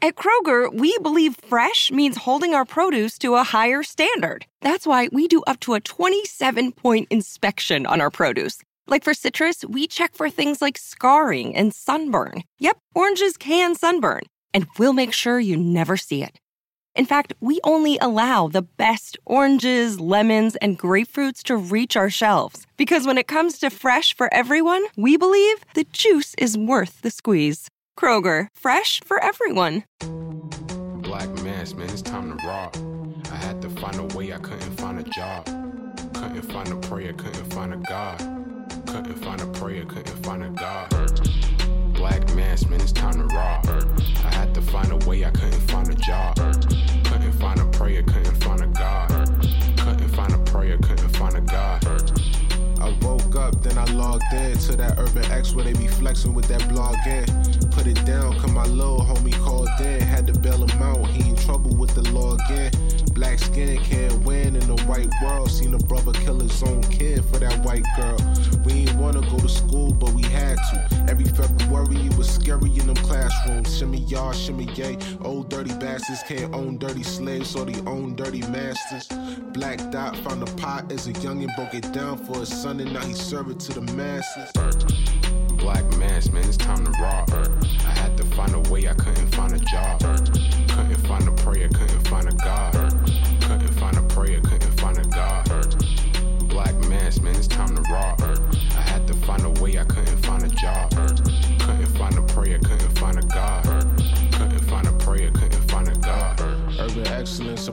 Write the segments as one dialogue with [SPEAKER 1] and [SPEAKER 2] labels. [SPEAKER 1] At Kroger, we believe fresh means holding our produce to a higher standard. That's why we do up to a 27 point inspection on our produce. Like for citrus, we check for things like scarring and sunburn. Yep, oranges can sunburn, and we'll make sure you never see it. In fact, we only allow the best oranges, lemons, and grapefruits to reach our shelves. Because when it comes to fresh for everyone, we believe the juice is worth the squeeze. Kroger, fresh for everyone.
[SPEAKER 2] Black mass, man, it's time to rock. I had to find a way, I couldn't find a job. Couldn't find a prayer, couldn't find a God. Couldn't find a prayer, couldn't find a God. Black mass, man, it's time to rock. I had to find a way, I couldn't find a job. Couldn't find a prayer, couldn't find a God. Couldn't find a prayer, couldn't find a God.
[SPEAKER 3] I woke up, then I logged in to that Urban X where they be flexing with that blog in. Put it down, cause my little homie called in. Had to bail him out, he in trouble with the law again. Black skin can't win in the white world. Seen a brother kill his own kid for that white girl. We ain't wanna go to school, but we had to. Every February it was scary in them classrooms. Shimmy y'all, shimmy yay. Old dirty bastards can't own dirty slaves or they own dirty masters. Black Dot found a pot as a youngin', broke it down for his son, and now he serve it to the masses.
[SPEAKER 2] Black mass, man, it's time to rock. I had to find a way, I couldn't find a job. Couldn't find a prayer, couldn't find a God. Couldn't find a prayer, couldn't find a God. Black mass, man, it's time to rock. I had to find a way, I couldn't find a job. Couldn't find a prayer, couldn't find a God. Couldn't find a prayer, couldn't find a God.
[SPEAKER 3] Urban excellence, a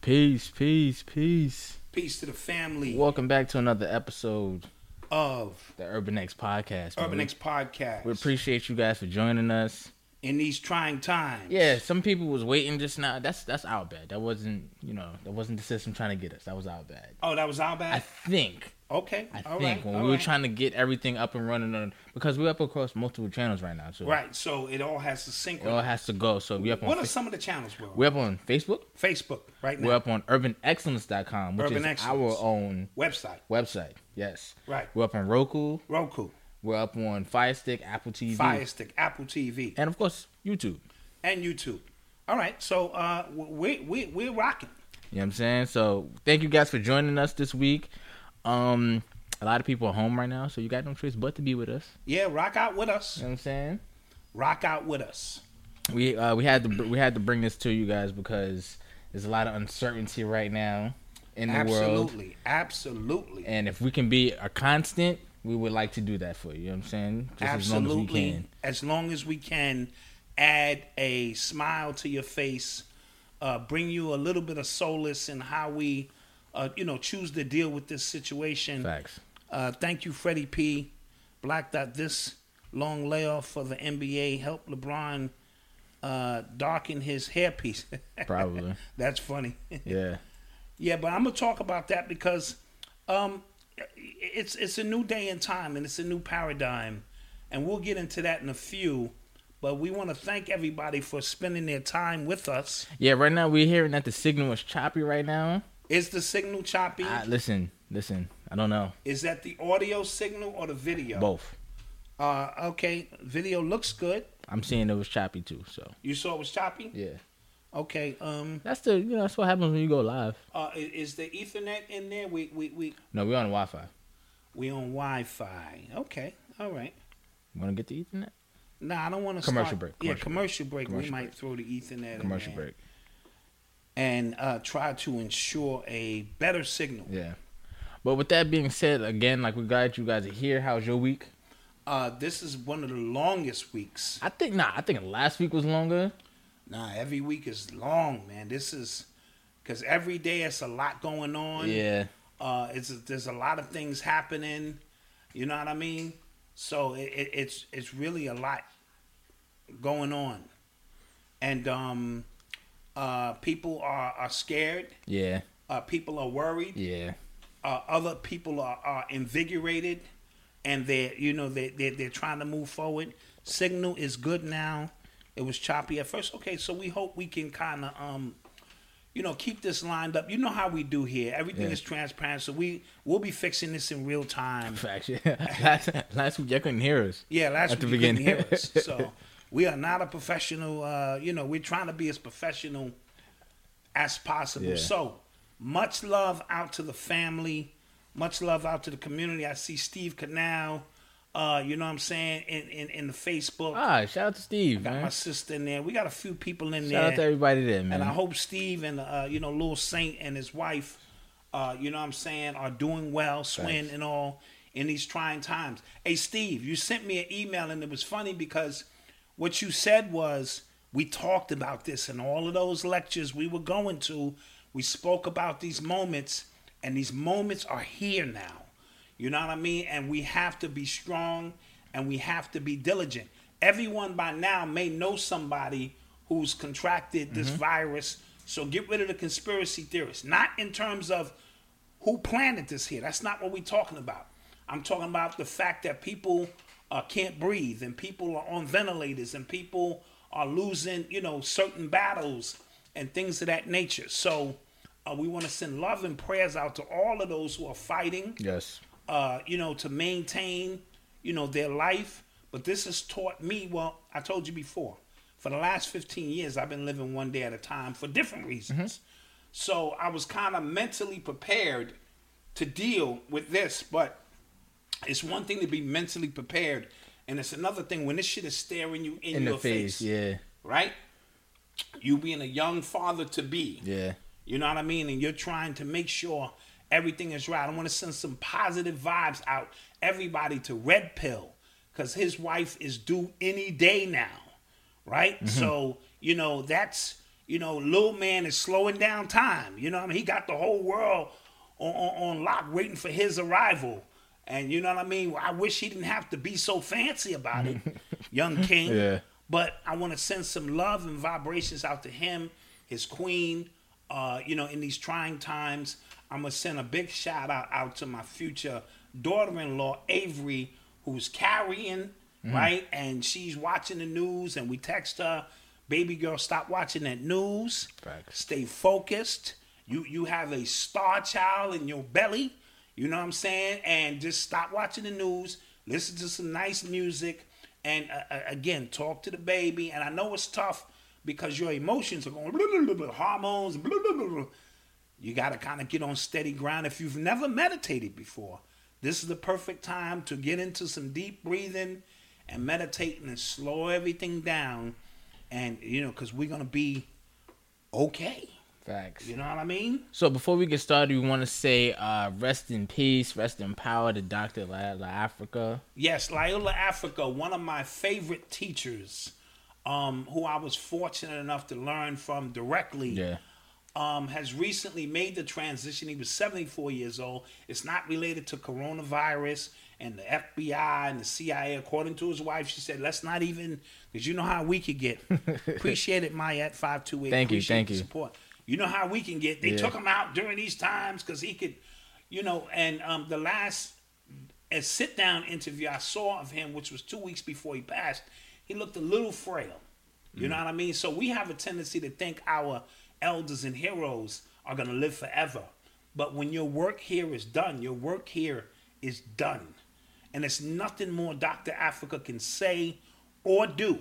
[SPEAKER 4] Peace, peace, peace.
[SPEAKER 5] Peace to the family
[SPEAKER 4] Welcome back to another episode,
[SPEAKER 5] of
[SPEAKER 4] the Urban X Podcast. man.
[SPEAKER 5] Urban X Podcast.
[SPEAKER 4] We appreciate you guys for joining us.
[SPEAKER 5] in these trying times.
[SPEAKER 4] Yeah, some people was waiting just now. That's that's our bad. That wasn't you know that wasn't the system trying to get us. That was our bad.
[SPEAKER 5] Oh, that was our
[SPEAKER 4] I
[SPEAKER 5] bad.
[SPEAKER 4] think.
[SPEAKER 5] okay.
[SPEAKER 4] I
[SPEAKER 5] all
[SPEAKER 4] think
[SPEAKER 5] right,
[SPEAKER 4] when
[SPEAKER 5] all
[SPEAKER 4] we were
[SPEAKER 5] right.
[SPEAKER 4] trying to get everything up and running on because we're up across multiple channels right now, so
[SPEAKER 5] Right. So it all has to sync.
[SPEAKER 4] it all has to go. So we up on
[SPEAKER 5] what are
[SPEAKER 4] Fa-
[SPEAKER 5] some of the channels we're on?
[SPEAKER 4] we're up on Facebook.
[SPEAKER 5] Facebook right now.
[SPEAKER 4] We're up on UrbanExcellence.com, which
[SPEAKER 5] Urban
[SPEAKER 4] is
[SPEAKER 5] Excellence.
[SPEAKER 4] our own
[SPEAKER 5] Website.
[SPEAKER 4] website. Yes.
[SPEAKER 5] Right.
[SPEAKER 4] We're up on Roku.
[SPEAKER 5] Roku.
[SPEAKER 4] We're up on Fire Stick, Apple TV,
[SPEAKER 5] Fire Stick. Apple TV.
[SPEAKER 4] and of course YouTube.
[SPEAKER 5] And YouTube. All right. So uh, we we we're rocking.
[SPEAKER 4] You know what I'm saying? So thank you guys for joining us this week. Um, a lot of people are home right now, so you got no choice but to be with us.
[SPEAKER 5] Yeah. Rock out with us.
[SPEAKER 4] You know what I'm saying?
[SPEAKER 5] Rock out with us.
[SPEAKER 4] We uh, we had to br- we had to bring this to you guys because there's a lot of uncertainty right now in the world,
[SPEAKER 5] Absolutely. Absolutely.
[SPEAKER 4] and if we can be a constant, we would like to do that for you. You know what I'm saying? Just
[SPEAKER 5] Absolutely.
[SPEAKER 4] as long as we can.
[SPEAKER 5] As long as we can add a smile to your face, uh, bring you a little bit of solace in how we, uh, you know, choose to deal with this situation.
[SPEAKER 4] Facts.
[SPEAKER 5] Uh, thank you, Freddie P. Black Dot. This long layoff for the NBA helped LeBron uh, darken his hairpiece.
[SPEAKER 4] Probably.
[SPEAKER 5] That's funny.
[SPEAKER 4] Yeah.
[SPEAKER 5] Yeah, but I'm gonna talk about that because um, it's it's a new day and time, and it's a new paradigm, and we'll get into that in a few. But we want to thank everybody for spending their time with us.
[SPEAKER 4] Yeah. Right now we're hearing that the signal is choppy right now.
[SPEAKER 5] Is the signal choppy?
[SPEAKER 4] I, listen, listen. I don't know.
[SPEAKER 5] Is that the audio signal or the video?
[SPEAKER 4] Both.
[SPEAKER 5] Uh, okay, video looks good.
[SPEAKER 4] I'm seeing it was choppy too. So
[SPEAKER 5] You saw it was choppy.
[SPEAKER 4] yeah.
[SPEAKER 5] Okay. Um,
[SPEAKER 4] That's the you know that's what happens when you go live.
[SPEAKER 5] uh, i- is the Ethernet in there? We we we
[SPEAKER 4] No, we're on Wi-Fi.
[SPEAKER 5] we on Wi-Fi. Okay. All right.
[SPEAKER 4] You want to get the Ethernet?
[SPEAKER 5] No, I don't want to
[SPEAKER 4] Commercial break,
[SPEAKER 5] yeah,
[SPEAKER 4] commercial break,
[SPEAKER 5] commercial break. we
[SPEAKER 4] commercial
[SPEAKER 5] might
[SPEAKER 4] break.
[SPEAKER 5] throw the Ethernet.
[SPEAKER 4] Commercial
[SPEAKER 5] in there
[SPEAKER 4] break.
[SPEAKER 5] And uh, try to ensure a better signal.
[SPEAKER 4] Yeah. But with that being said, again, like we glad you guys are here. How's your week?
[SPEAKER 5] Uh, this is one of the longest weeks.
[SPEAKER 4] I think nah. I think last week was longer.
[SPEAKER 5] Nah, every week is long, man. This is because every day it's a lot going on.
[SPEAKER 4] Yeah.
[SPEAKER 5] Uh, it's there's a lot of things happening. You know what I mean? So it, it, it's it's really a lot going on, and um, uh, people are are scared.
[SPEAKER 4] Yeah.
[SPEAKER 5] Uh, people are worried.
[SPEAKER 4] Yeah.
[SPEAKER 5] Uh, other people are, are invigorated, and they're you know they they they're trying to move forward. Signal is good now. It was choppy at first. Okay, so we hope we can kind of um you know, keep this lined up. You know how we do here. Everything
[SPEAKER 4] Yeah.
[SPEAKER 5] is transparent. So we we'll be fixing this in real time.
[SPEAKER 4] Facts. Yeah. last, last week y'all couldn't hear us.
[SPEAKER 5] Yeah, last
[SPEAKER 4] At the
[SPEAKER 5] week you couldn't
[SPEAKER 4] beginning.
[SPEAKER 5] hear us. So we are not a professional. Uh, you know, we're trying to be as professional as possible.
[SPEAKER 4] Yeah.
[SPEAKER 5] So much love out to the family. Much love out to the community. I see Steve Canal. Uh, you know what I'm saying in in, in the Facebook.
[SPEAKER 4] Ah, shout out to Steve,
[SPEAKER 5] got
[SPEAKER 4] man.
[SPEAKER 5] my
[SPEAKER 4] Shout
[SPEAKER 5] sister in there. We got a few people in there.
[SPEAKER 4] out to everybody there, man.
[SPEAKER 5] And I hope Steve and uh, you know Lil Saint and his wife, uh, you know what I'm saying, are doing well, Swin and all in these trying times. Hey Steve, you sent me an email and it was funny because what you said was we talked about this in all of those lectures we were going to. We spoke about these moments, and these moments are here now. You know what I mean? And we have to be strong and we have to be diligent. Everyone by now may know somebody who's contracted this virus. So get rid of the conspiracy theorists. Not in terms of who planted this here. That's not what we're talking about. I'm talking about the fact that people uh, can't breathe and people are on ventilators and people are losing, you know, certain battles and things of that nature. So uh, we want to send love and prayers out to all of those who are fighting
[SPEAKER 4] yes.
[SPEAKER 5] uh, you know, to maintain, you know, their life. But this has taught me, well, I told you before, for the last 15 years, I've been living one day at a time for different reasons.
[SPEAKER 4] Mm-hmm.
[SPEAKER 5] So I was kind of mentally prepared to deal with this, but it's one thing to be mentally prepared, and it's another thing when this shit is staring you in,
[SPEAKER 4] In
[SPEAKER 5] your
[SPEAKER 4] the face. Yeah.
[SPEAKER 5] right? You being a young father to be,
[SPEAKER 4] Yeah.
[SPEAKER 5] you know what I mean? And you're trying to make sure everything is right. I want to send some positive vibes out, everybody, to Red Pill, because his wife is due any day now, right? So, you know, that's, you know, Lil Man is slowing down time. You know what I mean? He got the whole world on, on, on lock waiting for his arrival. And you know what I mean? I wish he didn't have to be so fancy about it, young king.
[SPEAKER 4] Yeah.
[SPEAKER 5] But I want to send some love and vibrations out to him, his queen. Uh, you know, in these trying times, I'm gonna send a big shout out out to my future daughter-in-law Avery, who's carrying right, and she's watching the news, and we text her, "Baby girl, stop watching that news.
[SPEAKER 4] Facts.
[SPEAKER 5] Stay focused. You you have a star child in your belly. You know what I'm saying? And just stop watching the news. Listen to some nice music." and uh, uh, again talk to the baby and i know it's tough because your emotions are going blah, blah, blah, blah, hormones blah, blah, blah, blah. you got to kind of get on steady ground if you've never meditated before this is the perfect time to get into some deep breathing and meditating and slow everything down and you know because we're going to be okay
[SPEAKER 4] Facts.
[SPEAKER 5] you know what i mean
[SPEAKER 4] So before we get started, we want to say uh, rest in peace, rest in power to Dr. La, La Africa.
[SPEAKER 5] Yes, Loyola Africa, one of my favorite teachers, um, who I was fortunate enough to learn from directly,
[SPEAKER 4] Yeah.
[SPEAKER 5] um, has recently made the transition. He was 74 years old. It's not related to coronavirus and the FBI and the CIA. According to his wife, she said, let's not even, because you know how we could get. Appreciate it, Maya, at 528.
[SPEAKER 4] Thank you,
[SPEAKER 5] Appreciate
[SPEAKER 4] thank
[SPEAKER 5] the
[SPEAKER 4] you.
[SPEAKER 5] support. You know how we can get. They
[SPEAKER 4] Yeah.
[SPEAKER 5] took him out during these times because he could, you know, and um, the last a sit down interview I saw of him, which was two weeks before he passed, he looked a little frail. You know what I mean? So we have a tendency to think our elders and heroes are going to live forever. But when your work here is done, your work here is done. And it's nothing more Dr. Africa can say or do.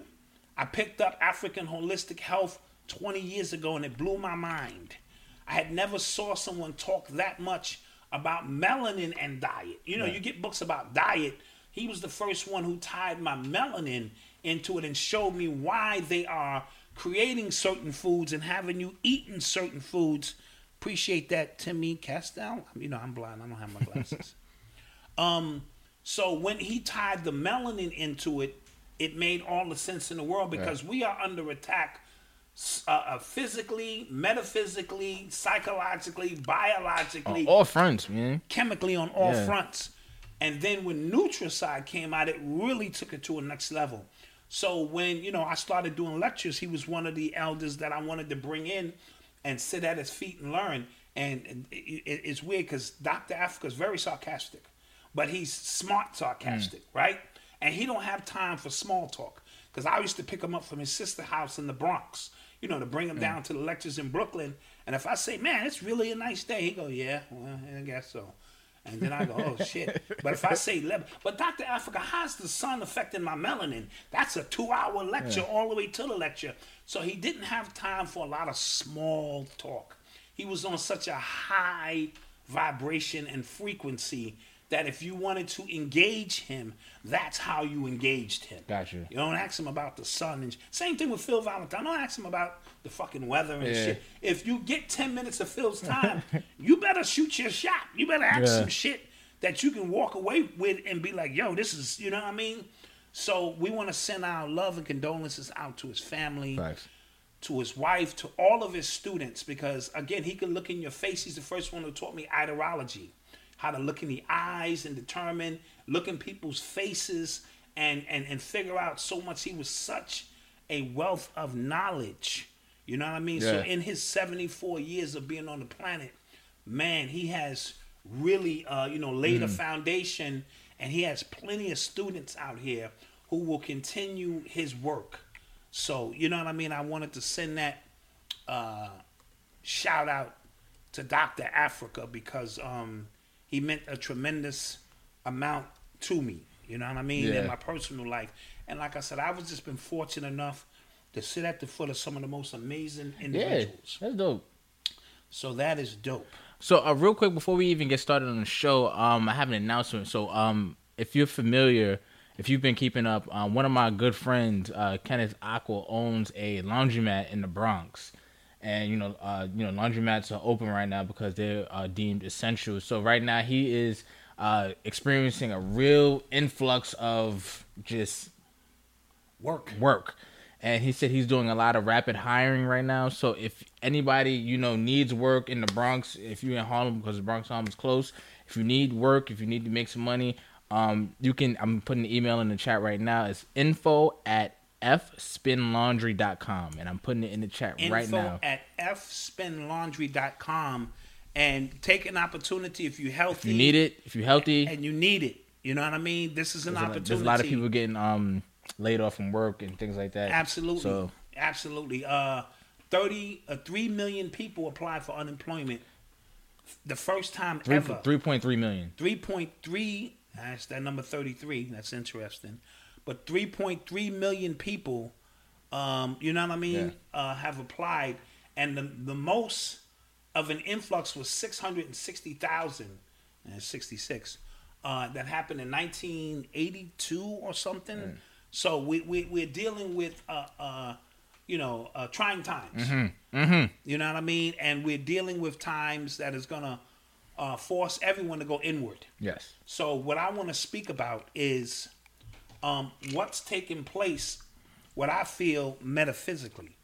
[SPEAKER 5] I picked up African holistic health 20 years ago and it blew my mind. I had never saw someone talk that much about melanin and diet. You know, you get books about diet. He was the first one who tied my melanin into it and showed me why they are creating certain foods and having you eating certain foods. Appreciate that, Timmy Castell. You know, I'm blind. I don't have my glasses. So when he tied the melanin into it, it made all the sense in the world because we are under attack s- uh, uh, physically, metaphysically, psychologically, biologically,
[SPEAKER 4] Uh, all fronts, man.
[SPEAKER 5] chemically on all
[SPEAKER 4] Yeah.
[SPEAKER 5] fronts. And then when Nutricide came out, it really took it to a next level. So when you know I started doing lectures, he was one of the elders that I wanted to bring in and sit at his feet and learn. And and it, it- it's weird because Doctor Africa is very sarcastic, but he's smart sarcastic, right? And he don't have time for small talk. Because I used to pick him up from his sister house in the Bronx, you know, to bring him down to the lectures in Brooklyn. And if I say, man, it's really a nice day, he go, yeah, well, I guess so. And then I go, oh shit. But if I say, le- but Dr. Africa, how's the sun affecting my melanin? That's a two hour lecture all the way to the lecture. So he didn't have time for a lot of small talk. He was on such a high vibration and frequency that if you wanted to engage him, that's how you engaged him.
[SPEAKER 4] Gotcha.
[SPEAKER 5] You don't ask him about the sun and sh- same thing with Phil Valentine. Don't ask him about the fucking weather and
[SPEAKER 4] Yeah.
[SPEAKER 5] shit. If you get ten minutes of Phil's time, you better shoot your shot. You better ask
[SPEAKER 4] Yeah.
[SPEAKER 5] some shit that you can walk away with and be like, "Yo, this is," you know what I mean? So we want to send our love and condolences out to his family,
[SPEAKER 4] Facts.
[SPEAKER 5] to his wife, to all of his students, because again, he can look in your face. He's the first one who taught me iderology, how to look in the eyes and determine, look in people's faces and and and figure out so much. He was such a wealth of knowledge. You know what I mean? So
[SPEAKER 4] Yeah.
[SPEAKER 5] in his 74 years of being on the planet, man, he has really uh, you know laid a foundation and he has plenty of students out here who will continue his work. So, you know what I mean? I wanted to send that uh, shout out to Dr. Africa because um, he meant a tremendous amount to me. You know what I mean?
[SPEAKER 4] Yeah.
[SPEAKER 5] In my personal life. And like I said, I've just been fortunate enough to sit at the foot of some of the most amazing
[SPEAKER 4] Yeah,
[SPEAKER 5] individuals.
[SPEAKER 4] that's dope.
[SPEAKER 5] So that is dope.
[SPEAKER 4] So, uh, real quick before we even get started on the show, um, I have an announcement. So, um, if you're familiar, if you've been keeping up, um, one of my good friends, uh, Kenneth Aqua, owns a laundromat in the Bronx, and you know, uh, you know, laundromats are open right now because they're uh, deemed essential. So, right now, he is uh, experiencing a real influx of just
[SPEAKER 5] Work.
[SPEAKER 4] work. And he said he's doing a lot of rapid hiring right now. So if anybody you know needs work in the Bronx, if you're in Harlem because the Bronx Harlem is close, if you need work, if you need to make some money, um, you can. I'm putting the email in the chat right now. It's info at fspinlaundry.com, and I'm putting it in the chat
[SPEAKER 5] Info
[SPEAKER 4] right now.
[SPEAKER 5] at fspinlaundry.com and take an opportunity if you're healthy
[SPEAKER 4] you need it if you're healthy.
[SPEAKER 5] and you need it. You know what I mean? This is an
[SPEAKER 4] there's, a,
[SPEAKER 5] opportunity.
[SPEAKER 4] there's a lot of people getting um laid off from work and things like that.
[SPEAKER 5] Absolutely.
[SPEAKER 4] So
[SPEAKER 5] Absolutely. Uh, 30, uh, 3 million people applied for unemployment the first time
[SPEAKER 4] three
[SPEAKER 5] ever.
[SPEAKER 4] three point three million.
[SPEAKER 5] 3.3, that's that number 33. That's interesting. But 3.3 million people, um, you know what I mean, uh, have applied. And the, the most of an influx was 660,000 and 66 uh, that happened in 1982 or something. So we, we, we're dealing with, uh, uh, you know, uh, trying times. You know what I mean? And we're dealing with times that is going to uh, force everyone to go inward.
[SPEAKER 4] Yes.
[SPEAKER 5] So, what I want to speak about is um, what's taking place, what I feel metaphysically.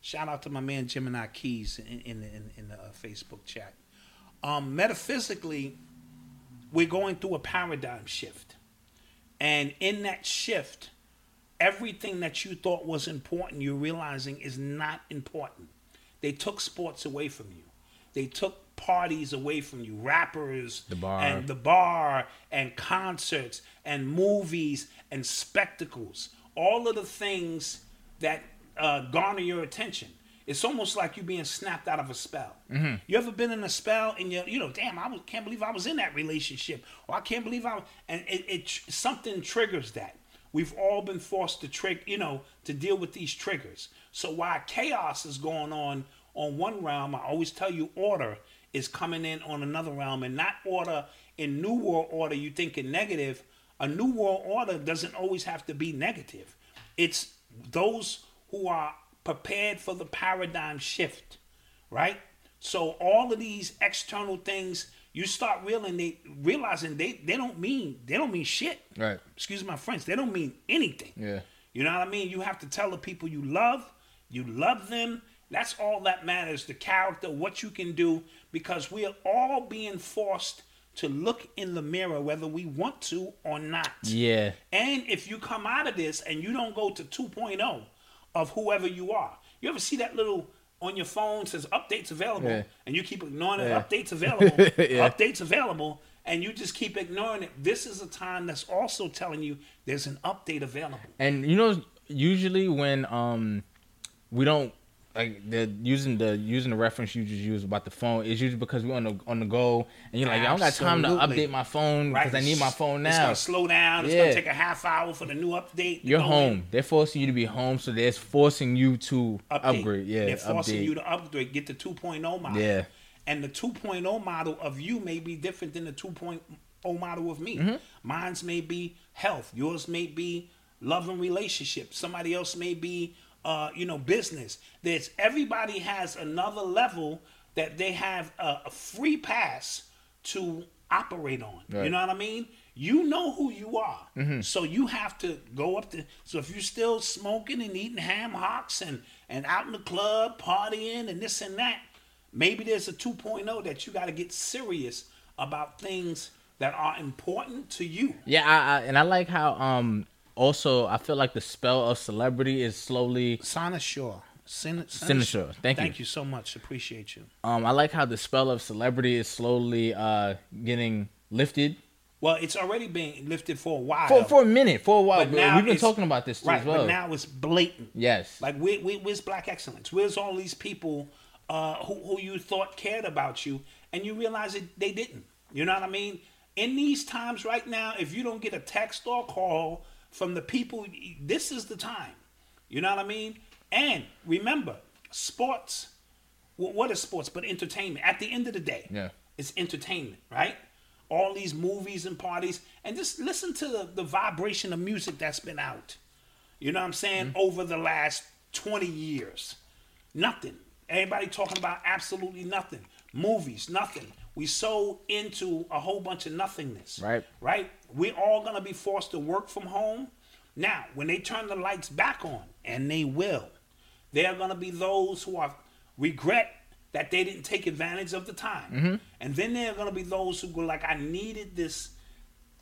[SPEAKER 5] Shout out to my man Gemini Keys in, in, in, in the uh, Facebook chat. Um, metaphysically, we're going through a paradigm shift. And in that shift, everything that you thought was important, you're realizing is not important. They took sports away from you. They took parties away from you, rappers, the
[SPEAKER 4] bar.
[SPEAKER 5] and the bar, and concerts, and movies, and spectacles. All of the things that uh, garner your attention. It's almost like you being snapped out of a spell. You ever been in a spell and you you know, damn, I was, can't believe I was in that relationship, or I can't believe I was, and it, it tr- something triggers that. We've all been forced to trick, you know, to deal with these triggers. So while chaos is going on on one realm, I always tell you order is coming in on another realm, and not order in new world order. You think in negative, a new world order doesn't always have to be negative. It's those who are prepared for the paradigm shift, right? So all of these external things, you start realizing they realizing they they don't mean they don't mean shit.
[SPEAKER 4] Right.
[SPEAKER 5] Excuse my French. They don't mean anything.
[SPEAKER 4] Yeah.
[SPEAKER 5] You know what I mean? You have to tell the people you love. You love them. That's all that matters the character, what you can do, because we are all being forced to look in the mirror whether we want to or not.
[SPEAKER 4] Yeah.
[SPEAKER 5] And if you come out of this and you don't go to 2.0 of whoever you are, you ever see that little on your phone says updates available
[SPEAKER 4] Yeah.
[SPEAKER 5] and you keep ignoring
[SPEAKER 4] Yeah.
[SPEAKER 5] it, updates available,
[SPEAKER 4] Yeah.
[SPEAKER 5] updates available, and you just keep ignoring it. This is a time that's also telling you there's an update available.
[SPEAKER 4] And you know, usually when um we don't like the using the using the reference you just used about the phone is usually because we're on the on the go and you're like I don't got time to
[SPEAKER 5] Absolutely.
[SPEAKER 4] update my phone because Mm, I need my phone
[SPEAKER 5] It's
[SPEAKER 4] now.
[SPEAKER 5] gonna slow down. It's
[SPEAKER 4] Yeah.
[SPEAKER 5] gonna take a half hour for the new update. to
[SPEAKER 4] You're
[SPEAKER 5] go in.
[SPEAKER 4] home. They're forcing you to be home, so they're forcing you to
[SPEAKER 5] Update.
[SPEAKER 4] upgrade. Yeah,
[SPEAKER 5] They're forcing
[SPEAKER 4] update.
[SPEAKER 5] you to upgrade, get the 2.0 model.
[SPEAKER 4] Yeah.
[SPEAKER 5] And the 2.0 model of you may be different than the 2.0 model of me. Mine's may be health. Yours may be love and relationship. Somebody else may be, uh, you know, business. There's everybody has another level that they have a, a free pass to operate on. You
[SPEAKER 4] Right.
[SPEAKER 5] know what I mean? You know who you are. So you have to go up to so if you're still smoking and eating ham hocks and and out in the club partying and this and that, maybe there's a 2.0 that you got to get serious about things that are important to you.
[SPEAKER 4] Yeah, I, I, and I like how um also I feel like the spell of celebrity is slowly
[SPEAKER 5] Sana Shaw. Sin-
[SPEAKER 4] Sinister. Thank you.
[SPEAKER 5] Thank you so much. Appreciate you.
[SPEAKER 4] um I like how the spell of celebrity is slowly uh getting lifted
[SPEAKER 5] Well, it's already been lifted for a while.
[SPEAKER 4] for for a minute for a while.
[SPEAKER 5] But now
[SPEAKER 4] We've been
[SPEAKER 5] it's-
[SPEAKER 4] talking about this too
[SPEAKER 5] right,
[SPEAKER 4] as well.
[SPEAKER 5] but now it's blatant.
[SPEAKER 4] yes,
[SPEAKER 5] Like, where, where, where's black excellence? Where's all these people uh, who, who you thought cared about you and you realize that they didn't? You know what I mean? In these times right now, if you don't get a text or call from the people, this is the time. You know what I mean? And remember, sports, wh- what is sports but entertainment? At the end of the day,
[SPEAKER 4] Yeah.
[SPEAKER 5] it's entertainment, right? All these movies and parties, and just listen to the, the vibration of music that's been out. You know what I'm saying?
[SPEAKER 4] Mm-hmm.
[SPEAKER 5] Over the last 20 years. Nothing. Everybody talking about absolutely nothing. Movies, nothing. We so into a whole bunch of nothingness.
[SPEAKER 4] Right.
[SPEAKER 5] Right? We're all gonna be forced to work from home. Now, when they turn the lights back on, and they will, there are gonna be those who are regret that they didn't take advantage of the time. And then there are gonna be those who go like, I needed this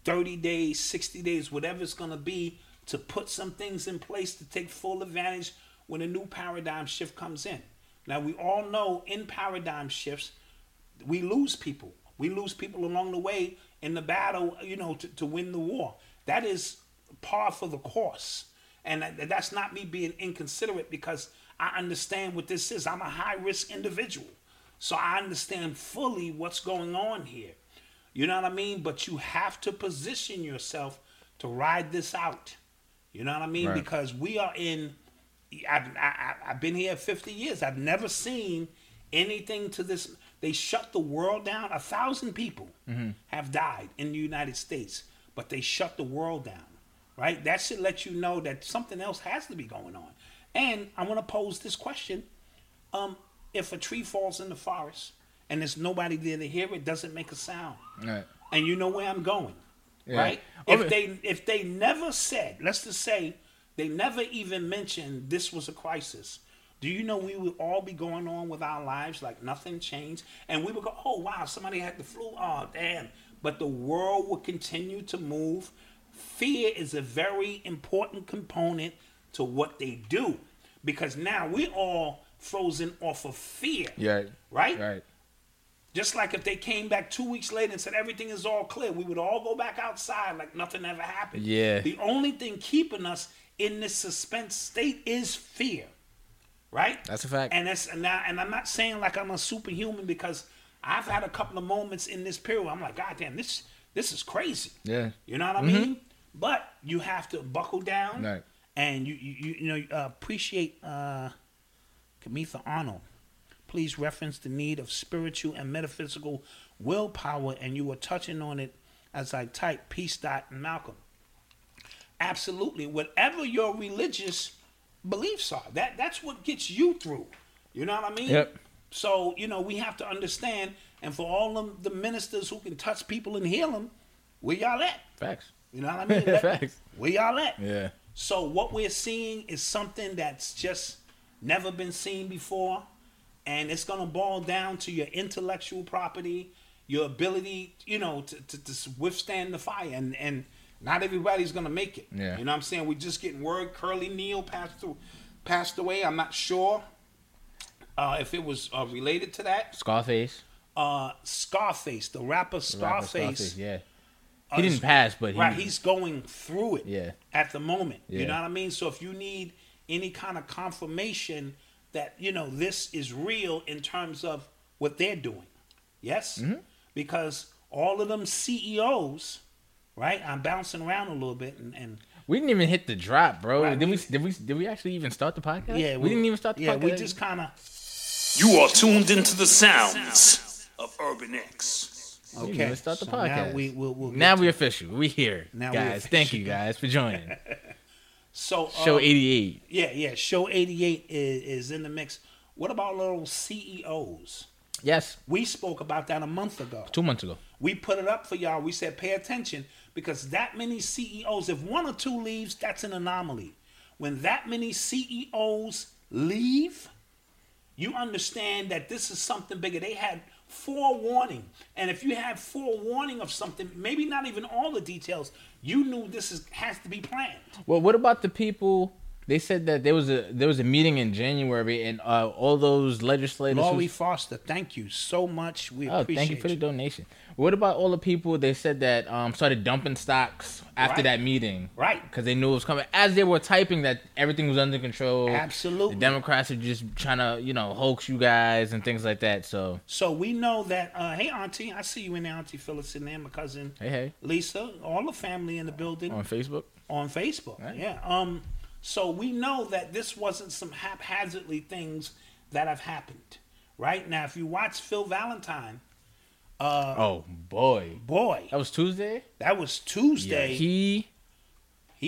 [SPEAKER 5] 30 days, 60 days, whatever it's going to be, to put some things in place to take full advantage when a new paradigm shift comes in. Now, we all know in paradigm shifts, we lose people. We lose people along the way in the battle, you know, to, to win the war. That is par for the course. And that, that's not me being inconsiderate because I understand what this is. I'm a high risk individual. So I understand fully what's going on here. You know what I mean? But you have to position yourself to ride this out. You know what I mean? Because we are in. I've I, I- I've been here 50 years. I've never seen anything to this. They shut the world down. A thousand people
[SPEAKER 4] Mm-hmm.
[SPEAKER 5] have died in the United States, but they shut the world down. Right? That should let you know that something else has to be going on. And I want to pose this question um, if a tree falls in the forest and there's nobody there to hear it, doesn't make a sound.
[SPEAKER 4] Right.
[SPEAKER 5] And you know where I'm going,
[SPEAKER 4] Yeah.
[SPEAKER 5] right?
[SPEAKER 4] Oh,
[SPEAKER 5] If
[SPEAKER 4] but-
[SPEAKER 5] they if they never said, let's just say they never even mentioned this was a crisis. Do you know we would all be going on with our lives like nothing changed, and we would go, oh wow, somebody had the flu, oh damn. But the world would continue to move. Fear is a very important component to what they do because now we're all frozen off of fear.
[SPEAKER 4] yeah,
[SPEAKER 5] Right?
[SPEAKER 4] right.
[SPEAKER 5] Just like if they came back two weeks later and said everything is all clear, we would all go back outside like nothing ever happened.
[SPEAKER 4] Yeah.
[SPEAKER 5] The only thing keeping us in this suspense state is fear. Right?
[SPEAKER 4] That's a fact.
[SPEAKER 5] And that's and now and I'm not saying like I'm a superhuman because I've had a couple of moments in this period where I'm like, God damn, this this is crazy.
[SPEAKER 4] Yeah. Mm-hmm.
[SPEAKER 5] You know what I mean? But you have to buckle down
[SPEAKER 4] Right.
[SPEAKER 5] and you you, you, you know uh, appreciate uh Kamitha Arnold. Please reference the need of spiritual and metaphysical willpower, and you were touching on it as I type peace dot and Malcolm. Absolutely, whatever your religious beliefs are, that that's what gets you through. You know what I mean?
[SPEAKER 4] Yep.
[SPEAKER 5] So you know we have to understand, and for all of the ministers who can touch people and heal them, where y'all at?
[SPEAKER 4] Facts.
[SPEAKER 5] You know what I mean? Let-
[SPEAKER 4] Facts.
[SPEAKER 5] Where y'all at?
[SPEAKER 4] Yeah.
[SPEAKER 5] So what we're seeing is something that's just never been seen before, and it's gonna boil down to your intellectual property, your ability, you know, to, to, to withstand the fire, and and not everybody's gonna make it.
[SPEAKER 4] Yeah.
[SPEAKER 5] You know what I'm saying? We're just getting word. Curly Neal passed through, passed away. I'm not sure uh, if it was uh, related to that.
[SPEAKER 4] Scarface.
[SPEAKER 5] Uh, Scarface, the rapper
[SPEAKER 4] Rapper
[SPEAKER 5] Scarface,
[SPEAKER 4] yeah.
[SPEAKER 5] uh,
[SPEAKER 4] He didn't pass, but he,
[SPEAKER 5] right, he's going through it
[SPEAKER 4] Yeah.
[SPEAKER 5] at the moment. You
[SPEAKER 4] Yeah.
[SPEAKER 5] know what I mean? So if you need any kind of confirmation that, you know, this is real in terms of what they're doing. Yes?
[SPEAKER 4] Mm-hmm.
[SPEAKER 5] Because all of them CEOs, right? I'm bouncing around a little bit and, and
[SPEAKER 4] we didn't even hit the drop, bro.
[SPEAKER 5] Right,
[SPEAKER 4] did we,
[SPEAKER 5] we-
[SPEAKER 4] did we did we actually even start the podcast?
[SPEAKER 5] yeah,
[SPEAKER 4] we, didn't even start the
[SPEAKER 5] yeah,
[SPEAKER 4] podcast.
[SPEAKER 5] we just kind of
[SPEAKER 6] You are tuned into the sounds of Urban X.
[SPEAKER 4] We
[SPEAKER 5] okay.
[SPEAKER 4] didn't even start the
[SPEAKER 5] So
[SPEAKER 4] podcast.
[SPEAKER 5] Now we will we'll get
[SPEAKER 4] now
[SPEAKER 5] to
[SPEAKER 4] we
[SPEAKER 5] it.
[SPEAKER 4] official. We here,
[SPEAKER 5] Now we
[SPEAKER 4] guys. Thank
[SPEAKER 5] official.
[SPEAKER 4] you guys for joining.
[SPEAKER 5] so
[SPEAKER 4] Show
[SPEAKER 5] um,
[SPEAKER 4] eighty eight.
[SPEAKER 5] yeah, yeah, show 88 is, is in the mix. What about little CEOs?
[SPEAKER 4] Yes,
[SPEAKER 5] We spoke about that a month ago.
[SPEAKER 4] two months ago.
[SPEAKER 5] We put it up for y'all. We said pay attention because that many CEOs, if one or two leaves, that's an anomaly. When that many CEOs leave, you understand that this is something bigger. They had forewarning. And if you had forewarning of something, maybe not even all the details, you knew this is, has to be planned.
[SPEAKER 4] Well, what about the people? They said that there was a there was a meeting in January, and uh, all those legislators. who-
[SPEAKER 5] Laurie Foster, thank you so much. We
[SPEAKER 4] oh,
[SPEAKER 5] appreciate
[SPEAKER 4] thank you for the donation. What about all the people? They said that um, started dumping stocks after
[SPEAKER 5] Right.
[SPEAKER 4] that meeting,
[SPEAKER 5] Right.
[SPEAKER 4] Because they knew it was coming. As they were typing, that everything was under control.
[SPEAKER 5] Absolutely.
[SPEAKER 4] the Democrats are just trying to you know hoax you guys and things like that. So
[SPEAKER 5] So we know that, uh, hey, Auntie, I see you in there, Auntie Phyllis in there, my cousin.
[SPEAKER 4] hey, hey,
[SPEAKER 5] Lisa, all the family in the building
[SPEAKER 4] on
[SPEAKER 5] on,
[SPEAKER 4] Facebook,
[SPEAKER 5] Facebook. Yeah. Um. So we know that this wasn't some haphazardly things that have happened, right? Now, if you watch Phil Valentine, Uh,
[SPEAKER 4] oh boy,
[SPEAKER 5] boy,
[SPEAKER 4] that was Tuesday.
[SPEAKER 5] that was Tuesday. he,
[SPEAKER 4] Oh. he.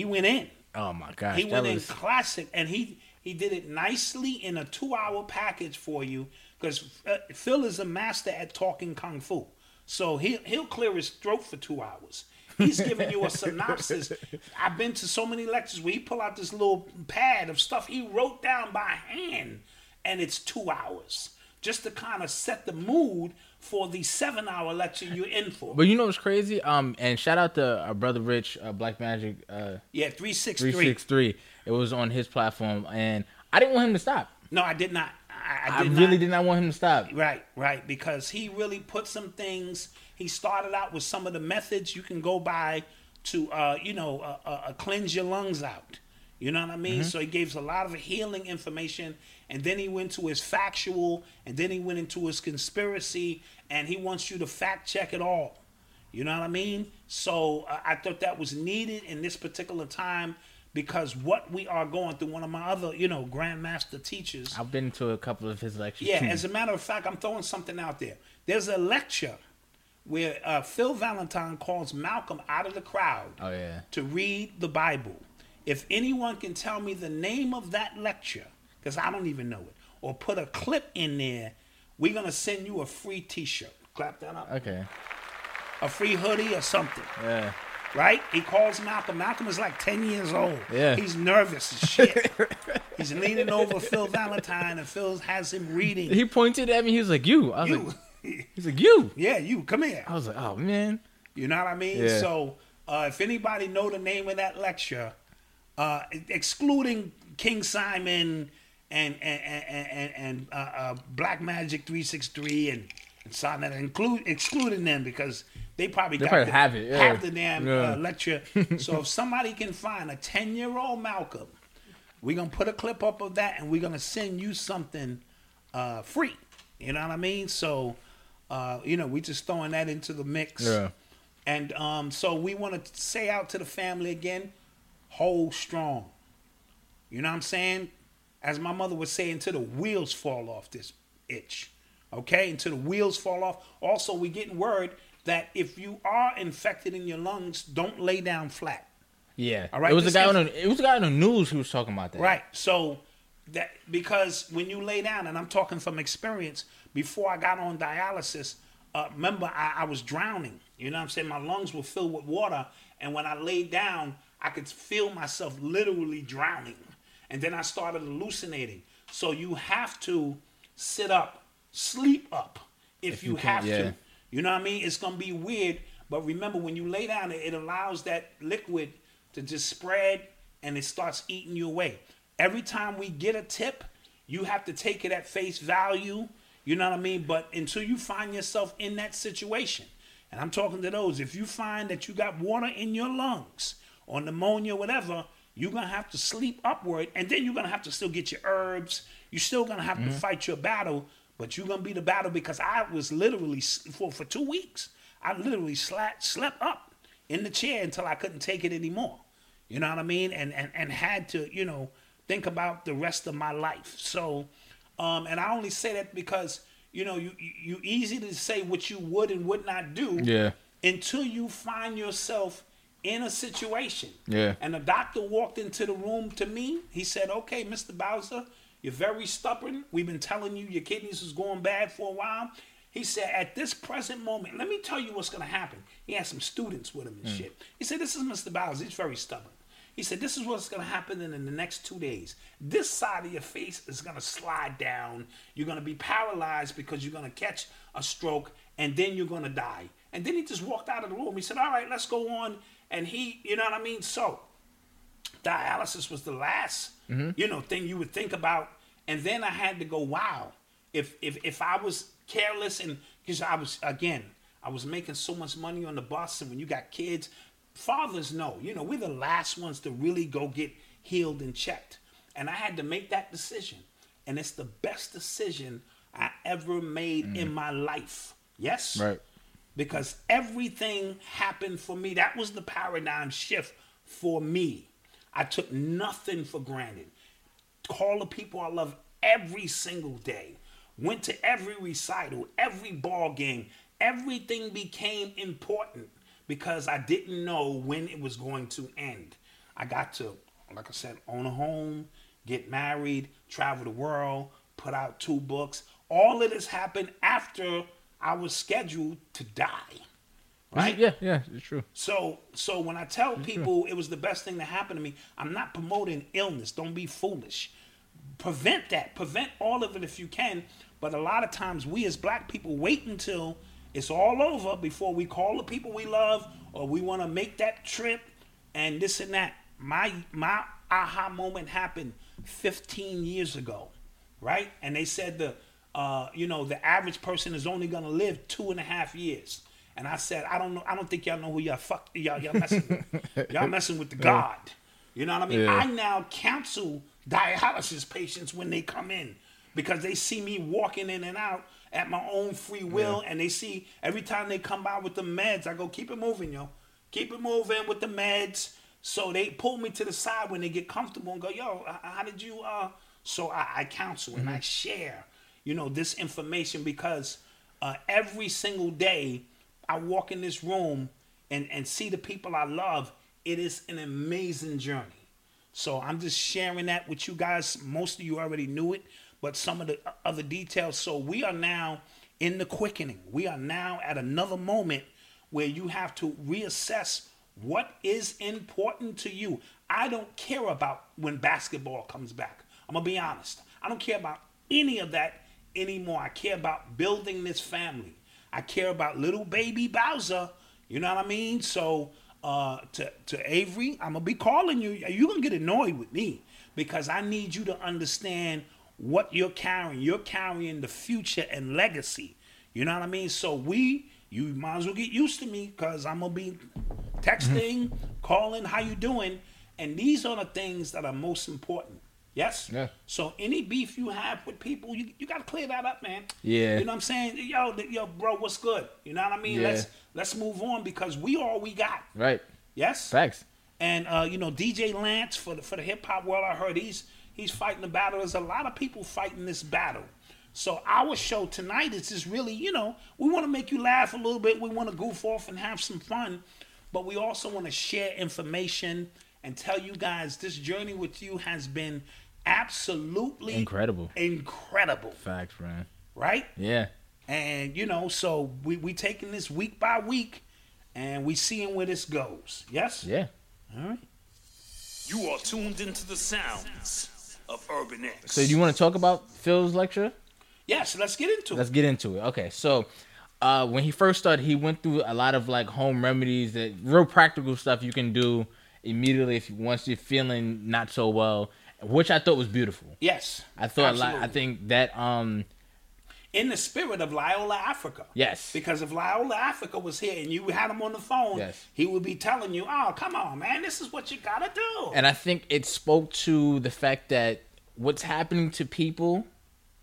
[SPEAKER 5] went in.
[SPEAKER 4] Oh my gosh,
[SPEAKER 5] He
[SPEAKER 4] that
[SPEAKER 5] went
[SPEAKER 4] was
[SPEAKER 5] in classic, and he he did it nicely in a two-hour package for you because uh, Phil is a master at talking kung fu. So he he'll clear his throat for two hours. He's giving you a synopsis. I've been to so many lectures where he pull out this little pad of stuff he wrote down by hand, and it's two hours just to kind of set the mood for the seven-hour lecture you're in for.
[SPEAKER 4] But you know what's crazy? Um, and shout out to our brother Rich, uh, Black Magic, uh,
[SPEAKER 5] yeah, three six
[SPEAKER 4] three
[SPEAKER 5] three.
[SPEAKER 4] six three. It was on his platform, and I didn't want him to stop.
[SPEAKER 5] No, I did not. I, I
[SPEAKER 4] I,
[SPEAKER 5] did
[SPEAKER 4] really
[SPEAKER 5] not.
[SPEAKER 4] did not want him to stop.
[SPEAKER 5] Right, right, because he really put some things. He started out with some of the methods you can go by to, uh, you know, uh, uh, uh, cleanse your lungs out. You know what I mean? So he gave us a lot of healing information, and then he went to his factual, and then he went into his conspiracy, and he wants you to fact check it all. You know what I mean? So uh, I thought that was needed in this particular time because what we are going through. One of my other, you know, grandmaster teachers.
[SPEAKER 4] I've been to a couple of his lectures.
[SPEAKER 5] Yeah,
[SPEAKER 4] too.
[SPEAKER 5] as a matter of fact, I'm throwing something out there. There's a lecture where uh, Phil Valentine calls Malcolm out of the crowd
[SPEAKER 4] oh yeah.
[SPEAKER 5] to read the Bible. If anyone can tell me the name of that lecture, because I don't even know it, or put a clip in there, we're going to send you a free t shirt. Clap that up.
[SPEAKER 4] Okay.
[SPEAKER 5] A free hoodie or something
[SPEAKER 4] Yeah.
[SPEAKER 5] right? He calls Malcolm. Malcolm is like 10 years old.
[SPEAKER 4] Yeah.
[SPEAKER 5] He's nervous as shit. He's leaning over Phil Valentine, and Phil has him reading.
[SPEAKER 4] He pointed at me. He was like, "You." I was
[SPEAKER 5] You.
[SPEAKER 4] like, "He's like you."
[SPEAKER 5] yeah, you, come here.
[SPEAKER 4] I was like, "Oh man."
[SPEAKER 5] You know what I mean?
[SPEAKER 4] Yeah.
[SPEAKER 5] So uh, if anybody know the name of that lecture, uh, excluding King Simon and and and, and, and uh, uh, Black Magic 363 and, and Sonnet, include, excluding them because they probably got
[SPEAKER 4] probably
[SPEAKER 5] the,
[SPEAKER 4] have it, yeah.
[SPEAKER 5] the damn
[SPEAKER 4] Yeah.
[SPEAKER 5] uh, lecture. so if somebody can find a 10 year old Malcolm, we're gonna put a clip up of that and we're gonna send you something uh, free. You know what I mean? So uh, you know, we just throwing that into the mix.
[SPEAKER 4] Yeah.
[SPEAKER 5] And um, so we want to say out to the family again, hold strong. You know what I'm saying? As my mother would say, until the wheels fall off this itch. Okay? Until the wheels fall off. Also, we getting word that if you are infected in your lungs, don't lay down flat.
[SPEAKER 4] Yeah. All
[SPEAKER 5] All
[SPEAKER 4] right.
[SPEAKER 5] right,
[SPEAKER 4] It was a
[SPEAKER 5] this
[SPEAKER 4] guy on.
[SPEAKER 5] is-
[SPEAKER 4] The, it was a guy on the news who was talking about that.
[SPEAKER 5] Right. So that because when you lay down, and I'm talking from experience, before I got on dialysis, uh, remember I, I was drowning. You know what I'm saying? My lungs were filled with water, and when I laid down, I could feel myself literally drowning. And then I started hallucinating. So you have to sit up, sleep up if,
[SPEAKER 4] If you
[SPEAKER 5] you,
[SPEAKER 4] can,
[SPEAKER 5] have
[SPEAKER 4] yeah.
[SPEAKER 5] to. You know what I mean? It's gonna be weird, but remember when you lay down, it, it allows that liquid to just spread and it starts eating you away. Every time we get a tip, you have to take it at face value. You know what I mean? But until you find yourself in that situation, and I'm talking to those, if you find that you got water in your lungs or pneumonia, whatever, you're gonna have to sleep upward, and then you're gonna have to still get your herbs. You're still gonna have to fight your battle, but you're gonna be the battle because I was literally s- for for two weeks. I literally slept slept up in the chair until I couldn't take it anymore. You know what I mean? And and and had to you know think about the rest of my life. So, um, and I only say that because you know you you you easy to say what you would and would not do.
[SPEAKER 4] Yeah.
[SPEAKER 5] Until you find yourself in a situation.
[SPEAKER 4] Yeah.
[SPEAKER 5] And the doctor walked into the room to me. He said, "Okay, Mr. Bowser, you're very stubborn. We've been telling you your kidneys was going bad for a while." He said, "At this present moment, let me tell you what's going to happen." He had some students with him
[SPEAKER 4] Hmm.
[SPEAKER 5] and shit. He said, "This is Mr. Bowser. He's very stubborn." He said, "This is what's going to happen in, in the next two days. This side of your face is going to slide down. You're going to be paralyzed because you're going to catch a stroke, and then you're going to die." And then he just walked out of the room. He said, "All right, let's go on." And he, you know what I mean? So dialysis was the last you know thing you would think about and then i had to go wow if if if i was careless and because i was again i was making so much money on the bus and when you got kids fathers know you know we're the last ones to really go get healed and checked and i had to make that decision and it's the best decision i ever made in my life yes
[SPEAKER 4] Right.
[SPEAKER 5] because everything happened for me. That was the paradigm shift for me. I took nothing for granted. Call the people I love every single day. Went to every recital, every ball game. Everything became important because I didn't know when it was going to end. I got to, like I said, own a home, get married, travel the world, put out two books. All of this happened after I was scheduled to die. Right?
[SPEAKER 4] Yeah, yeah, it's true.
[SPEAKER 5] So, so when I tell people it was the best thing that happened to me, I'm not promoting illness. Don't be foolish. Prevent that. Prevent all of it if you can. But a lot of times, we as black people wait until it's all over before we call the people we love or we want to make that trip and this and that. My my aha moment happened 15 years ago, right? And they said the uh, you know the average person is only gonna live two and a half years. And I said, I don't know. I don't think y'all know who y'all fuck. Y'all, y'all messing with. y'all messing with the God. You know what I mean?
[SPEAKER 4] Yeah.
[SPEAKER 5] I now counsel dialysis patients when they come in because they see me walking in and out at my own free will, and they see every time they come by with the meds, I go keep it moving, yo, keep it moving with the meds. So they pull me to the side when they get comfortable and go, yo, h- how did you? uh So I, I counsel and I share, you know, this information because uh, every single day I walk in this room and, and see the people I love, it is an amazing journey. So I'm just sharing that with you guys. Most of you already knew it, but some of the o- other details. So we are now in the quickening. We are now at another moment where you have to reassess what is important to you. I don't care about when basketball comes back. I'm going to be honest. I don't care about any of that anymore. I care about building this family. I care about little baby Bowser. You know what I mean? So uh, to to Avery, I'm gonna be calling you. You're gonna get annoyed with me because I need you to understand what you're carrying. You're carrying the future and legacy. You know what I mean? So we, you might as well get used to me because I'm gonna be texting,
[SPEAKER 4] Mm-hmm.
[SPEAKER 5] calling, how you doing? And these are the things that are most important. Yes.
[SPEAKER 4] Yeah.
[SPEAKER 5] So any beef you have with people, you, you gotta clear that up, man.
[SPEAKER 4] Yeah.
[SPEAKER 5] You know what I'm saying? Yo, th- yo, bro, what's good? You know what I mean?
[SPEAKER 4] Yeah.
[SPEAKER 5] Let's let's move on because we all we got.
[SPEAKER 4] Right.
[SPEAKER 5] Yes.
[SPEAKER 4] Facts.
[SPEAKER 5] And uh, you know, DJ Lance for the for the hip hop world, I heard he's he's fighting the battle. There's a lot of people fighting this battle. So our show tonight is just really, you know, we want to make you laugh a little bit. We want to goof off and have some fun, but we also want to share information and tell you guys this journey with you has been absolutely
[SPEAKER 4] Incredible.
[SPEAKER 5] incredible,
[SPEAKER 4] Facts, man.
[SPEAKER 5] right?
[SPEAKER 4] Yeah.
[SPEAKER 5] And you know, so we we taking this week by week, and we seeing where this goes. Yes.
[SPEAKER 4] Yeah.
[SPEAKER 5] All right.
[SPEAKER 6] You are tuned into the sounds of Urban X.
[SPEAKER 4] So you want to talk about Phil's lecture?
[SPEAKER 5] Yes, let's get into it.
[SPEAKER 4] Let's get into it. Okay, so uh, when he first started, he went through a lot of like home remedies that real practical stuff you can do immediately if you, once you're feeling not so well, which I thought was beautiful.
[SPEAKER 5] Yes,
[SPEAKER 4] I thought a lot, I
[SPEAKER 5] absolutely.
[SPEAKER 4] think that um
[SPEAKER 5] in the spirit of Loyola Africa.
[SPEAKER 4] Yes.
[SPEAKER 5] Because if Loyola Africa was here and you had him on the phone,
[SPEAKER 4] Yes.
[SPEAKER 5] he would be telling you, "Oh, come on, man, this is what you gotta do."
[SPEAKER 4] and I think it spoke to the fact that what's happening to people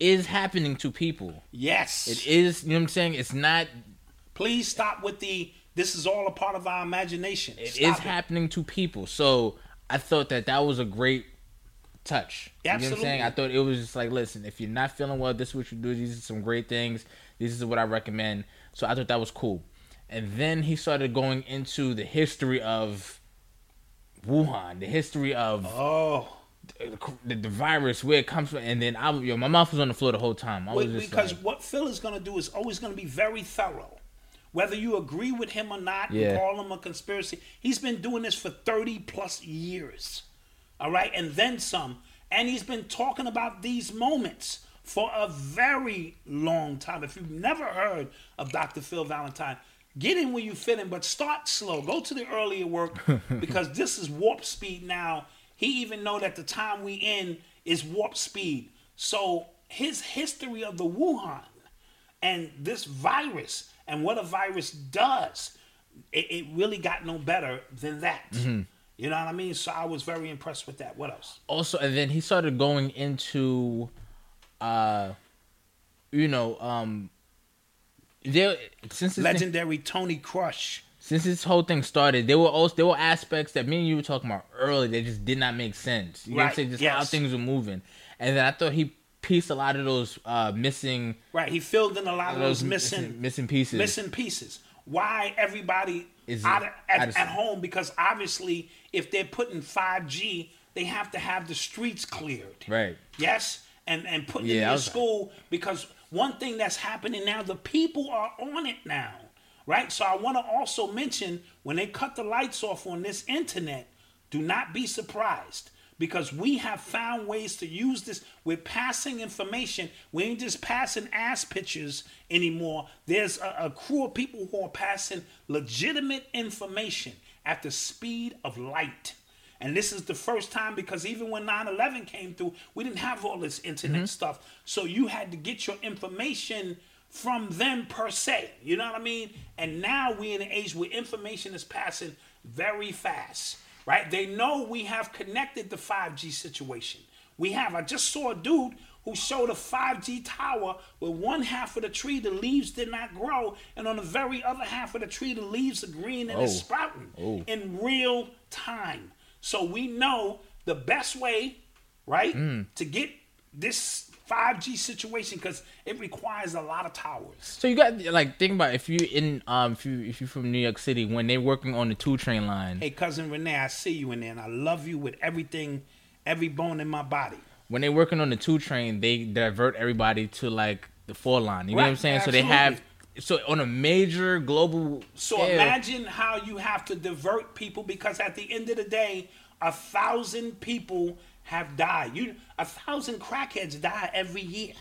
[SPEAKER 4] is happening to people.
[SPEAKER 5] yes.
[SPEAKER 4] It is, you know what I'm saying? It's not
[SPEAKER 5] Please stop with the. This is all a part of our imagination.
[SPEAKER 4] It is
[SPEAKER 5] Stop
[SPEAKER 4] happening to people. So I thought that that was a great touch. You know what I'm saying?
[SPEAKER 5] Absolutely.
[SPEAKER 4] I thought it was just like, listen, if you're not feeling well, this is what you do. These are some great things. This is what I recommend. So I thought that was cool. And then he started going into the history of Wuhan, the history of
[SPEAKER 5] Oh,
[SPEAKER 4] the, the virus, where it comes from. And then I, yo, my mouth was on the floor the whole time. I was just
[SPEAKER 5] because
[SPEAKER 4] like,
[SPEAKER 5] what Phil is going to do is always going to be very thorough. Whether you agree with him or not, you
[SPEAKER 4] Yeah.
[SPEAKER 5] call him a conspiracy. He's been doing this for 30 plus years. All right. And then some. And he's been talking about these moments for a very long time. If you've never heard of Dr. Phil Valentine, get in where you fit in, but start slow. Go to the earlier work because this is warp speed now. He even know that the time we in is warp speed. So his history of the Wuhan and this virus and what a virus does it, it really got no better than that you know what i mean so i was very impressed with that what else
[SPEAKER 4] also and then he started going into uh you know um there since this thing,
[SPEAKER 5] legendary tony crush
[SPEAKER 4] since this whole thing started there were also there were aspects that me and you were talking about earlier that just did not make sense you know what i'm
[SPEAKER 5] Right,
[SPEAKER 4] saying just how
[SPEAKER 5] yes.
[SPEAKER 4] things were moving and then i thought he pieced a lot of those uh missing
[SPEAKER 5] right he filled in a lot of those
[SPEAKER 4] those
[SPEAKER 5] missing
[SPEAKER 4] missing pieces
[SPEAKER 5] missing pieces why everybody
[SPEAKER 4] Is
[SPEAKER 5] is out of, at,
[SPEAKER 4] out of-
[SPEAKER 5] at home because obviously if they're putting 5g they have to have the streets cleared
[SPEAKER 4] right
[SPEAKER 5] Yes, and and putting
[SPEAKER 4] Yeah, I
[SPEAKER 5] it in
[SPEAKER 4] was-
[SPEAKER 5] school because one thing that's happening now, the people are on it now, right? So I want to also mention when they cut the lights off on this internet, do not be surprised because we have found ways to use this. We're passing information. We ain't just passing ass pictures anymore. There's a, a crew of people who are passing legitimate information at the speed of light. And this is the first time because even when 9 11 came through, we didn't have all this internet stuff. So you had to get your information from them per se. You know what I mean? And now we're in an age where information is passing very fast, right? They know we have connected the 5G situation. We have. I just saw a dude who showed a 5G tower where one half of the tree, the leaves did not grow, and on the very other half of the tree, the leaves are green and it's
[SPEAKER 4] Oh.
[SPEAKER 5] sprouting in real time. So we know the best way, right,
[SPEAKER 4] Hmm.
[SPEAKER 5] to get this 5G situation because it requires a lot of towers.
[SPEAKER 4] So you got like think about it, if you in um if you if you're from New York City when they're working on the two train line
[SPEAKER 5] Hey, cousin Renee, I see you in there, and I love you with everything, every bone in my body.
[SPEAKER 4] when they're working on the two train, they divert everybody to like the four line. You know what I'm
[SPEAKER 5] Right,
[SPEAKER 4] saying? So they have
[SPEAKER 5] absolutely.
[SPEAKER 4] so on a major global
[SPEAKER 5] So
[SPEAKER 4] scale,
[SPEAKER 5] imagine how you have to divert people because at the end of the day, a thousand people have died. You a thousand crackheads die every year.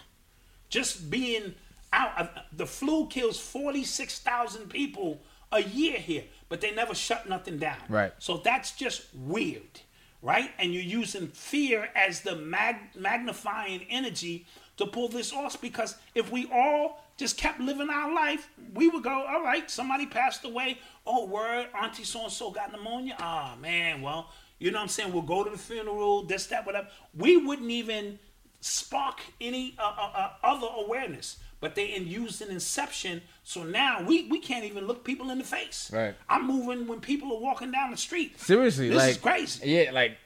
[SPEAKER 5] Just being out, uh, the flu kills forty six thousand people a year here, but they never shut nothing down.
[SPEAKER 4] Right.
[SPEAKER 5] So that's just weird, right? And you're using fear as the mag- magnifying energy to pull this off because if we all just kept living our life, we would go, all right, somebody passed away. Oh, word, Auntie so and so got pneumonia. Ah, man, well, you know what I'm saying? We'll go to the funeral, this, that, whatever. We wouldn't even spark any uh, uh, uh, other awareness. But they in- used an inception, so now we, we can't even look people in the face.
[SPEAKER 4] Right.
[SPEAKER 5] I'm moving when people are walking down the street.
[SPEAKER 4] seriously
[SPEAKER 5] this
[SPEAKER 4] like
[SPEAKER 5] is crazy.
[SPEAKER 4] Yeah, like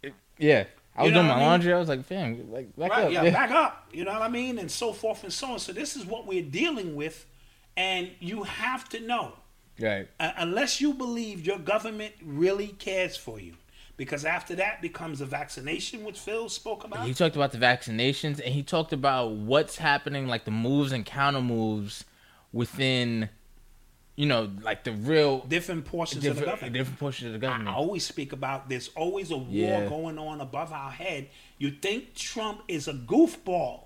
[SPEAKER 4] it- yeah. I was
[SPEAKER 5] know
[SPEAKER 4] doing
[SPEAKER 5] what
[SPEAKER 4] my
[SPEAKER 5] I mean?
[SPEAKER 4] laundry. I was like, fam, like back
[SPEAKER 5] Right,
[SPEAKER 4] up.
[SPEAKER 5] yeah,
[SPEAKER 4] yeah.
[SPEAKER 5] back up. You know what I mean? And so forth and so on. So this is what we're dealing with, and you have to know.
[SPEAKER 4] Right.
[SPEAKER 5] Uh, unless you believe your government really cares for you. Because after that becomes a vaccination, which Phil spoke about.
[SPEAKER 4] He talked about the vaccinations and he talked about what's happening, like the moves and counter moves within you know, like the real
[SPEAKER 5] Different portions of the
[SPEAKER 4] different,
[SPEAKER 5] government.
[SPEAKER 4] different portions of the
[SPEAKER 5] I
[SPEAKER 4] government.
[SPEAKER 5] always speak about there's always a war
[SPEAKER 4] Yeah.
[SPEAKER 5] going on above our head. You think Trump is a goofball.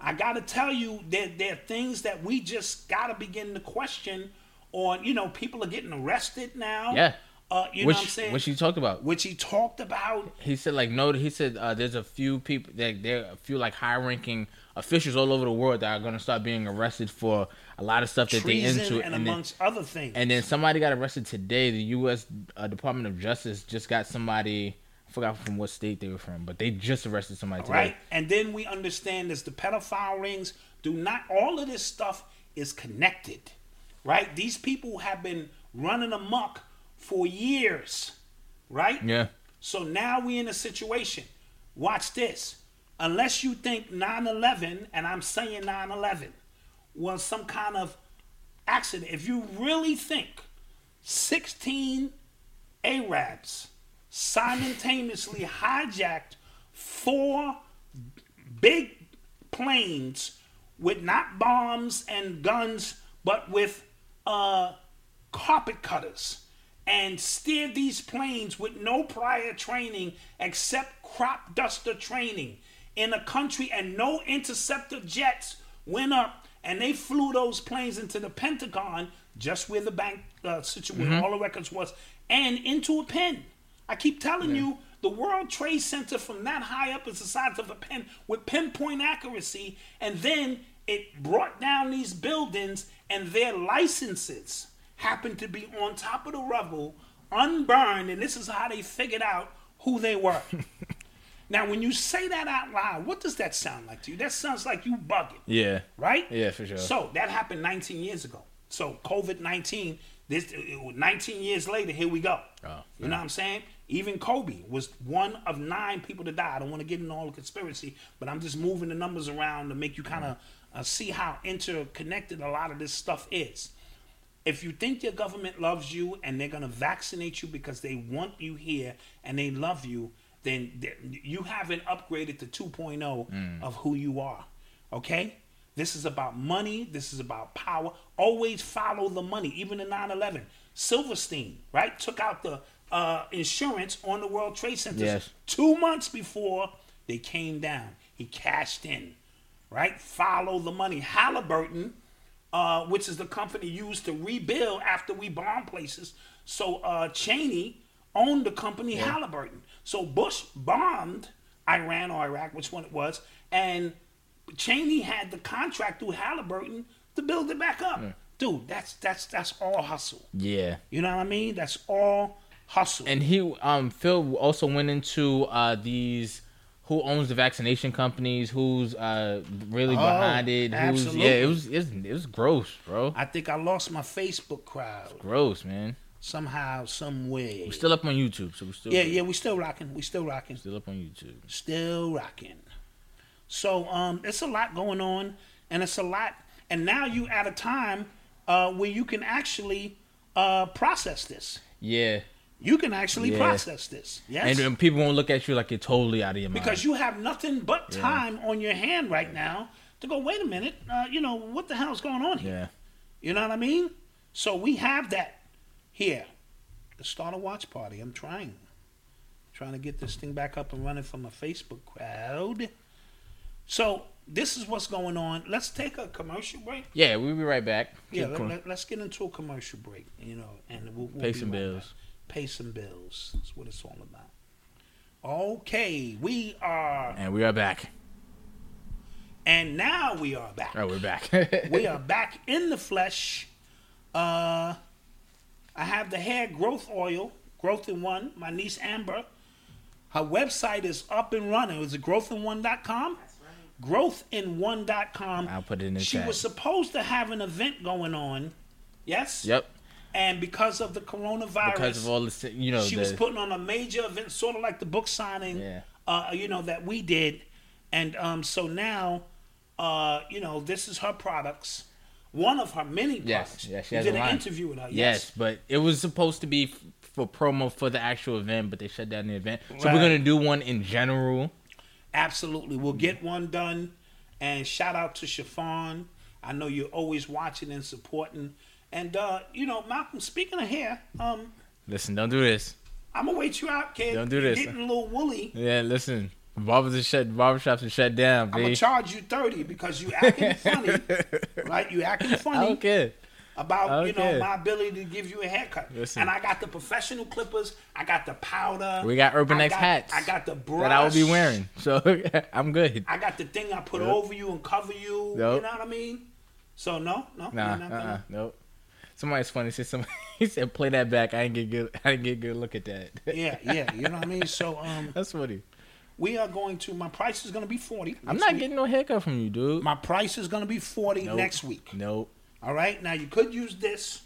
[SPEAKER 5] I got to tell you, there, there are things that we just got to begin to question on. You know, people are getting arrested now.
[SPEAKER 4] Yeah.
[SPEAKER 5] Uh, you
[SPEAKER 4] which,
[SPEAKER 5] know what I'm saying?
[SPEAKER 4] Which you talked about.
[SPEAKER 5] Which he talked about.
[SPEAKER 4] He said like no. He said uh, there's a few people that there are a few like high ranking officials all over the world that are gonna start being arrested for a lot of stuff that they
[SPEAKER 5] treason
[SPEAKER 4] into
[SPEAKER 5] and,
[SPEAKER 4] then-
[SPEAKER 5] amongst other things.
[SPEAKER 4] And then somebody got arrested today. The U.S. Uh, Department of Justice just got somebody. I forgot from what state they were from, but they just arrested somebody today.
[SPEAKER 5] right? And then we understand this the pedophile rings do not all of this stuff is connected. Right? These people have been running amok for years. Right?
[SPEAKER 4] Yeah.
[SPEAKER 5] So now we in a situation. Watch this. Unless you think 9/11 and I'm saying 9/11 was some kind of accident. If you really think 16 Arabs simultaneously hijacked four big planes with not bombs and guns, but with uh, carpet cutters and steered these planes with no prior training except crop duster training in a country and no interceptor jets went up and they flew those planes into the Pentagon just where the bank uh, situation where all the records was and into a pen. I keep telling you, the World Trade Center from that high up is the size of a pen with pinpoint accuracy, and then it brought down these buildings, and their licenses happened to be on top of the rubble, unburned, and this is how they figured out who they were. now, when you say that out loud, what does that sound like to you? That sounds like you bugging
[SPEAKER 4] Yeah.
[SPEAKER 5] right?
[SPEAKER 4] Yeah, for sure.
[SPEAKER 5] So that happened 19 years ago. So COVID 19, this it was 19 years later, here we go.
[SPEAKER 4] Oh,
[SPEAKER 5] you know what I'm saying? Even Kobe was one of nine people to die. I don't want to get into all the conspiracy, but I'm just moving the numbers around to make you kind of uh, see how interconnected a lot of this stuff is. If you think your government loves you and they're going to vaccinate you because they want you here and they love you, then th- you haven't upgraded to 2.0 of who you are. Okay? This is about money. This is about power. Always follow the money, even in 9 11. Silverstein, right, took out the uh, insurance on the World Trade Center
[SPEAKER 4] Yes.
[SPEAKER 5] two months before they came down. He cashed in, right? Follow the money. Halliburton uh, which is the company used to rebuild after we bombed places. So uh, Cheney owned the company Halliburton. So Bush bombed Iran or Iraq, which one it was, and Cheney had the contract through Halliburton to build it back up. Dude, that's that's that's all hustle.
[SPEAKER 4] Yeah.
[SPEAKER 5] You know what I mean? That's all hustle.
[SPEAKER 4] And he, um, Phil also went into uh these who owns the vaccination companies, who's uh really behind it, who's
[SPEAKER 5] Oh, absolutely.
[SPEAKER 4] yeah, it was it was, it was gross, bro.
[SPEAKER 5] I think I lost my Facebook crowd
[SPEAKER 4] gross, man.
[SPEAKER 5] somehow, some way.
[SPEAKER 4] We're still up on YouTube, so we're still
[SPEAKER 5] yeah, yeah, we still rocking. We still rocking.
[SPEAKER 4] still up on YouTube.
[SPEAKER 5] still rocking. So um, it's a lot going on, and it's a lot, and now you at a time uh, where you can actually uh, process this.
[SPEAKER 4] Yeah,
[SPEAKER 5] You can actually
[SPEAKER 4] Yeah.
[SPEAKER 5] process this, yes,
[SPEAKER 4] and, and people won't look at you like you're totally out of your mind
[SPEAKER 5] because you have nothing but time on your hand right now to go. Wait a minute, uh, you know what the hell's going on here?
[SPEAKER 4] yeah,
[SPEAKER 5] You know what I mean? So we have that here. Let's start a watch party. I'm trying. Trying to get this thing back up and running for my Facebook crowd. So this is what's going on. Let's take a commercial break.
[SPEAKER 4] yeah. We'll be right back.
[SPEAKER 5] Yeah,
[SPEAKER 4] Keep
[SPEAKER 5] let,
[SPEAKER 4] going.
[SPEAKER 5] us get into a commercial break, you know, and we'll, we'll
[SPEAKER 4] Pay
[SPEAKER 5] be
[SPEAKER 4] some
[SPEAKER 5] right
[SPEAKER 4] bills.
[SPEAKER 5] back. Pay some bills. That's what it's all about. Okay, we are,
[SPEAKER 4] and we are back.
[SPEAKER 5] and now we are back.
[SPEAKER 4] All right, Oh, we're back.
[SPEAKER 5] we are back in the flesh. Uh, I have the hair growth oil, Growth in One. My niece Amber, her website is up and running. It was growthin1.com. Growthin1.com.
[SPEAKER 4] I'll put it in the
[SPEAKER 5] She
[SPEAKER 4] chat.
[SPEAKER 5] was supposed to have an event going on. Yes?
[SPEAKER 4] yep.
[SPEAKER 5] And because of the coronavirus,
[SPEAKER 4] Because of all the, si- you know,
[SPEAKER 5] she
[SPEAKER 4] the,
[SPEAKER 5] was putting on a major event, sort of like the book signing,
[SPEAKER 4] Yeah.
[SPEAKER 5] uh, you know, that we did. And um, so now, uh, you know, this is her products, one of her many
[SPEAKER 4] Yes,
[SPEAKER 5] products.
[SPEAKER 4] yes, she
[SPEAKER 5] you
[SPEAKER 4] has
[SPEAKER 5] did
[SPEAKER 4] a
[SPEAKER 5] an
[SPEAKER 4] line.
[SPEAKER 5] interview with her.
[SPEAKER 4] yes,
[SPEAKER 5] uh, Yes,
[SPEAKER 4] but it was supposed to be f- for promo for the actual event, but they shut down the event. So
[SPEAKER 5] Right.
[SPEAKER 4] we're gonna do one in general.
[SPEAKER 5] absolutely. We'll
[SPEAKER 4] Mm-hmm.
[SPEAKER 5] get one done. And shout out to Chiffon. I know you're always watching and supporting. And uh, you know, Malcolm. Speaking of hair, um,
[SPEAKER 4] Listen, don't do this.
[SPEAKER 5] I'm gonna wait you out, kid.
[SPEAKER 4] Don't do
[SPEAKER 5] You're
[SPEAKER 4] this.
[SPEAKER 5] Getting a little woolly.
[SPEAKER 4] Yeah, listen. Barbers are shut. Barbershops are shut down.
[SPEAKER 5] I'm gonna
[SPEAKER 4] B.
[SPEAKER 5] charge you thirty because you acting funny, right? You acting
[SPEAKER 4] I
[SPEAKER 5] funny
[SPEAKER 4] don't care.
[SPEAKER 5] about you know
[SPEAKER 4] Okay.
[SPEAKER 5] my ability to give you a haircut.
[SPEAKER 4] Listen.
[SPEAKER 5] And I got the professional clippers. I got the powder.
[SPEAKER 4] We got Urban
[SPEAKER 5] I
[SPEAKER 4] X
[SPEAKER 5] got-
[SPEAKER 4] hats.
[SPEAKER 5] I got the brush
[SPEAKER 4] that I will be wearing. So I'm good.
[SPEAKER 5] I got the thing I put over you and cover you. You know
[SPEAKER 4] Yup.
[SPEAKER 5] what I mean? So no, no,
[SPEAKER 4] Nah,
[SPEAKER 5] you're not
[SPEAKER 4] uh,
[SPEAKER 5] gonna-
[SPEAKER 4] uh nope. Somebody's funny. Said somebody he said, "Play that back." I didn't get good. I didn't get good look at that.
[SPEAKER 5] Yeah, yeah. You know what I mean? So um,
[SPEAKER 4] That's funny.
[SPEAKER 5] we are going to. My price is gonna be forty.
[SPEAKER 4] I'm
[SPEAKER 5] next
[SPEAKER 4] not
[SPEAKER 5] week.
[SPEAKER 4] getting no haircut from you, dude.
[SPEAKER 5] My price is gonna be forty
[SPEAKER 4] Nope.
[SPEAKER 5] next week.
[SPEAKER 4] Nope.
[SPEAKER 5] All right. Now you could use this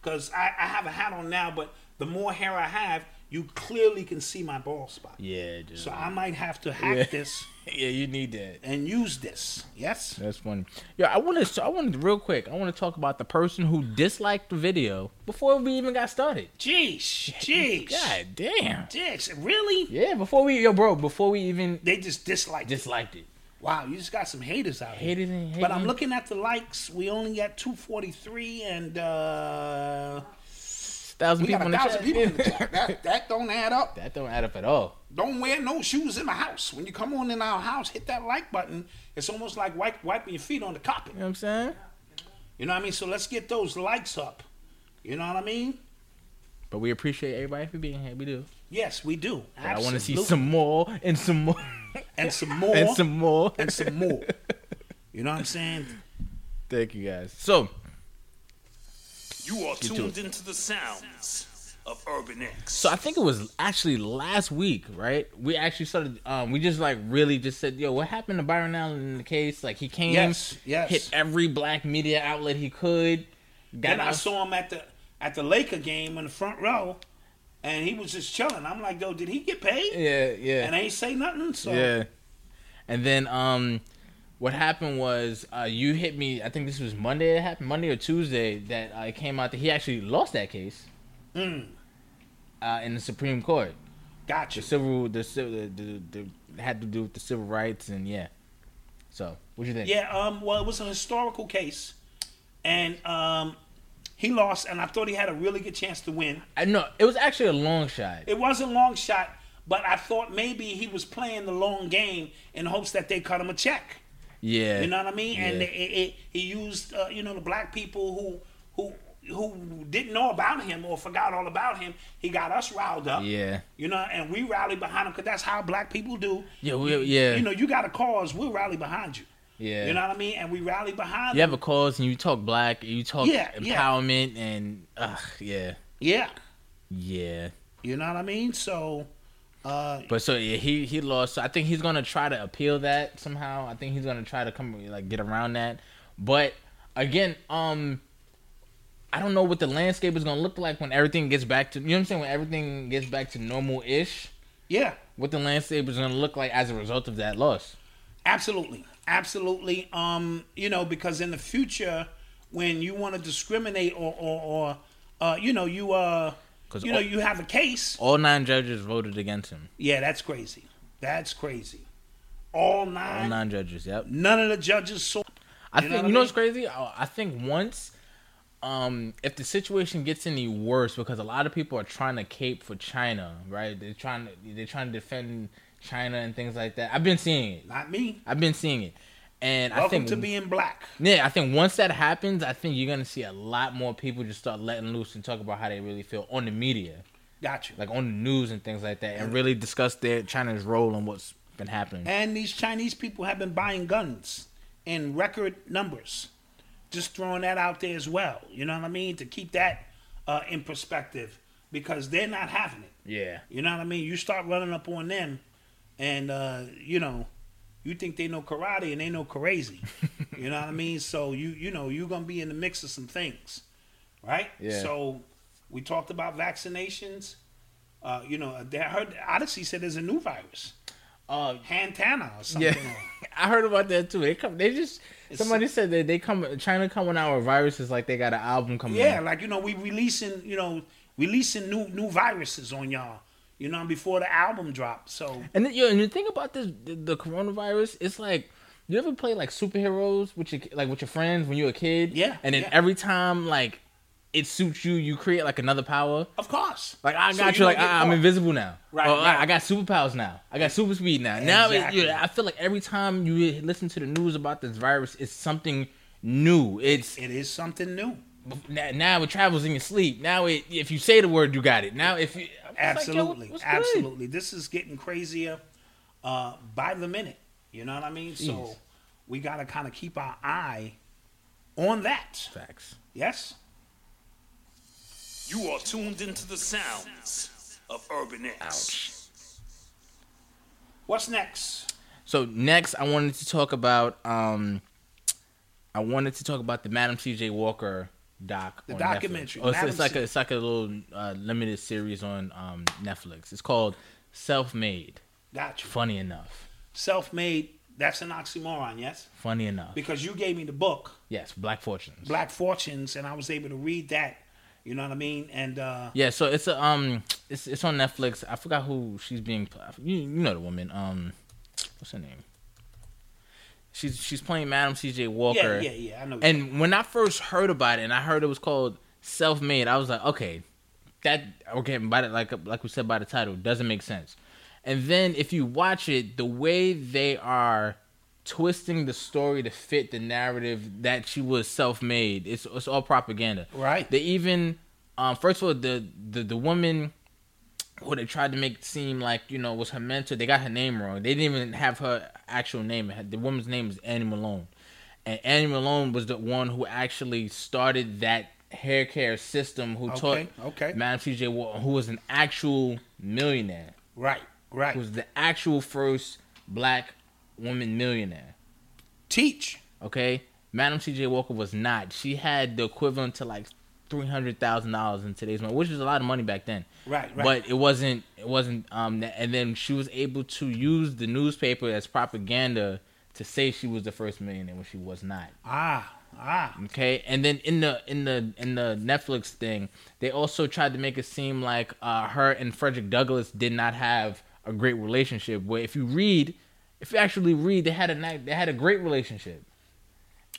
[SPEAKER 5] because I, I have a hat on now, but the more hair I have, you clearly can see my bald spot.
[SPEAKER 4] Yeah, dude.
[SPEAKER 5] So I might have to hack
[SPEAKER 4] Yeah.
[SPEAKER 5] this
[SPEAKER 4] yeah, you need that.
[SPEAKER 5] and use this. Yes.
[SPEAKER 4] That's funny. Yeah, I want to. I want to real quick. I want to talk about the person who disliked the video before we even got started.
[SPEAKER 5] Jeez. Jeez.
[SPEAKER 4] God damn.
[SPEAKER 5] Jeez. Really?
[SPEAKER 4] Yeah, before we yo bro, before we even
[SPEAKER 5] They just dislike. it.
[SPEAKER 4] disliked it.
[SPEAKER 5] Wow, you just got some haters out here.
[SPEAKER 4] Haters and
[SPEAKER 5] But I'm
[SPEAKER 4] haters.
[SPEAKER 5] looking at the likes. We only at 243 and uh
[SPEAKER 4] Thousand
[SPEAKER 5] we got
[SPEAKER 4] people
[SPEAKER 5] a
[SPEAKER 4] in the
[SPEAKER 5] thousand
[SPEAKER 4] chat.
[SPEAKER 5] people in the chat. That, that don't add up.
[SPEAKER 4] that don't add up at all.
[SPEAKER 5] Don't wear no shoes in the house. When you come on in our house, hit that like button. It's almost like wipe, wiping your feet on the carpet.
[SPEAKER 4] You know what I'm saying?
[SPEAKER 5] You know what I mean? So let's get those likes up. You know what I mean?
[SPEAKER 4] But we appreciate everybody for being here. We do.
[SPEAKER 5] Yes, we do.
[SPEAKER 4] But I want to see
[SPEAKER 5] Absolutely.
[SPEAKER 4] some more and some more
[SPEAKER 5] and some more
[SPEAKER 4] and some more.
[SPEAKER 5] and some more. You know what I'm saying?
[SPEAKER 4] Thank you guys. So
[SPEAKER 6] You are tuned into the sounds of Urban X.
[SPEAKER 4] So I think it was actually last week, right? We actually started. Um, we just like really just said, "Yo, what happened to Byron Allen in the case? Like he came,
[SPEAKER 5] Yes, yes.
[SPEAKER 4] hit every black media outlet he could. Got
[SPEAKER 5] Then I
[SPEAKER 4] out-
[SPEAKER 5] saw him at the at the Laker game in the front row, and he was just chilling. I'm like, yo, did he get paid?
[SPEAKER 4] yeah, yeah,
[SPEAKER 5] And I ain't say nothing. So
[SPEAKER 4] yeah. And then um, what happened was uh, you hit me. I think this was Monday. It happened Monday or Tuesday that uh, it came out that he actually lost that case
[SPEAKER 5] Mm.
[SPEAKER 4] uh, in the Supreme Court.
[SPEAKER 5] gotcha.
[SPEAKER 4] The civil, the civil, the, the, the had to do with the civil rights and yeah. So what you think?
[SPEAKER 5] Yeah. Um. Well, it was a historical case, and um, he lost, and I thought he had a really good chance to win.
[SPEAKER 4] I know it was actually a long shot.
[SPEAKER 5] It was a long shot, but I thought maybe he was playing the long game in hopes that they cut him a check.
[SPEAKER 4] yeah,
[SPEAKER 5] You know what I mean? And
[SPEAKER 4] Yeah.
[SPEAKER 5] it, it, it, he used, uh, you know, the black people who who who didn't know about him or forgot all about him. He got us riled up.
[SPEAKER 4] Yeah.
[SPEAKER 5] You know, and we rallied behind him because that's how black people do.
[SPEAKER 4] Yeah, we- yeah.
[SPEAKER 5] You know, you got a cause, we'll rally behind you.
[SPEAKER 4] Yeah.
[SPEAKER 5] You know what I mean? And we rallied behind
[SPEAKER 4] you
[SPEAKER 5] him.
[SPEAKER 4] have a cause and you talk black, you talk
[SPEAKER 5] Yeah, yeah.
[SPEAKER 4] empowerment, and ugh, yeah,
[SPEAKER 5] Yeah.
[SPEAKER 4] yeah.
[SPEAKER 5] You know what I mean? So, uh,
[SPEAKER 4] But so yeah, he he lost. So I think he's gonna try to appeal that somehow. I think he's gonna try to come like get around that. But again, um, I don't know what the landscape is gonna look like when everything gets back to you know what I'm saying. When everything gets back to normal ish,
[SPEAKER 5] yeah.
[SPEAKER 4] what the landscape is gonna look like as a result of that loss.
[SPEAKER 5] Absolutely, absolutely. Um, you know, because in the future, when you want to discriminate or or, or uh, you know, you uh,
[SPEAKER 4] 'Cause
[SPEAKER 5] you know,
[SPEAKER 4] all-
[SPEAKER 5] you have a case.
[SPEAKER 4] All nine judges voted against him.
[SPEAKER 5] Yeah, that's crazy. That's crazy. All nine,
[SPEAKER 4] All nine judges. Yep.
[SPEAKER 5] none of the judges saw.
[SPEAKER 4] I
[SPEAKER 5] You know
[SPEAKER 4] think
[SPEAKER 5] what I
[SPEAKER 4] you know
[SPEAKER 5] mean?
[SPEAKER 4] what's crazy. I I think once, um, if the situation gets any worse, because a lot of people are trying to cape for China, right? They're trying to they're trying to defend China and things like that. I've been seeing it.
[SPEAKER 5] Not me.
[SPEAKER 4] I've been seeing it, and I
[SPEAKER 5] Welcome
[SPEAKER 4] think
[SPEAKER 5] to being black.
[SPEAKER 4] yeah, I think once that happens, I think you're gonna see a lot more people just start letting loose and talk about how they really feel on the media,
[SPEAKER 5] Gotcha.
[SPEAKER 4] like on the news and things like that, and really discuss their China's role and what's been happening.
[SPEAKER 5] and these Chinese people have been buying guns in record numbers. Just throwing that out there as well. You know what I mean? To keep that uh, in perspective, because they're not having it.
[SPEAKER 4] Yeah.
[SPEAKER 5] You know what I mean? You start running up on them, and uh, you know, you think they know karate and they know crazy. you know what I mean? So you you know you're gonna be in the mix of some things, right?
[SPEAKER 4] Yeah.
[SPEAKER 5] So we talked about vaccinations. Uh, you know, they- I heard Odyssey said there's a new virus,
[SPEAKER 4] Uh,
[SPEAKER 5] Hantana or something.
[SPEAKER 4] Yeah, I heard about that too. They come. They just somebody said that they come. China coming out with viruses like they got an album coming.
[SPEAKER 5] Yeah,
[SPEAKER 4] out.
[SPEAKER 5] like you know, we releasing you know releasing new new viruses on y'all. You know, before the album dropped. So
[SPEAKER 4] and then, yo, and the thing about this, the, the coronavirus, it's like. You ever play like superheroes with your like with your friends when you were a kid?
[SPEAKER 5] Yeah,
[SPEAKER 4] And then
[SPEAKER 5] yeah.
[SPEAKER 4] every time like it suits you, you create like another power.
[SPEAKER 5] Of course.
[SPEAKER 4] Like I
[SPEAKER 5] So
[SPEAKER 4] got
[SPEAKER 5] you
[SPEAKER 4] you.
[SPEAKER 5] don't
[SPEAKER 4] Like
[SPEAKER 5] get
[SPEAKER 4] I, I'm
[SPEAKER 5] caught.
[SPEAKER 4] invisible now.
[SPEAKER 5] Right,
[SPEAKER 4] Right. Or, I-
[SPEAKER 5] right.
[SPEAKER 4] I, got superpowers now. I got super speed now. Now it,
[SPEAKER 5] Exactly.
[SPEAKER 4] yeah, I feel like every time you listen to the news about this virus, it's something new. It's
[SPEAKER 5] It is something new.
[SPEAKER 4] now, now it travels in your sleep. Now it if you say the word, you got it. Now if you I'm just like, yo,
[SPEAKER 5] Absolutely.
[SPEAKER 4] what's good?
[SPEAKER 5] Absolutely. This is getting crazier uh, by the minute. You know what I mean? So
[SPEAKER 4] Jeez.
[SPEAKER 5] we got to kind of keep our eye on that.
[SPEAKER 4] Facts.
[SPEAKER 5] Yes?
[SPEAKER 6] You are tuned into the sounds of Urban X.
[SPEAKER 5] What's next?
[SPEAKER 4] So next, I wanted to talk about um, I wanted to talk about the Madam C.J. Walker doc.
[SPEAKER 5] The
[SPEAKER 4] on
[SPEAKER 5] documentary,
[SPEAKER 4] Netflix. Oh, it's,
[SPEAKER 5] Madam
[SPEAKER 4] it's like
[SPEAKER 5] C-
[SPEAKER 4] a, it's like a little uh, limited series on um, Netflix. It's called Self Made.
[SPEAKER 5] Got you.
[SPEAKER 4] Funny enough.
[SPEAKER 5] Self made, that's an oxymoron, yes?
[SPEAKER 4] Funny enough.
[SPEAKER 5] Because you gave me the book,
[SPEAKER 4] yes, Black Fortunes.
[SPEAKER 5] Black Fortunes, and I was able to read that. You know what I mean? And uh,
[SPEAKER 4] yeah, so it's a um, it's it's on Netflix. I forgot who she's being. pl- You, you know the woman. Um, what's her name? She's she's playing Madam C.J. Walker.
[SPEAKER 5] yeah, yeah, yeah. I know.
[SPEAKER 4] And when I first heard about it, and I heard it was called Self Made, I was like, okay, that okay, by the, like like we said by the title, doesn't make sense. And then if you watch it, the way they are twisting the story to fit the narrative that she was self made, it's it's all propaganda.
[SPEAKER 5] Right.
[SPEAKER 4] They even, um, first of all, the the the woman who they tried to make it seem like you know was her mentor. They got her name wrong. They didn't even have her actual name. The woman's name is Annie Malone, and Annie Malone was the one who actually started that hair care system. Who
[SPEAKER 5] Okay,
[SPEAKER 4] taught
[SPEAKER 5] okay.
[SPEAKER 4] Madam C.J. Walton, who was an actual millionaire,
[SPEAKER 5] right, right.
[SPEAKER 4] who was the actual first black woman millionaire.
[SPEAKER 5] Teach.
[SPEAKER 4] Okay, Madam C.J. Walker was not. She had the equivalent to like three hundred thousand dollars in today's money, which is a lot of money back then.
[SPEAKER 5] Right, right.
[SPEAKER 4] But it wasn't. It wasn't. Um, tha- and then she was able to use the newspaper as propaganda to say she was the first millionaire when she was not.
[SPEAKER 5] Ah, ah.
[SPEAKER 4] Okay, and then in the in the in the Netflix thing, they also tried to make it seem like uh, her and Frederick Douglass did not have a great relationship. Where if you read, if you actually read, they had a ni- they had a great relationship,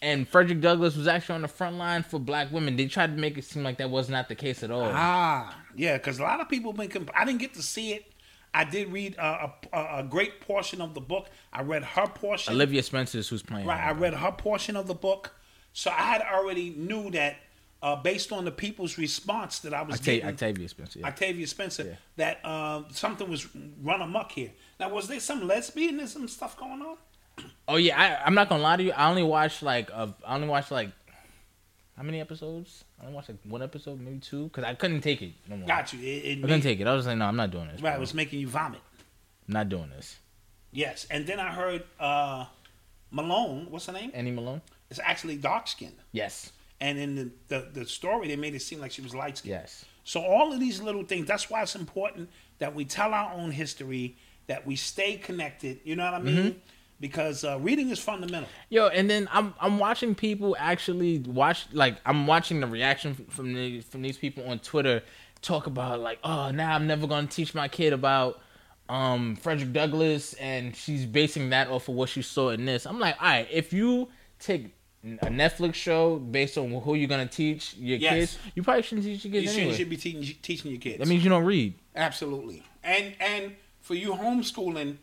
[SPEAKER 4] and Frederick Douglass was actually on the front line for black women. They tried to make it seem like that was not the case at all.
[SPEAKER 5] Ah, yeah, because a lot of people been. Comp- I didn't get to see it. I did read uh, a, a a great portion of the book. I read her portion.
[SPEAKER 4] Olivia Spencer's who's playing.
[SPEAKER 5] Right,
[SPEAKER 4] her.
[SPEAKER 5] I read her portion of the book, so I had already knew that uh, based on the people's response that I was
[SPEAKER 4] Octa-
[SPEAKER 5] getting,
[SPEAKER 4] Octavia Spencer. yeah.
[SPEAKER 5] Octavia Spencer, that uh, something was run amok here. Now, was there some lesbianism stuff going on?
[SPEAKER 4] Oh yeah, I, I'm not gonna lie to you. I only watched like a, I only watched like how many episodes? I only watched like one episode, maybe two, because I couldn't take it. No more.
[SPEAKER 5] Got you. It, it
[SPEAKER 4] I couldn't
[SPEAKER 5] made-
[SPEAKER 4] take it. I was like, no, I'm not doing this.
[SPEAKER 5] right, it
[SPEAKER 4] bro.
[SPEAKER 5] was making you vomit.
[SPEAKER 4] I'm not doing this.
[SPEAKER 5] Yes, and then I heard uh, Malone. What's her name?
[SPEAKER 4] Annie Malone?
[SPEAKER 5] It's actually dark skinned.
[SPEAKER 4] Yes.
[SPEAKER 5] And in the, the, the story, they made it seem like she was light skinned.
[SPEAKER 4] Yes.
[SPEAKER 5] So all of these little things, that's why it's important that we tell our own history, that we stay connected. You know what I mean?
[SPEAKER 4] Mm-hmm.
[SPEAKER 5] Because uh, reading is fundamental.
[SPEAKER 4] Yo, and then I'm I'm watching people actually watch like I'm watching the reaction f- from the, from these people on Twitter talk about like oh now I'm never gonna teach my kid about um Frederick Douglass and she's basing that off of what she saw in this. I'm like all right if you take a Netflix show based on who you're gonna teach your
[SPEAKER 5] Yes.
[SPEAKER 4] kids, you probably shouldn't teach your
[SPEAKER 5] You
[SPEAKER 4] kids
[SPEAKER 5] should,
[SPEAKER 4] anyway.
[SPEAKER 5] should be teaching, teaching your kids.
[SPEAKER 4] that means you don't read.
[SPEAKER 5] Absolutely. And and for you homeschooling,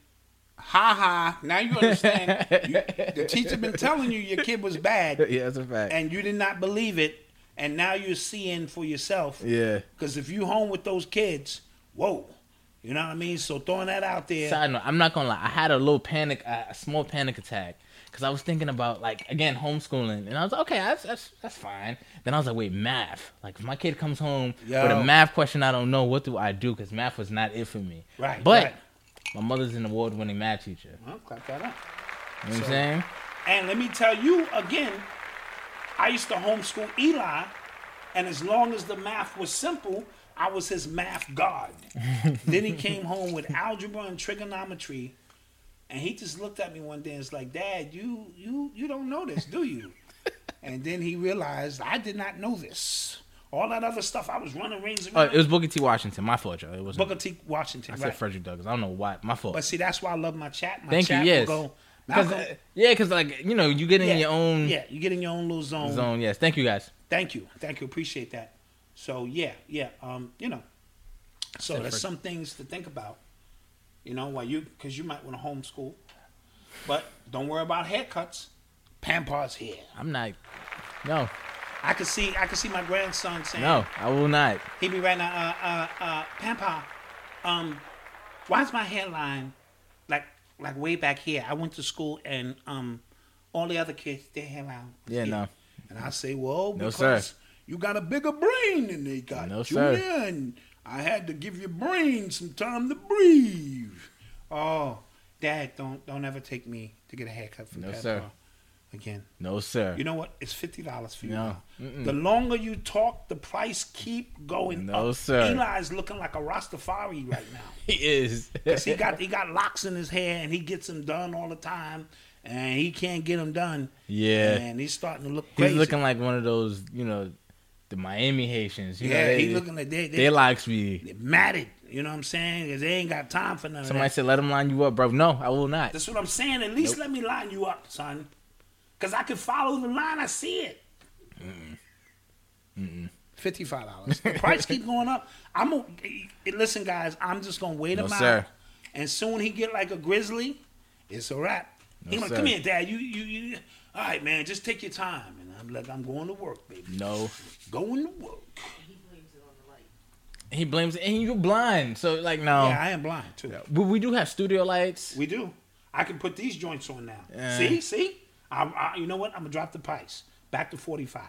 [SPEAKER 5] ha ha, now you understand. you, the teacher been telling you your kid was bad,
[SPEAKER 4] Yeah, that's a fact.
[SPEAKER 5] and you did not believe it, and now you're seeing for yourself.
[SPEAKER 4] Yeah.
[SPEAKER 5] Because if you home with those kids, whoa, you know what I mean. So throwing that out there,
[SPEAKER 4] Side note, I'm not gonna lie. I had a little panic, a a small panic attack, because I was thinking about like again homeschooling, and I was like, okay, that's that's, that's fine. Then I was like, wait, math. Like if my kid comes home with
[SPEAKER 5] Yo.
[SPEAKER 4] a math question, I don't know what do I do because math was not it for me.
[SPEAKER 5] Right,
[SPEAKER 4] But
[SPEAKER 5] right.
[SPEAKER 4] my mother's an award-winning math teacher.
[SPEAKER 5] Well, clap that up.
[SPEAKER 4] You know what I'm saying?
[SPEAKER 5] And let me tell you again, I used to homeschool Eli, and as long as the math was simple, I was his math god. then he came home with algebra and trigonometry, and he just looked at me one day and was like, "Dad, you you you don't know this, do you?" and then he realized I did not know this. All that other stuff I was running rings
[SPEAKER 4] Oh,
[SPEAKER 5] around.
[SPEAKER 4] it was Booker T. Washington. My fault, y'all. It wasn't.
[SPEAKER 5] Booker T. Washington.
[SPEAKER 4] I said
[SPEAKER 5] right?
[SPEAKER 4] Frederick Douglass. I don't know why. My fault.
[SPEAKER 5] But see, that's why I love my chat. My
[SPEAKER 4] Thank you.
[SPEAKER 5] chat
[SPEAKER 4] Yes.
[SPEAKER 5] will go.
[SPEAKER 4] 'Cause,
[SPEAKER 5] Malcolm-
[SPEAKER 4] uh, yeah, because like you know, you get in your own
[SPEAKER 5] Yeah, you get in your own little
[SPEAKER 4] zone. Yes. Thank you guys.
[SPEAKER 5] Thank you. Thank you. Appreciate that. So yeah, yeah, um, you know. So
[SPEAKER 4] Said
[SPEAKER 5] there's
[SPEAKER 4] for-
[SPEAKER 5] some things to think about. You know, while you because you might want to homeschool, but don't worry about haircuts. Pampa's here.
[SPEAKER 4] I'm not. No,
[SPEAKER 5] I could see, I could see my grandson saying,
[SPEAKER 4] no, I will not.
[SPEAKER 5] He be right now, uh, uh, uh, Pampa, um, why is my hairline like, like way back here? I went to school and, um, all the other kids, their hairline. was
[SPEAKER 4] Yeah,
[SPEAKER 5] here."
[SPEAKER 4] no.
[SPEAKER 5] And I say, well,
[SPEAKER 4] No,
[SPEAKER 5] because
[SPEAKER 4] sir.
[SPEAKER 5] you got a bigger brain than they got,
[SPEAKER 4] No,
[SPEAKER 5] Junior,
[SPEAKER 4] sir.
[SPEAKER 5] and I had to give your brain some time to breathe. Oh, Dad, don't, don't ever take me to get a haircut from
[SPEAKER 4] No,
[SPEAKER 5] Pampa
[SPEAKER 4] sir.
[SPEAKER 5] again.
[SPEAKER 4] No, sir.
[SPEAKER 5] You know what? It's fifty dollars for you.
[SPEAKER 4] No.
[SPEAKER 5] now. The longer you talk, the price keep going up.
[SPEAKER 4] No, sir.
[SPEAKER 5] Eli's looking like a Rastafari right now.
[SPEAKER 4] he is.
[SPEAKER 5] 'Cause he got he got locks in his hair and he gets them done all the time, and he can't get them done.
[SPEAKER 4] Yeah.
[SPEAKER 5] and he's starting to look
[SPEAKER 4] He's
[SPEAKER 5] crazy.
[SPEAKER 4] looking like one of those, you know, the Miami Haitians. You know,
[SPEAKER 5] yeah,
[SPEAKER 4] they,
[SPEAKER 5] he looking like they
[SPEAKER 4] They,
[SPEAKER 5] they, they,
[SPEAKER 4] likes me.
[SPEAKER 5] matted. You know what I'm saying? Because they ain't got time for none
[SPEAKER 4] Somebody
[SPEAKER 5] of that.
[SPEAKER 4] said, "Let him line you up, bro." No, I will not.
[SPEAKER 5] That's what I'm saying. At least let me line you up, son, because I can follow the line. I see it. Fifty-five dollars. The price keep going up. I'm a, eh, listen, guys. I'm just gonna wait
[SPEAKER 4] No,
[SPEAKER 5] him out,
[SPEAKER 4] sir.
[SPEAKER 5] and soon he get like a grizzly. It's a wrap. he like,
[SPEAKER 4] sir.
[SPEAKER 5] come here, Dad. You, you, you. All right, man. Just take your time. And I'm like, I'm going to work, baby.
[SPEAKER 4] No,
[SPEAKER 5] Going to work.
[SPEAKER 4] he blames, and you're blind, so like, no.
[SPEAKER 5] Yeah, I am blind too.
[SPEAKER 4] but we do have studio lights.
[SPEAKER 5] We do. I can put these joints on now. See, see. I, I, you know what? I'm gonna drop the price back to 45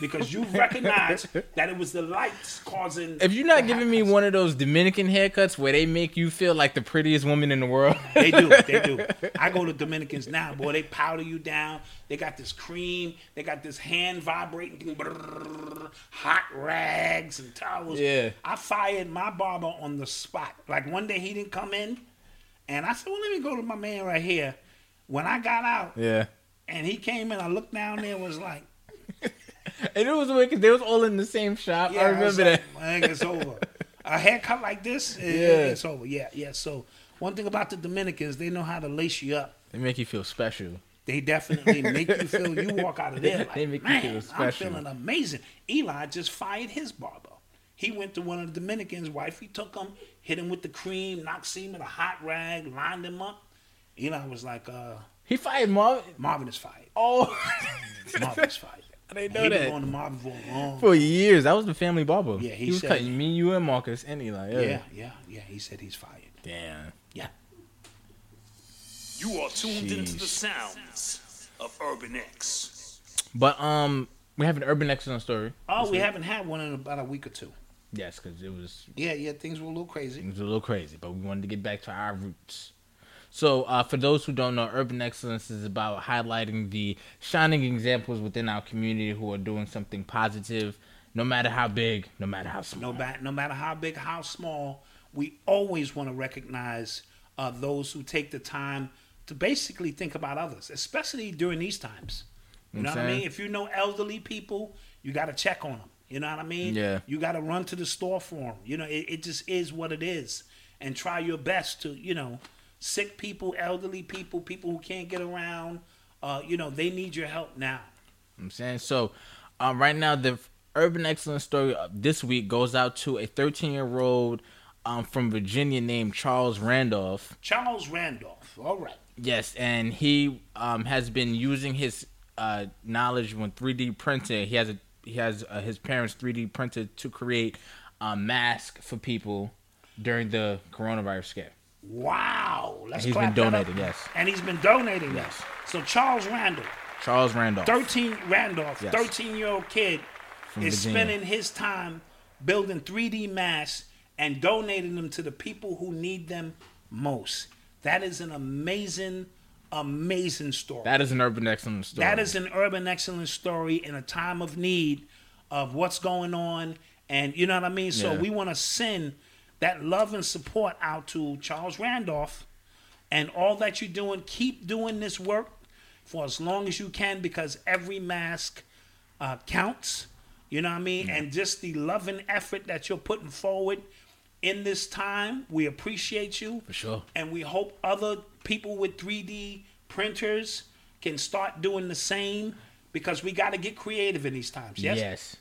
[SPEAKER 5] because you recognize that it was the lights causing.
[SPEAKER 4] If you're not
[SPEAKER 5] the
[SPEAKER 4] giving me
[SPEAKER 5] haircuts.
[SPEAKER 4] one of those Dominican haircuts where they make you feel like the prettiest woman in the world,
[SPEAKER 5] they do, they do. I go to Dominicans now, boy. They powder you down. They got this cream. They got this hand vibrating, brrrr, hot rags and towels.
[SPEAKER 4] Yeah.
[SPEAKER 5] I fired my barber on the spot. Like one day he didn't come in, and I said, "Well, let me go to my man right here." When I got out,
[SPEAKER 4] yeah.
[SPEAKER 5] And he came in. I looked down there. and Was like,
[SPEAKER 4] And it was weird because they was all in the same shop.
[SPEAKER 5] yeah,
[SPEAKER 4] I
[SPEAKER 5] was
[SPEAKER 4] remember
[SPEAKER 5] like,
[SPEAKER 4] that.
[SPEAKER 5] I think it's over. A haircut like this, it-
[SPEAKER 4] Yeah.
[SPEAKER 5] it's over. Yeah, yeah. So one thing about the Dominicans, they know how to lace you up.
[SPEAKER 4] They make you feel special.
[SPEAKER 5] They definitely make you feel you walk out of there like,
[SPEAKER 4] They make you
[SPEAKER 5] man,
[SPEAKER 4] feel
[SPEAKER 5] I'm
[SPEAKER 4] special."
[SPEAKER 5] feeling amazing. Eli just fired his barber. He went to one of the Dominicans' wife. He took him, hit him with the cream, knocked him with a hot rag, lined him up. Eli was like, uh,
[SPEAKER 4] He fired Marvin.
[SPEAKER 5] Marvin is fired.
[SPEAKER 4] Oh,
[SPEAKER 5] Marvin is fired.
[SPEAKER 4] they
[SPEAKER 5] he
[SPEAKER 4] know
[SPEAKER 5] been
[SPEAKER 4] that.
[SPEAKER 5] going to Marvin for a long
[SPEAKER 4] for years. That was the family barber.
[SPEAKER 5] Yeah, he
[SPEAKER 4] he was
[SPEAKER 5] said-
[SPEAKER 4] cutting me, you, and Marcus and Eli. Yeah.
[SPEAKER 5] Yeah, yeah, yeah. He said he's fired.
[SPEAKER 4] Damn.
[SPEAKER 5] Yeah.
[SPEAKER 6] You are tuned into the sounds of Urban X.
[SPEAKER 4] But um, we have an urban excellence story.
[SPEAKER 5] Oh, we haven't had one in about a week or two.
[SPEAKER 4] Yes, because it was
[SPEAKER 5] Yeah, yeah. Things were a little crazy.
[SPEAKER 4] it was a little crazy, but we wanted to get back to our roots. So, uh, for those who don't know, urban excellence is about highlighting the shining examples within our community who are doing something positive, no matter how big, no matter how small.
[SPEAKER 5] No, ba- no matter how big, how small, we always want to recognize uh, those who take the time to basically think about others, especially during these times. You know
[SPEAKER 4] I'm
[SPEAKER 5] what I mean?
[SPEAKER 4] saying?
[SPEAKER 5] If you know elderly people, you got to check on them. You know what I mean?
[SPEAKER 4] Yeah.
[SPEAKER 5] You got to run to the store for them. You know, it, it just is what it is, and try your best to, you know, sick people, elderly people, people who can't get around. Uh, you know, they need your help now.
[SPEAKER 4] I'm saying so. Um, right now, the urban excellence story of this week goes out to a 13 year old um, from Virginia named Charles Randolph.
[SPEAKER 5] Charles Randolph. All right.
[SPEAKER 4] Yes, and he um, has been using his uh, knowledge when 3D printing. He has a, he has uh, his parents 3D printed to create a mask for people during the coronavirus scare.
[SPEAKER 5] Wow. Let's
[SPEAKER 4] He's
[SPEAKER 5] clap
[SPEAKER 4] been
[SPEAKER 5] that up.
[SPEAKER 4] donating, yes.
[SPEAKER 5] And he's been donating, yes.
[SPEAKER 4] Yes.
[SPEAKER 5] So Charles Randolph,
[SPEAKER 4] Charles Randolph.
[SPEAKER 5] 13 Randolph,
[SPEAKER 4] Yes.
[SPEAKER 5] 13 year old kid, is
[SPEAKER 4] Virginia.
[SPEAKER 5] spending his time building 3D masks and donating them to the people who need them most. That is an amazing, amazing story.
[SPEAKER 4] That is an urban excellence story.
[SPEAKER 5] That is an urban excellence story in a time of need of what's going on. And you know what I mean? So
[SPEAKER 4] Yeah.
[SPEAKER 5] we want to send that love and support out to Charles Randolph and all that you're doing. Keep doing this work for as long as you can because every mask uh, counts. You know what I mean? And just the love and effort that you're putting forward in this time, we appreciate you. For
[SPEAKER 4] sure.
[SPEAKER 5] and we hope other people with 3D printers can start doing the same because we got to get creative in these times. Yes.
[SPEAKER 4] yes.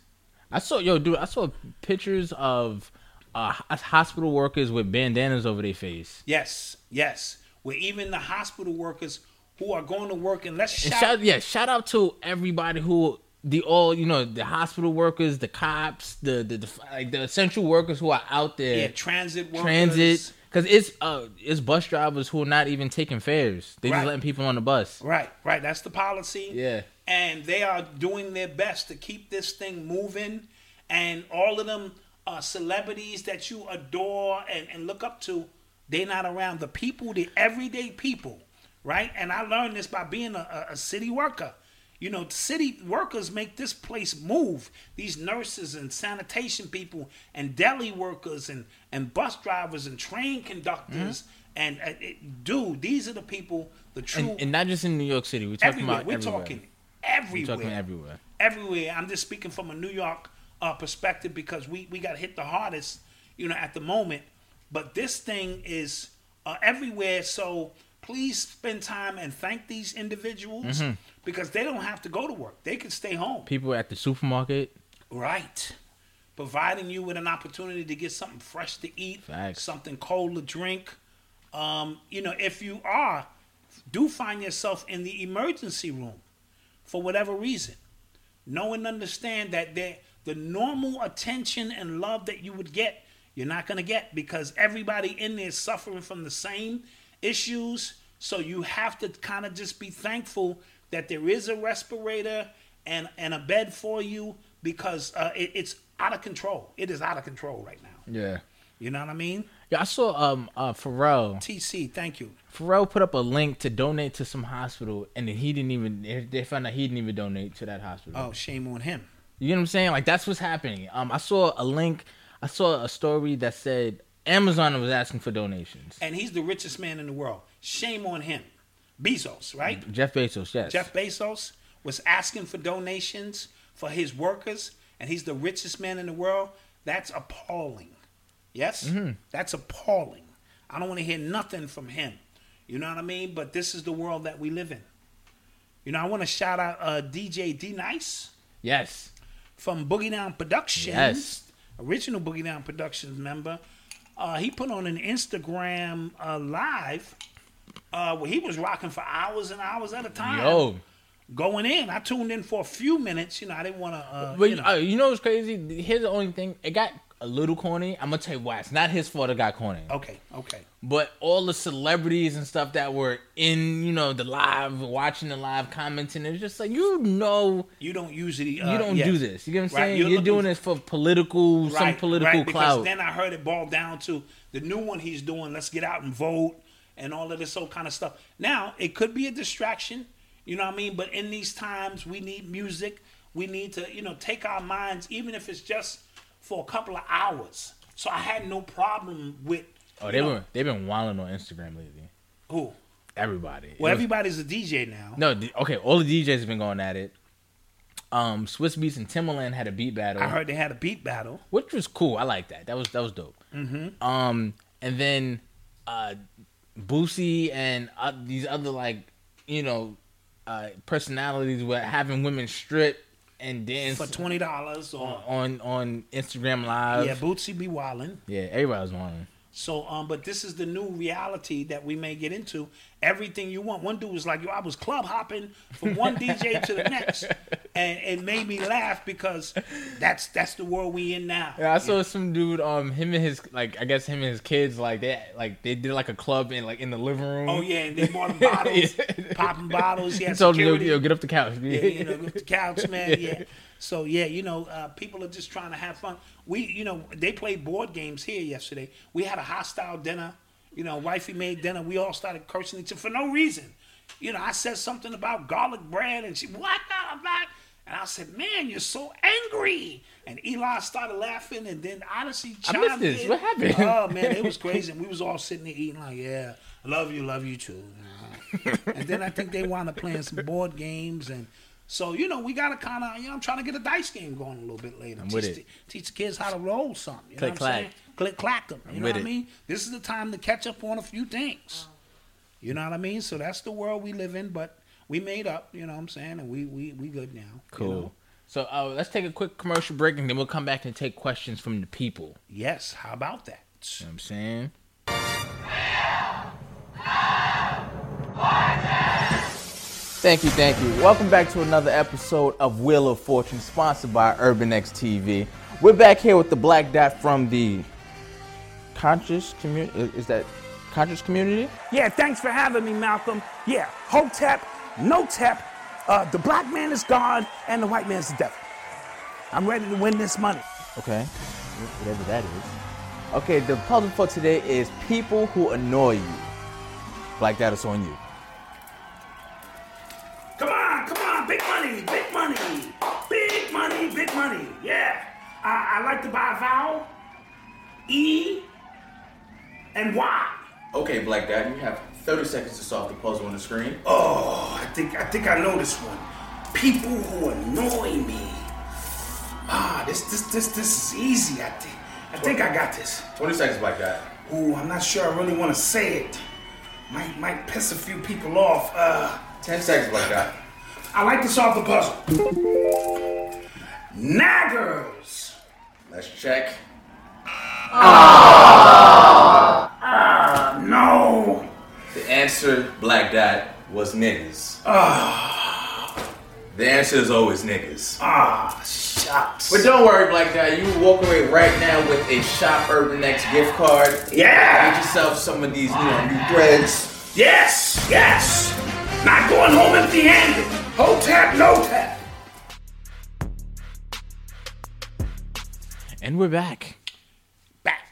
[SPEAKER 4] I saw yo, dude. I saw pictures of uh, h- hospital workers with bandanas over their face.
[SPEAKER 5] Yes, yes. Where even the hospital workers who are going to work and let's
[SPEAKER 4] And
[SPEAKER 5] shout,
[SPEAKER 4] shout, yeah, shout out to everybody who the all you know the hospital workers, the cops, the the, the like the essential workers who are out there.
[SPEAKER 5] yeah, transit workers.
[SPEAKER 4] transit because it's uh it's bus drivers who are not even taking fares. They
[SPEAKER 5] Right.
[SPEAKER 4] just letting people on the bus.
[SPEAKER 5] Right, right. That's the policy.
[SPEAKER 4] Yeah.
[SPEAKER 5] And they are doing their best to keep this thing moving. And all of them uh, celebrities that you adore and, and look up to, they're not around. The people, the everyday people, right? And I learned this by being a, a, a city worker. You know, city workers make this place move. These nurses and sanitation people and deli workers and, and bus drivers and train conductors. And uh, it, dude, these are the people, the true
[SPEAKER 4] Mm-hmm. And, and not just in New York City. We're talking
[SPEAKER 5] everywhere.
[SPEAKER 4] about
[SPEAKER 5] We're
[SPEAKER 4] everywhere.
[SPEAKER 5] talking
[SPEAKER 4] We're
[SPEAKER 5] everywhere.
[SPEAKER 4] talking everywhere.
[SPEAKER 5] Everywhere. I'm just speaking from a New York uh, perspective because we, we got hit the hardest, you know, at the moment. But this thing is uh, everywhere. So please spend time and thank these individuals
[SPEAKER 4] Mm-hmm.
[SPEAKER 5] because they don't have to go to work. They can stay home.
[SPEAKER 4] People at the supermarket.
[SPEAKER 5] Right. Providing you with an opportunity to get something fresh to eat,
[SPEAKER 4] Facts.
[SPEAKER 5] something cold to drink. Um, you know, if you are, do find yourself in the emergency room for whatever reason. Know and understand that there- the normal attention and love that you would get, you're not going to get because everybody in there is suffering from the same issues. So you have to kind of just be thankful that there is a respirator and, and a bed for you because uh, it, it's out of control. It is out of control right now.
[SPEAKER 4] Yeah.
[SPEAKER 5] You know what I mean?
[SPEAKER 4] Yeah, I saw um uh Pharrell.
[SPEAKER 5] TC, thank you.
[SPEAKER 4] Pharrell put up a link to donate to some hospital, and then he didn't even. they- They found out he didn't even donate to that hospital.
[SPEAKER 5] Oh, shame on him.
[SPEAKER 4] You know what I'm saying? Like that's what's happening. Um, I saw a link. I saw a story that said Amazon was asking for donations.
[SPEAKER 5] And he's the richest man in the world. Shame on him. Bezos, right?
[SPEAKER 4] Jeff Bezos, yes.
[SPEAKER 5] Jeff Bezos was asking for donations for his workers, and he's the richest man in the world. That's appalling. Yes? That's appalling. I don't want to hear nothing from him. You know what I mean? But this is the world that we live in. You know, I want to shout out uh, DJ D Nice
[SPEAKER 4] Yes.
[SPEAKER 5] from Boogie Down Productions,
[SPEAKER 4] Yes.
[SPEAKER 5] original Boogie Down Productions member. Uh, he put on an Instagram uh, live uh, where he was rocking for hours and hours at a time
[SPEAKER 4] Yo.
[SPEAKER 5] going in. I tuned in for a few minutes. You know, I didn't want to. Uh,
[SPEAKER 4] But
[SPEAKER 5] you know,
[SPEAKER 4] uh, you know what's crazy? Here's the only thing. It got a little corny. I'm gonna tell you why. It's not his fault it got corny.
[SPEAKER 5] okay, okay,
[SPEAKER 4] But all the celebrities and stuff that were in, you know, the live, watching the live, commenting, it's just like you know,
[SPEAKER 5] you don't usually. Uh,
[SPEAKER 4] you don't
[SPEAKER 5] yeah.
[SPEAKER 4] do this. You know what I'm
[SPEAKER 5] Right,
[SPEAKER 4] saying?
[SPEAKER 5] you're
[SPEAKER 4] You're,
[SPEAKER 5] looking-
[SPEAKER 4] doing this for political, some political
[SPEAKER 5] Because
[SPEAKER 4] clout.
[SPEAKER 5] then I heard it ball down to the new one he's doing. Let's get out and vote and all of this old kind of stuff. Now it could be a distraction, you know what I mean? But in these times, we need music. We need to, you know, take our minds, even if it's just for a couple of hours. So I had no problem with.
[SPEAKER 4] oh,
[SPEAKER 5] you
[SPEAKER 4] they've
[SPEAKER 5] know,
[SPEAKER 4] been they've been wilding on Instagram lately.
[SPEAKER 5] who?
[SPEAKER 4] Everybody. It
[SPEAKER 5] Well,
[SPEAKER 4] was-
[SPEAKER 5] everybody's a DJ now.
[SPEAKER 4] no, the- okay. All the DJs have been going at it. Um, Swiss Beats and Timbaland had a beat battle.
[SPEAKER 5] I heard they had a beat battle.
[SPEAKER 4] which was cool. I like that. That was that was dope. Mm-hmm. Um, and then uh, Boosie and uh, these other like you know uh, personalities were having women strip and dance
[SPEAKER 5] for twenty dollars or
[SPEAKER 4] on on Instagram Live.
[SPEAKER 5] yeah, Bootsy be wildin'.
[SPEAKER 4] yeah, everybody was wanting.
[SPEAKER 5] So um, but this is the new reality that we may get into. Everything you want. One dude was like, "Yo, I was club hopping from one DJ to the next," and it made me laugh because that's that's the world we in now.
[SPEAKER 4] Yeah, I saw some dude. Um, him and his like, I guess him and his kids like they like they did like a club in like in the living room.
[SPEAKER 5] Oh yeah, and they bought him bottles,
[SPEAKER 4] Yeah.
[SPEAKER 5] popping bottles. Yeah,
[SPEAKER 4] He told him, yo,
[SPEAKER 5] security.
[SPEAKER 4] yo, get off the couch.
[SPEAKER 5] yeah, you know, with the couch, man. Yeah. So yeah, you know, uh, people are just trying to have fun. We, you know, they played board games here yesterday. We had a hostile dinner. You know, wifey made dinner. We all started cursing each other for no reason. You know, I said something about garlic bread, and she, what the fuck? And I said, man, you're so angry. And Eli started laughing, and then Odyssey
[SPEAKER 4] I
[SPEAKER 5] chimed
[SPEAKER 4] missed this.
[SPEAKER 5] in.
[SPEAKER 4] What happened?
[SPEAKER 5] Oh man, it was crazy. And we was all sitting there eating like, yeah, love you, love you too. and then I think they wound up playing some board games and so you know we gotta kind of you know I'm trying to get a dice game going a little bit later.
[SPEAKER 4] I'm
[SPEAKER 5] teach,
[SPEAKER 4] with
[SPEAKER 5] the,
[SPEAKER 4] it.
[SPEAKER 5] teach the kids how to roll something. You
[SPEAKER 4] Click
[SPEAKER 5] know what
[SPEAKER 4] clack.
[SPEAKER 5] I'm saying? Click clack them. You know
[SPEAKER 4] with
[SPEAKER 5] what I
[SPEAKER 4] it.
[SPEAKER 5] mean? This is the time to catch up on a few things. You know what I mean? So that's the world we live in, but we made up. You know what I'm saying? And we we we good now. you
[SPEAKER 4] Cool.
[SPEAKER 5] know?
[SPEAKER 4] So uh, let's take a quick commercial break and then we'll come back and take questions from the people.
[SPEAKER 5] Yes, how about that?
[SPEAKER 4] You know what I'm saying? Thank you, thank you. Welcome back to another episode of Wheel of Fortune, sponsored by Urban X TV. We're back here with the Black Dot from the Conscious Community. Is that Conscious Community?
[SPEAKER 5] Yeah, thanks for having me, Malcolm. Yeah, Hotep, No Tep, uh, the black man is God and the white man's the devil. I'm ready to win this money.
[SPEAKER 4] Okay, whatever that is. Okay, the puzzle for today is people who annoy you. Black Dot is on you.
[SPEAKER 5] Come on, come on, big money, big money, big money, big money. Yeah, I, I like to buy a vowel, E, and Y.
[SPEAKER 4] Okay, Black Dot, you have 30 seconds to solve the puzzle on the screen.
[SPEAKER 5] Oh, I think I think I know this one. People who annoy me. Ah, this this this this is easy. I think I think I got this.
[SPEAKER 4] 20 seconds, Black Dot.
[SPEAKER 5] Ooh, I'm not sure I really want to say it. Might might piss a few people off. Uh,
[SPEAKER 4] 10 seconds, Black Dot.
[SPEAKER 5] I like to solve the puzzle. Naggers.
[SPEAKER 4] Let's check.
[SPEAKER 5] No.
[SPEAKER 4] The answer, Black Dot, was niggas. Ah. The answer is always niggas.
[SPEAKER 5] Ah, shucks.
[SPEAKER 4] But don't worry, Black Dot, you walk away right now with a Shop Urban X gift card. Get
[SPEAKER 5] Yeah.
[SPEAKER 4] yourself some of these you know, new threads.
[SPEAKER 5] Yes. Yes. Not going home empty-handed. Hotep, no tap.
[SPEAKER 4] And we're back.
[SPEAKER 5] Back.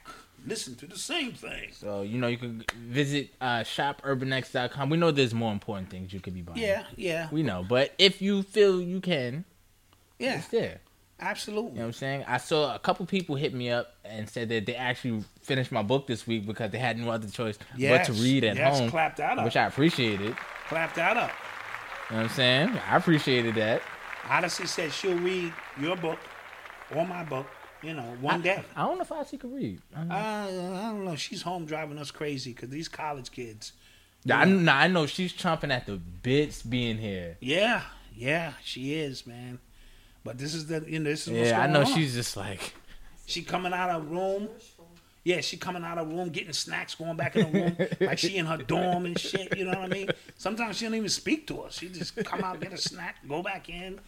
[SPEAKER 5] Listen to the same thing.
[SPEAKER 4] So, you know, you can visit uh, shopurbanx.com. We know there's more important things you could be buying.
[SPEAKER 5] Yeah. Yeah.
[SPEAKER 4] We know. But if you feel you can,
[SPEAKER 5] Yeah.
[SPEAKER 4] it's there.
[SPEAKER 5] Absolutely.
[SPEAKER 4] You know what I'm saying? I saw a couple people hit me up and said that they actually finished my book this week because they had no other choice
[SPEAKER 5] Yes,
[SPEAKER 4] but to read at
[SPEAKER 5] yes,
[SPEAKER 4] home.
[SPEAKER 5] clap that up.
[SPEAKER 4] Which I appreciated. You know
[SPEAKER 5] Clap that up.
[SPEAKER 4] what I'm saying? I appreciated that.
[SPEAKER 5] Odyssey said she'll read your book or my book, you know, one day.
[SPEAKER 4] I don't know if I actually could read. I don't know.
[SPEAKER 5] Uh, I don't know. She's home driving us crazy because these college kids.
[SPEAKER 4] Nah, I, nah, I know she's chomping at the bits being here.
[SPEAKER 5] Yeah, yeah, she is, man. But this is the, you know, this is what's
[SPEAKER 4] Yeah,
[SPEAKER 5] going
[SPEAKER 4] I know
[SPEAKER 5] on.
[SPEAKER 4] she's just like,
[SPEAKER 5] She coming out of room. Yeah, she coming out of room, getting snacks, going back in the room, like she in her dorm and shit. You know what I mean? Sometimes she don't even speak to us. She just come out, get a snack, go back in.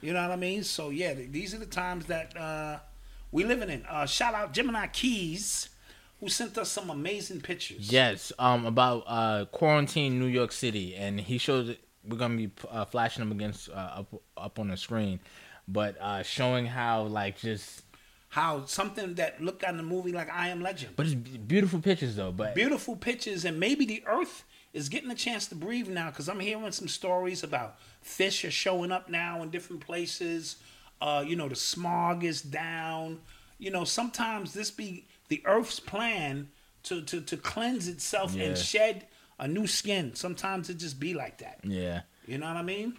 [SPEAKER 5] You know what I mean? So yeah, th- these are the times that uh, we living in. Uh, shout out Gemini Keys, who sent us some amazing pictures.
[SPEAKER 4] yes, um, about uh, quarantine New York City, and he showed. We're gonna be uh, flashing them against uh, up up on the screen, but uh, showing how like just,
[SPEAKER 5] How something that looked on the movie like I Am Legend.
[SPEAKER 4] but it's be- beautiful pictures though. But
[SPEAKER 5] beautiful pictures, and maybe the earth is getting a chance to breathe now because I'm hearing some stories about fish are showing up now in different places. Uh, you know, the smog is down. You know, sometimes this be the earth's plan to to, to cleanse itself
[SPEAKER 4] Yeah.
[SPEAKER 5] and shed a new skin. Sometimes it just be like that.
[SPEAKER 4] yeah,
[SPEAKER 5] You know what I mean?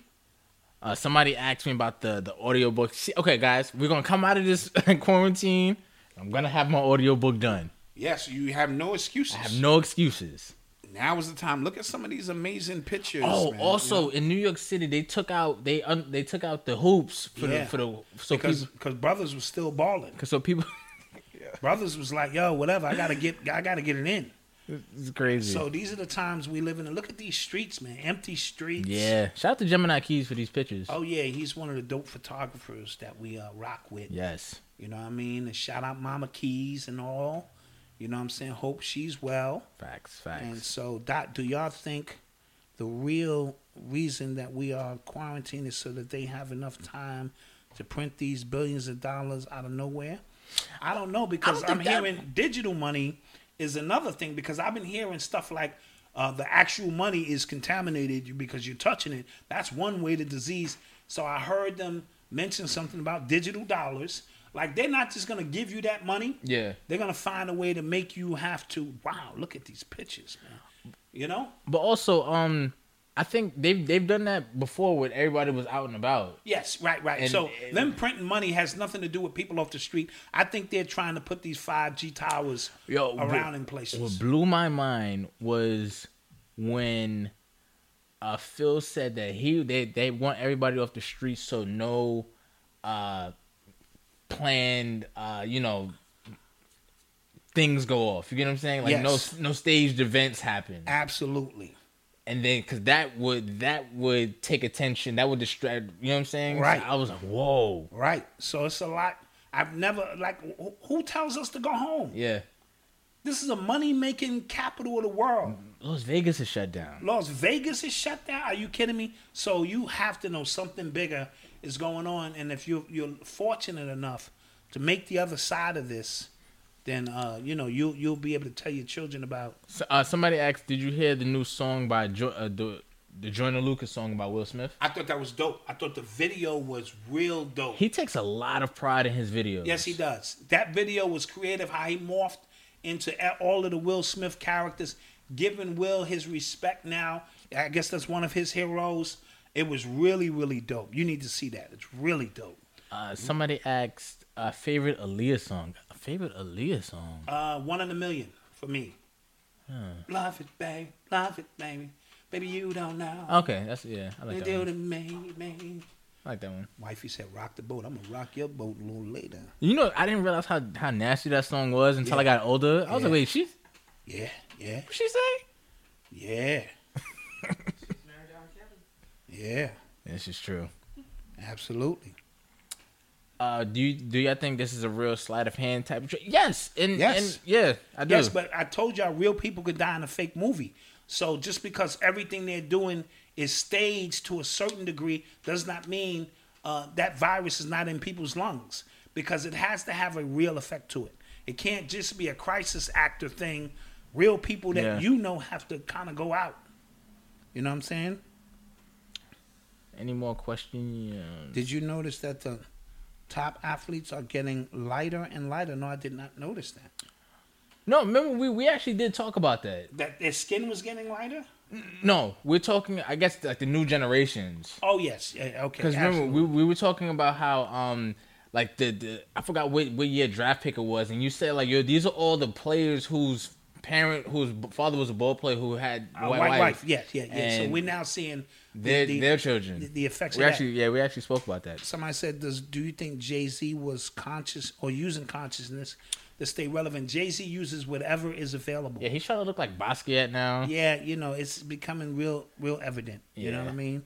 [SPEAKER 4] Uh, somebody asked me about the the audiobook. See, okay, guys, we're gonna come out of this quarantine. I'm gonna have my audiobook done.
[SPEAKER 5] Yes, you have no excuses.
[SPEAKER 4] I have no excuses.
[SPEAKER 5] now is the time. Look at some of these amazing pictures.
[SPEAKER 4] Oh, also in New York City, they took out they un, they took out the hoops for
[SPEAKER 5] Yeah.
[SPEAKER 4] the for the so
[SPEAKER 5] because
[SPEAKER 4] people
[SPEAKER 5] because brothers was still balling.
[SPEAKER 4] cause so people.
[SPEAKER 5] Brothers was like, yo, whatever. I gotta get, I gotta get it in.
[SPEAKER 4] it's crazy.
[SPEAKER 5] So these are the times we live in. And look at these streets, man. Empty streets.
[SPEAKER 4] yeah, shout out to Gemini Keys for these pictures.
[SPEAKER 5] Oh yeah, he's one of the dope photographers that we uh, rock with.
[SPEAKER 4] Yes,
[SPEAKER 5] You know what I mean? And shout out Mama Keys and all. You know what I'm saying? Hope she's well.
[SPEAKER 4] facts,
[SPEAKER 5] And
[SPEAKER 4] facts.
[SPEAKER 5] so, Doc, do y'all think the real reason that we are quarantined is so that they have enough time to print these billions of dollars out of nowhere? I don't know because I'm hearing digital money is another thing because I've been hearing stuff like uh, the actual money is contaminated because you're touching it. That's one way to disease. So I heard them mention something about digital dollars. Like they're not just gonna give you that money.
[SPEAKER 4] Yeah.
[SPEAKER 5] They're gonna find a way to make you have to. Wow, look at these pictures, man. You know?
[SPEAKER 4] But also, um, I think they've they've done that before when everybody was out and about.
[SPEAKER 5] Yes, right, right.
[SPEAKER 4] And-
[SPEAKER 5] so
[SPEAKER 4] and-
[SPEAKER 5] them printing money has nothing to do with people off the street. I think they're trying to put these five G towers
[SPEAKER 4] Yo,
[SPEAKER 5] around
[SPEAKER 4] what-
[SPEAKER 5] in places.
[SPEAKER 4] What blew my mind was when uh, Phil said that he they, they want everybody off the streets so no uh, planned, uh, you know, things go off. You get what I'm saying? Like
[SPEAKER 5] Yes.
[SPEAKER 4] no no staged events happen,
[SPEAKER 5] Absolutely.
[SPEAKER 4] and then because that would that would take attention, that would distract. You know what I'm saying? So
[SPEAKER 5] Right.
[SPEAKER 4] I was like, whoa,
[SPEAKER 5] Right. So it's a lot. I've never like wh- who tells us to go home?
[SPEAKER 4] yeah.
[SPEAKER 5] This is a money making capital of the world.
[SPEAKER 4] Las Vegas is shut down.
[SPEAKER 5] Las Vegas is shut down. Are you kidding me? So you have to know something bigger is going on, and if you you're fortunate enough to make the other side of this, then uh, you know you you'll be able to tell your children about.
[SPEAKER 4] So, uh, somebody asked, did you hear the new song by jo- uh, the the Joyner Lucas song by Will Smith?
[SPEAKER 5] I thought that was dope. I thought the video was real dope.
[SPEAKER 4] He takes a lot of pride in his videos.
[SPEAKER 5] Yes, he does. That video was creative. How he morphed into a- all of the Will Smith characters, giving Will his respect. Now, I guess that's one of his heroes. It was really, really dope. You need to see that. It's really dope.
[SPEAKER 4] Uh, somebody asked, uh, favorite Aaliyah song. Favorite Aaliyah song.
[SPEAKER 5] Uh, one in a million for me. Love it, baby. Love it, baby. Baby, you don't know.
[SPEAKER 4] Okay, that's yeah. I
[SPEAKER 5] You
[SPEAKER 4] like that.
[SPEAKER 5] do
[SPEAKER 4] One.
[SPEAKER 5] to me, me.
[SPEAKER 4] I like that one.
[SPEAKER 5] Wifey said, "Rock the boat." I'm gonna rock your boat a little later.
[SPEAKER 4] You know, I didn't realize how, how nasty that song was until I got older. I was
[SPEAKER 5] Yeah.
[SPEAKER 4] like, wait, she what
[SPEAKER 5] Yeah, yeah,
[SPEAKER 4] she say?
[SPEAKER 5] yeah. yeah,
[SPEAKER 4] This is true.
[SPEAKER 5] absolutely.
[SPEAKER 4] Uh, do you do y'all think this is a real sleight of hand type of trick? Yes, and
[SPEAKER 5] Yes.
[SPEAKER 4] and yeah, I do.
[SPEAKER 5] Yes, but I told y'all real people could die in a fake movie. So just because everything they're doing is staged to a certain degree does not mean uh, that virus is not in people's lungs because it has to have a real effect to it. It can't just be a crisis actor thing. Real people that
[SPEAKER 4] Yeah.
[SPEAKER 5] you know have to kind of go out. You know what I'm saying?
[SPEAKER 4] Any more questions?
[SPEAKER 5] Did you notice that the top athletes are getting lighter and lighter? No, I did not notice that.
[SPEAKER 4] No, remember we, we actually did talk about that.
[SPEAKER 5] That their skin was getting lighter?
[SPEAKER 4] No, we're talking. I guess like the new generations.
[SPEAKER 5] Oh yes. Yeah, okay.
[SPEAKER 4] Because
[SPEAKER 5] absolutely.
[SPEAKER 4] remember we, we were talking about how um like the, the I forgot what what year draft pick it was, and you said like yo these are all the players whose parent whose b- father was a ball player who had
[SPEAKER 5] Uh,
[SPEAKER 4] white,
[SPEAKER 5] white
[SPEAKER 4] wife.
[SPEAKER 5] wife. Yes, yeah, yeah. so
[SPEAKER 4] And
[SPEAKER 5] we're now seeing the-
[SPEAKER 4] Their,
[SPEAKER 5] the-
[SPEAKER 4] their children.
[SPEAKER 5] the, the effects.
[SPEAKER 4] we
[SPEAKER 5] of
[SPEAKER 4] actually
[SPEAKER 5] that.
[SPEAKER 4] yeah we actually spoke about that.
[SPEAKER 5] somebody said, "Does do you think Jay Z was conscious or using consciousness to stay relevant?" Jay Z uses whatever is available.
[SPEAKER 4] Yeah, he's trying to look like Basquiat now.
[SPEAKER 5] Yeah, you know, it's becoming real, real evident. You know
[SPEAKER 4] Yeah.
[SPEAKER 5] what I mean?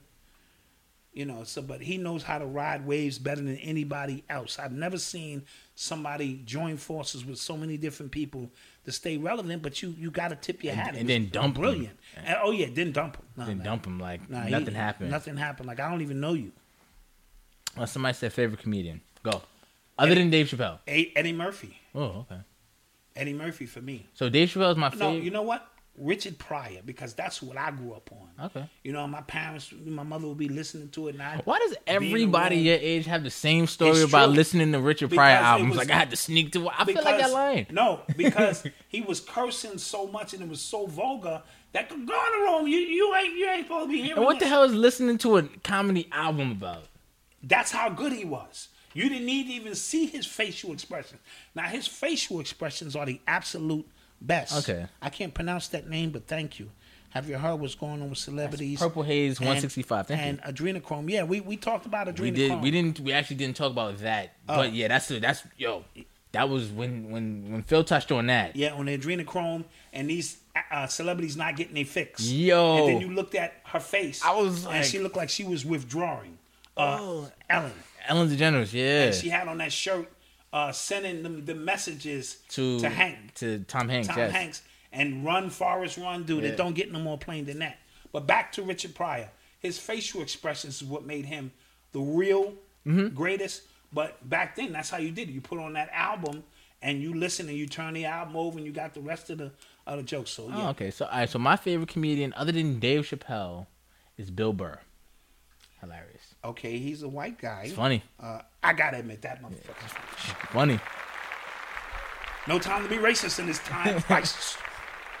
[SPEAKER 5] You know, so but he knows how to ride waves better than anybody else. I've never seen somebody join forces with so many different people to stay relevant. But you, you got to tip your hat. It
[SPEAKER 4] and
[SPEAKER 5] was
[SPEAKER 4] then dump him.
[SPEAKER 5] brilliant. And- oh yeah, didn't dump him. No,
[SPEAKER 4] Then
[SPEAKER 5] no.
[SPEAKER 4] dump him like
[SPEAKER 5] Nah, he-
[SPEAKER 4] nothing happened.
[SPEAKER 5] Nothing happened. Like I don't even know you.
[SPEAKER 4] Uh, somebody said favorite comedian. Go. Other than Dave Chappelle.
[SPEAKER 5] A- Eddie Murphy.
[SPEAKER 4] Oh okay.
[SPEAKER 5] Eddie Murphy for me.
[SPEAKER 4] So Dave Chappelle is my
[SPEAKER 5] No,
[SPEAKER 4] favorite.
[SPEAKER 5] you know what? Richard Pryor, because that's what I grew up on.
[SPEAKER 4] Okay.
[SPEAKER 5] You know, my parents, my mother would be listening to it, and I.
[SPEAKER 4] Why does
[SPEAKER 5] be in the
[SPEAKER 4] everybody
[SPEAKER 5] room.
[SPEAKER 4] your age have the same story
[SPEAKER 5] It's
[SPEAKER 4] about
[SPEAKER 5] true.
[SPEAKER 4] listening to Richard
[SPEAKER 5] Because
[SPEAKER 4] Pryor
[SPEAKER 5] it
[SPEAKER 4] albums?
[SPEAKER 5] was-
[SPEAKER 4] like I had to sneak to. I feel like that line.
[SPEAKER 5] No, because he was cursing so much and it was so vulgar that go in the room. You you ain't you ain't supposed to be hearing.
[SPEAKER 4] And what the
[SPEAKER 5] this."
[SPEAKER 4] hell is listening to a comedy album about?
[SPEAKER 5] That's how good he was. You didn't need to even see his facial expressions. Now his facial expressions are the absolute best.
[SPEAKER 4] Okay.
[SPEAKER 5] I can't pronounce that name, but thank you. Have you heard what's going on with celebrities?
[SPEAKER 4] Purple Haze
[SPEAKER 5] and-
[SPEAKER 4] 165. Thank
[SPEAKER 5] and adrenochrome. Yeah, we, we talked about adrenochrome.
[SPEAKER 4] you. We did. We didn't. We actually didn't talk about that.
[SPEAKER 5] Oh.
[SPEAKER 4] But yeah, that's the that's yo. That was when when when Phil touched on that.
[SPEAKER 5] Yeah, on the adrenochrome, and these uh, celebrities not getting a fix.
[SPEAKER 4] Yo.
[SPEAKER 5] and then you looked at her face.
[SPEAKER 4] I was
[SPEAKER 5] and
[SPEAKER 4] like-
[SPEAKER 5] she looked like she was withdrawing. Uh, Ellen,
[SPEAKER 4] Ellen DeGeneres. Yeah.
[SPEAKER 5] she had on that shirt, uh, sending them the messages
[SPEAKER 4] to
[SPEAKER 5] to Hank,
[SPEAKER 4] to Tom Hanks.
[SPEAKER 5] Tom
[SPEAKER 4] yes.
[SPEAKER 5] Hanks, and run, Forrest, run, dude. It don't get no more plain than that. But back to Richard Pryor, his facial expressions is what made him the real
[SPEAKER 4] Mm-hmm.
[SPEAKER 5] greatest. But back then, that's how you did it. You put on that album and you listen and you turn the album over and you got the rest of the of the jokes. So yeah,
[SPEAKER 4] Oh, okay. So all right. So my favorite comedian, other than Dave Chappelle, is Bill Burr. Hilarious.
[SPEAKER 5] okay, he's a white guy.
[SPEAKER 4] It's funny.
[SPEAKER 5] Uh, I gotta admit that motherfucker.
[SPEAKER 4] Funny.
[SPEAKER 5] No time to be racist in this time of crisis.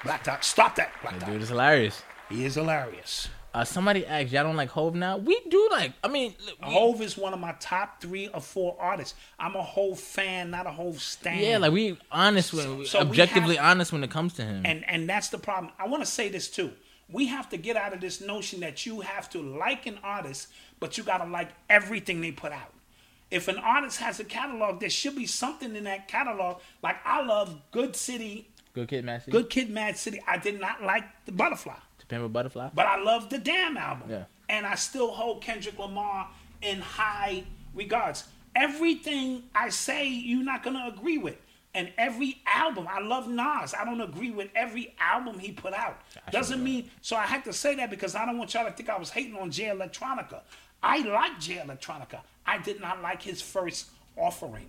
[SPEAKER 5] Black Dot, stop that. Black
[SPEAKER 4] That
[SPEAKER 5] Dot.
[SPEAKER 4] dude is hilarious.
[SPEAKER 5] He is hilarious.
[SPEAKER 4] Uh, somebody asked, y'all don't like Hove now? We do like. I mean, look, we-
[SPEAKER 5] Hove is one of my top three or four artists. I'm a Hove fan, not a Hove stan.
[SPEAKER 4] yeah, like we honest when
[SPEAKER 5] So we
[SPEAKER 4] objectively
[SPEAKER 5] have-
[SPEAKER 4] honest when it comes to him.
[SPEAKER 5] and and that's the problem. I want to say this too. We have to get out of this notion that you have to like an artist, but you gotta like everything they put out. if an artist has a catalog, there should be something in that catalog. Like I love Good City,
[SPEAKER 4] Good Kid, Mad City.
[SPEAKER 5] Good Kid, Mad City. I did not like the Butterfly,
[SPEAKER 4] To Pimp a Butterfly.
[SPEAKER 5] but I love the Damn album.
[SPEAKER 4] Yeah.
[SPEAKER 5] And I still hold Kendrick Lamar in high regards. Everything I say, you're not gonna agree with. And every album, I love Nas. I don't agree with every album he put out. Doesn't mean so. I had to say that because I don't want y'all to think I was hating on Jay Electronica. I like Jay Electronica. I did not like his first offering.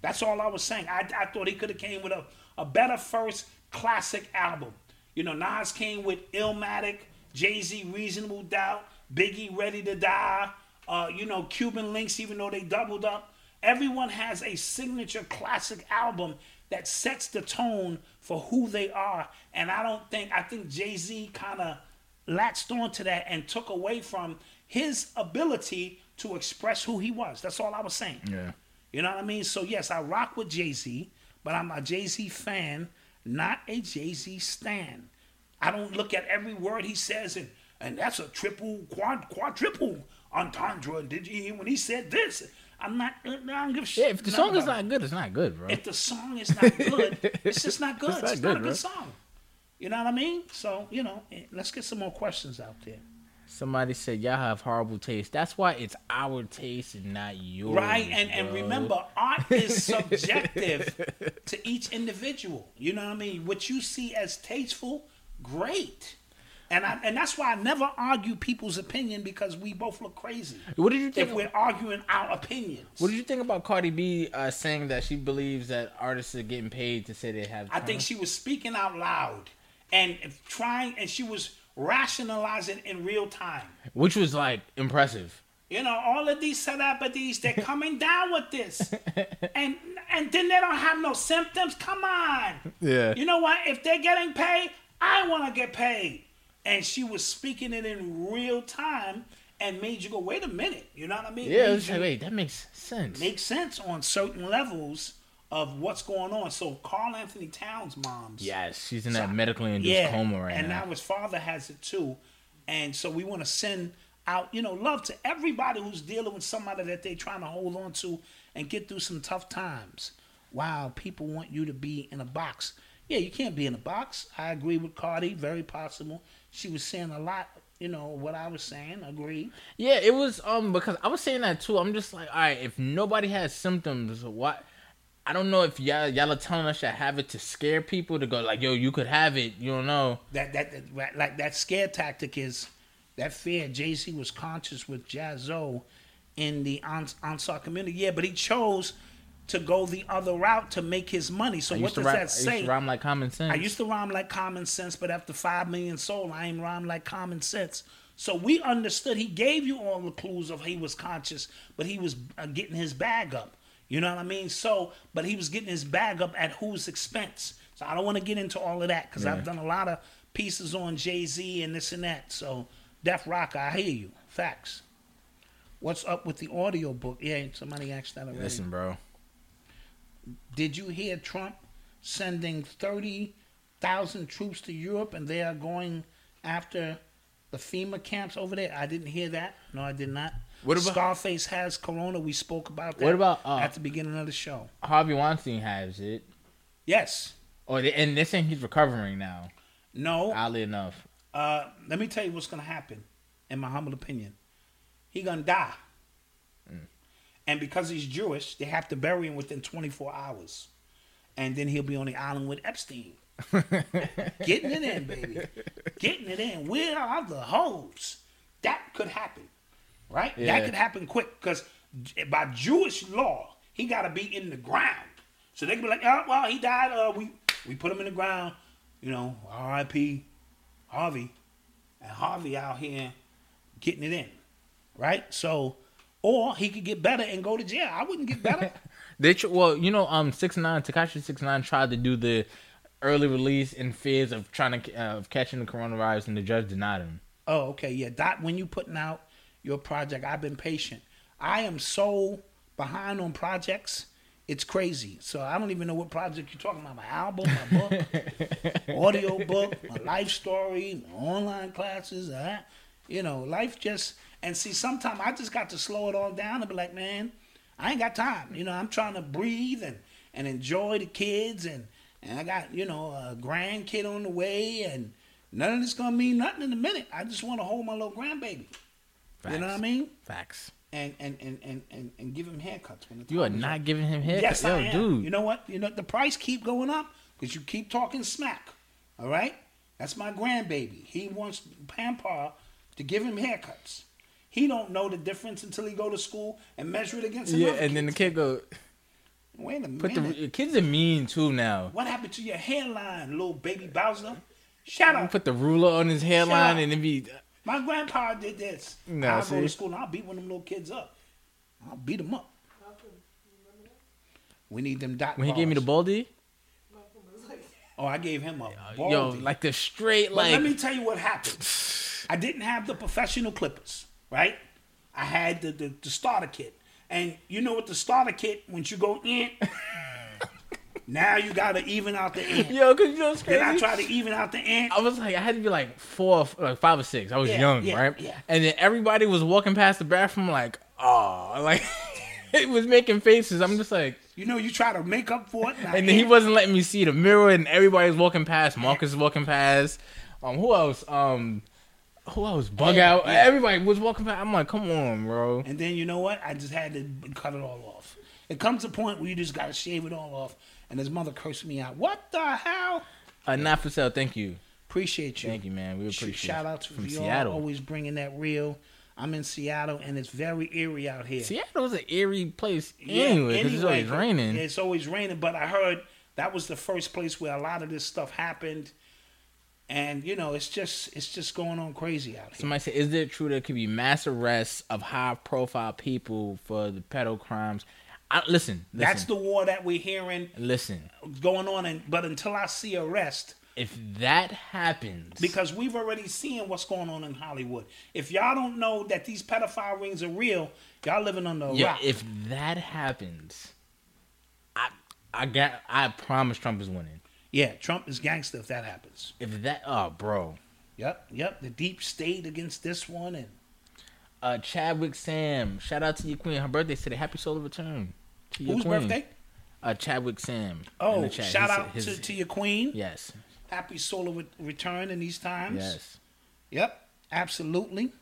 [SPEAKER 5] That's all I was saying. I, I thought he could have came with a, a better first classic album. You know, Nas came with Illmatic, Jay Z, Reasonable Doubt, Biggie, Ready to Die. Uh, you know, Cuban Links, even though they doubled up. Everyone has a signature classic album that sets the tone for who they are. And I don't think I think Jay Z kind of latched onto that and took away from his ability to express who he was. That's all I was saying.
[SPEAKER 4] Yeah.
[SPEAKER 5] You know what I mean? So yes, I rock with Jay Z, but I'm a Jay Z fan, not a Jay Z stan. I don't look at every word he says and and that's a triple, quad, quadruple entendre. Did you hear when he said this? I'm not. I don't give a shit.
[SPEAKER 4] Yeah, if the song is not good, it's not good, bro.
[SPEAKER 5] If the song is not good, it's just not good. It's,
[SPEAKER 4] not
[SPEAKER 5] not a
[SPEAKER 4] good,
[SPEAKER 5] good
[SPEAKER 4] bro.
[SPEAKER 5] song. You know what I mean? So you know, eh, let's get some more questions out there.
[SPEAKER 4] Somebody said y'all have horrible taste. That's why it's our taste and not yours.
[SPEAKER 5] right and and
[SPEAKER 4] bro.
[SPEAKER 5] remember art is subjective to each individual you know what i mean what you see as tasteful great and I, and that's why i never argue people's opinion because we both look crazy
[SPEAKER 4] What did you
[SPEAKER 5] if
[SPEAKER 4] think?
[SPEAKER 5] we're arguing our opinions
[SPEAKER 4] What did you think about Cardi B uh, saying that she believes that artists are getting paid to say they have?
[SPEAKER 5] I think she was speaking out loud and if trying and she was rationalizing in real time
[SPEAKER 4] talent? which was like impressive.
[SPEAKER 5] You know, all of these celebrities, they're coming down with this. And and then they don't have no symptoms. Come on.
[SPEAKER 4] Yeah.
[SPEAKER 5] You know what? If they're getting paid, I wanna get paid. And she was speaking it in real time and made you go, wait a minute. You know what I mean?
[SPEAKER 4] Yeah,
[SPEAKER 5] Made
[SPEAKER 4] it was
[SPEAKER 5] you
[SPEAKER 4] like, wait, that makes sense.
[SPEAKER 5] make sense on certain levels of what's going on. So Carl Anthony Towns mom's
[SPEAKER 4] Yes, she's in that medically induced
[SPEAKER 5] yeah,
[SPEAKER 4] coma right
[SPEAKER 5] and
[SPEAKER 4] now.
[SPEAKER 5] his father has it too, and so we want to send out, you know, love to everybody who's dealing with somebody that they're trying to hold on to and get through some tough times. Wow, people want you to be in a box. Yeah, you can't be in a box. I agree with Cardi, very possible. She was saying a lot, you know, what I was saying. Agree.
[SPEAKER 4] Yeah, it was um because I was saying that too. I'm just like, all right, if nobody has symptoms, what? I don't know if y'all y'all are telling us to have it to scare people to go like, yo, you could have it. You don't know.
[SPEAKER 5] That that, that right, like that scare tactic is that fear. Jay Z was conscious with Jazzo in the Ans- Ansar community. Yeah, but he chose to go the other route to make his money. So
[SPEAKER 4] I
[SPEAKER 5] what
[SPEAKER 4] used
[SPEAKER 5] does
[SPEAKER 4] to rap,
[SPEAKER 5] that
[SPEAKER 4] I used
[SPEAKER 5] say?
[SPEAKER 4] to rhyme like common sense.
[SPEAKER 5] I used to rhyme like common sense, but after five million sold, I ain't rhyme like common sense. So we understood. He gave you all the clues of he was conscious, but he was uh, getting his bag up. You know what I mean? So, but he was getting his bag up at whose expense? So I don't want to get into all of that because I've done a lot of pieces on Jay Z and this and that. So, Def Rock, I hear you. Facts. What's up with the audio book? Yeah, somebody asked that already.
[SPEAKER 4] Listen, bro.
[SPEAKER 5] Did you hear Trump sending 30,000 troops to Europe and they are going after the FEMA camps over there? I didn't hear that. No, I did not.
[SPEAKER 4] What about-
[SPEAKER 5] Scarface has corona? We spoke about that.
[SPEAKER 4] What about, uh,
[SPEAKER 5] at the beginning of the show?
[SPEAKER 4] Harvey Weinstein has it.
[SPEAKER 5] Yes.
[SPEAKER 4] Oh, they, and they're saying he's recovering now.
[SPEAKER 5] No.
[SPEAKER 4] Oddly enough,
[SPEAKER 5] Uh, let me tell you what's gonna happen, in my humble opinion. He gonna die. And because he's Jewish, they have to bury him within 24 hours. And then he'll be on the island with Epstein. Getting it in, baby. Getting it in. Where are the hoes? That could happen. Right?
[SPEAKER 4] Yeah.
[SPEAKER 5] That could happen quick. Because by Jewish law, he gotta be in the ground. So they can be like, oh well, he died, uh, we we put him in the ground, you know, R.I.P. Harvey, and Harvey out here getting it in, right? So, or he could get better and go to jail. I wouldn't get better.
[SPEAKER 4] they tr- well, you know, um, six nine Takashi six nine tried to do the early release in fears of trying to uh, of catching the coronavirus, and the judge denied him.
[SPEAKER 5] oh, okay, yeah. Dot, when you putting out your project, I've been patient. I am so behind on projects. It's crazy. So I don't even know what project you're talking about. My album, my book, audio book, my life story, my online classes, uh, you know, life just and see sometimes I just got to slow it all down and be like, man, I ain't got time. You know, I'm trying to breathe and and enjoy the kids and and I got you know a grandkid on the way and none of this gonna mean nothing in a minute. I just want to hold my little grandbaby. You know what I
[SPEAKER 4] Facts.
[SPEAKER 5] mean?
[SPEAKER 4] Facts.
[SPEAKER 5] And and and and and, and give him haircuts when the
[SPEAKER 4] You are
[SPEAKER 5] time is
[SPEAKER 4] not
[SPEAKER 5] up.
[SPEAKER 4] giving him hair.
[SPEAKER 5] Yes,
[SPEAKER 4] Eh, Yo,
[SPEAKER 5] I am.
[SPEAKER 4] dude.
[SPEAKER 5] You know what? You know the price keep going up because you keep talking smack. All right, that's my grandbaby. He wants Pampa to give him haircuts. He don't know the difference until he go to school and measure it against
[SPEAKER 4] yeah,
[SPEAKER 5] another
[SPEAKER 4] and then the
[SPEAKER 5] kid's.
[SPEAKER 4] kid go
[SPEAKER 5] Wait a
[SPEAKER 4] put
[SPEAKER 5] minute.
[SPEAKER 4] the your kids are mean too now.
[SPEAKER 5] what happened to your hairline, little baby Bowser? Shut up.
[SPEAKER 4] Put the ruler on his hairline
[SPEAKER 5] up.
[SPEAKER 4] and then be
[SPEAKER 5] My grandpa did this.
[SPEAKER 4] Nah,
[SPEAKER 5] I'll go
[SPEAKER 4] see?
[SPEAKER 5] to school and I'll beat one of them little kids up. I'll beat them up. We need them dot
[SPEAKER 4] when he gave me the
[SPEAKER 5] balls.
[SPEAKER 4] baldy.
[SPEAKER 5] Oh, I gave him a ball.
[SPEAKER 4] Yo, like the straight
[SPEAKER 5] But
[SPEAKER 4] like
[SPEAKER 5] let me tell you what happened. I didn't have the professional clippers, right? I had the, the, the starter kit. And you know what the starter kit, once you go in, now you gotta even out the end.
[SPEAKER 4] Yo, cause you know what's
[SPEAKER 5] Then
[SPEAKER 4] crazy.
[SPEAKER 5] I try to even out the end.
[SPEAKER 4] I was like, I had to be like four, like five or six. I was
[SPEAKER 5] Yeah,
[SPEAKER 4] young,
[SPEAKER 5] yeah,
[SPEAKER 4] right?
[SPEAKER 5] yeah.
[SPEAKER 4] And then everybody was walking past the bathroom, like, oh, like it was making faces. I'm just like,
[SPEAKER 5] You know, you try to make up for it. I
[SPEAKER 4] and then he
[SPEAKER 5] ain't.
[SPEAKER 4] wasn't letting me see the mirror, and everybody's walking past. Marcus is walking past. Um, who else? Um, who else? Bug out. Everybody was walking past. I'm like, come on, bro.
[SPEAKER 5] And then you know what? I just had to b- cut it all off. It comes to a point where you just gotta shave it all off. And his mother cursed me out. What the hell?
[SPEAKER 4] Uh, not for sale. Thank you,
[SPEAKER 5] Appreciate you.
[SPEAKER 4] thank you, man. We appreciate.
[SPEAKER 5] Shout out to
[SPEAKER 4] from
[SPEAKER 5] you
[SPEAKER 4] Seattle.
[SPEAKER 5] always bringing that real. I'm in Seattle and it's very eerie out here.
[SPEAKER 4] Seattle's an eerie place
[SPEAKER 5] Yeah,
[SPEAKER 4] anyway because
[SPEAKER 5] anyway,
[SPEAKER 4] it's always raining.
[SPEAKER 5] It's always raining, but I heard that was the first place where a lot of this stuff happened. And you know, it's just it's just going on crazy out here.
[SPEAKER 4] Somebody said, "Is it true there could be mass arrests of high-profile people for the pedo crimes?" I, listen, listen,
[SPEAKER 5] That's the war that we're hearing
[SPEAKER 4] listen.
[SPEAKER 5] going on, and but until I see arrest,
[SPEAKER 4] If that happens,
[SPEAKER 5] because we've already seen what's going on in Hollywood. If y'all don't know that these pedophile rings are real, y'all living under a
[SPEAKER 4] yeah,
[SPEAKER 5] rock.
[SPEAKER 4] if that happens, I, I got, I promise Trump is winning.
[SPEAKER 5] yeah, Trump is gangster if that happens.
[SPEAKER 4] If that, oh, bro,
[SPEAKER 5] Yep, yep. The deep state against this one, and
[SPEAKER 4] uh, Chadwick Sam, shout out to your queen. Her birthday today. Happy solar return. To your
[SPEAKER 5] whose
[SPEAKER 4] queen.
[SPEAKER 5] birthday?
[SPEAKER 4] Uh, Chadwick Sam. in
[SPEAKER 5] Oh,
[SPEAKER 4] the chat.
[SPEAKER 5] shout
[SPEAKER 4] His-
[SPEAKER 5] out
[SPEAKER 4] his-
[SPEAKER 5] to, to your queen.
[SPEAKER 4] yes,
[SPEAKER 5] Happy solo re- return in these times.
[SPEAKER 4] yes.
[SPEAKER 5] Yep, absolutely.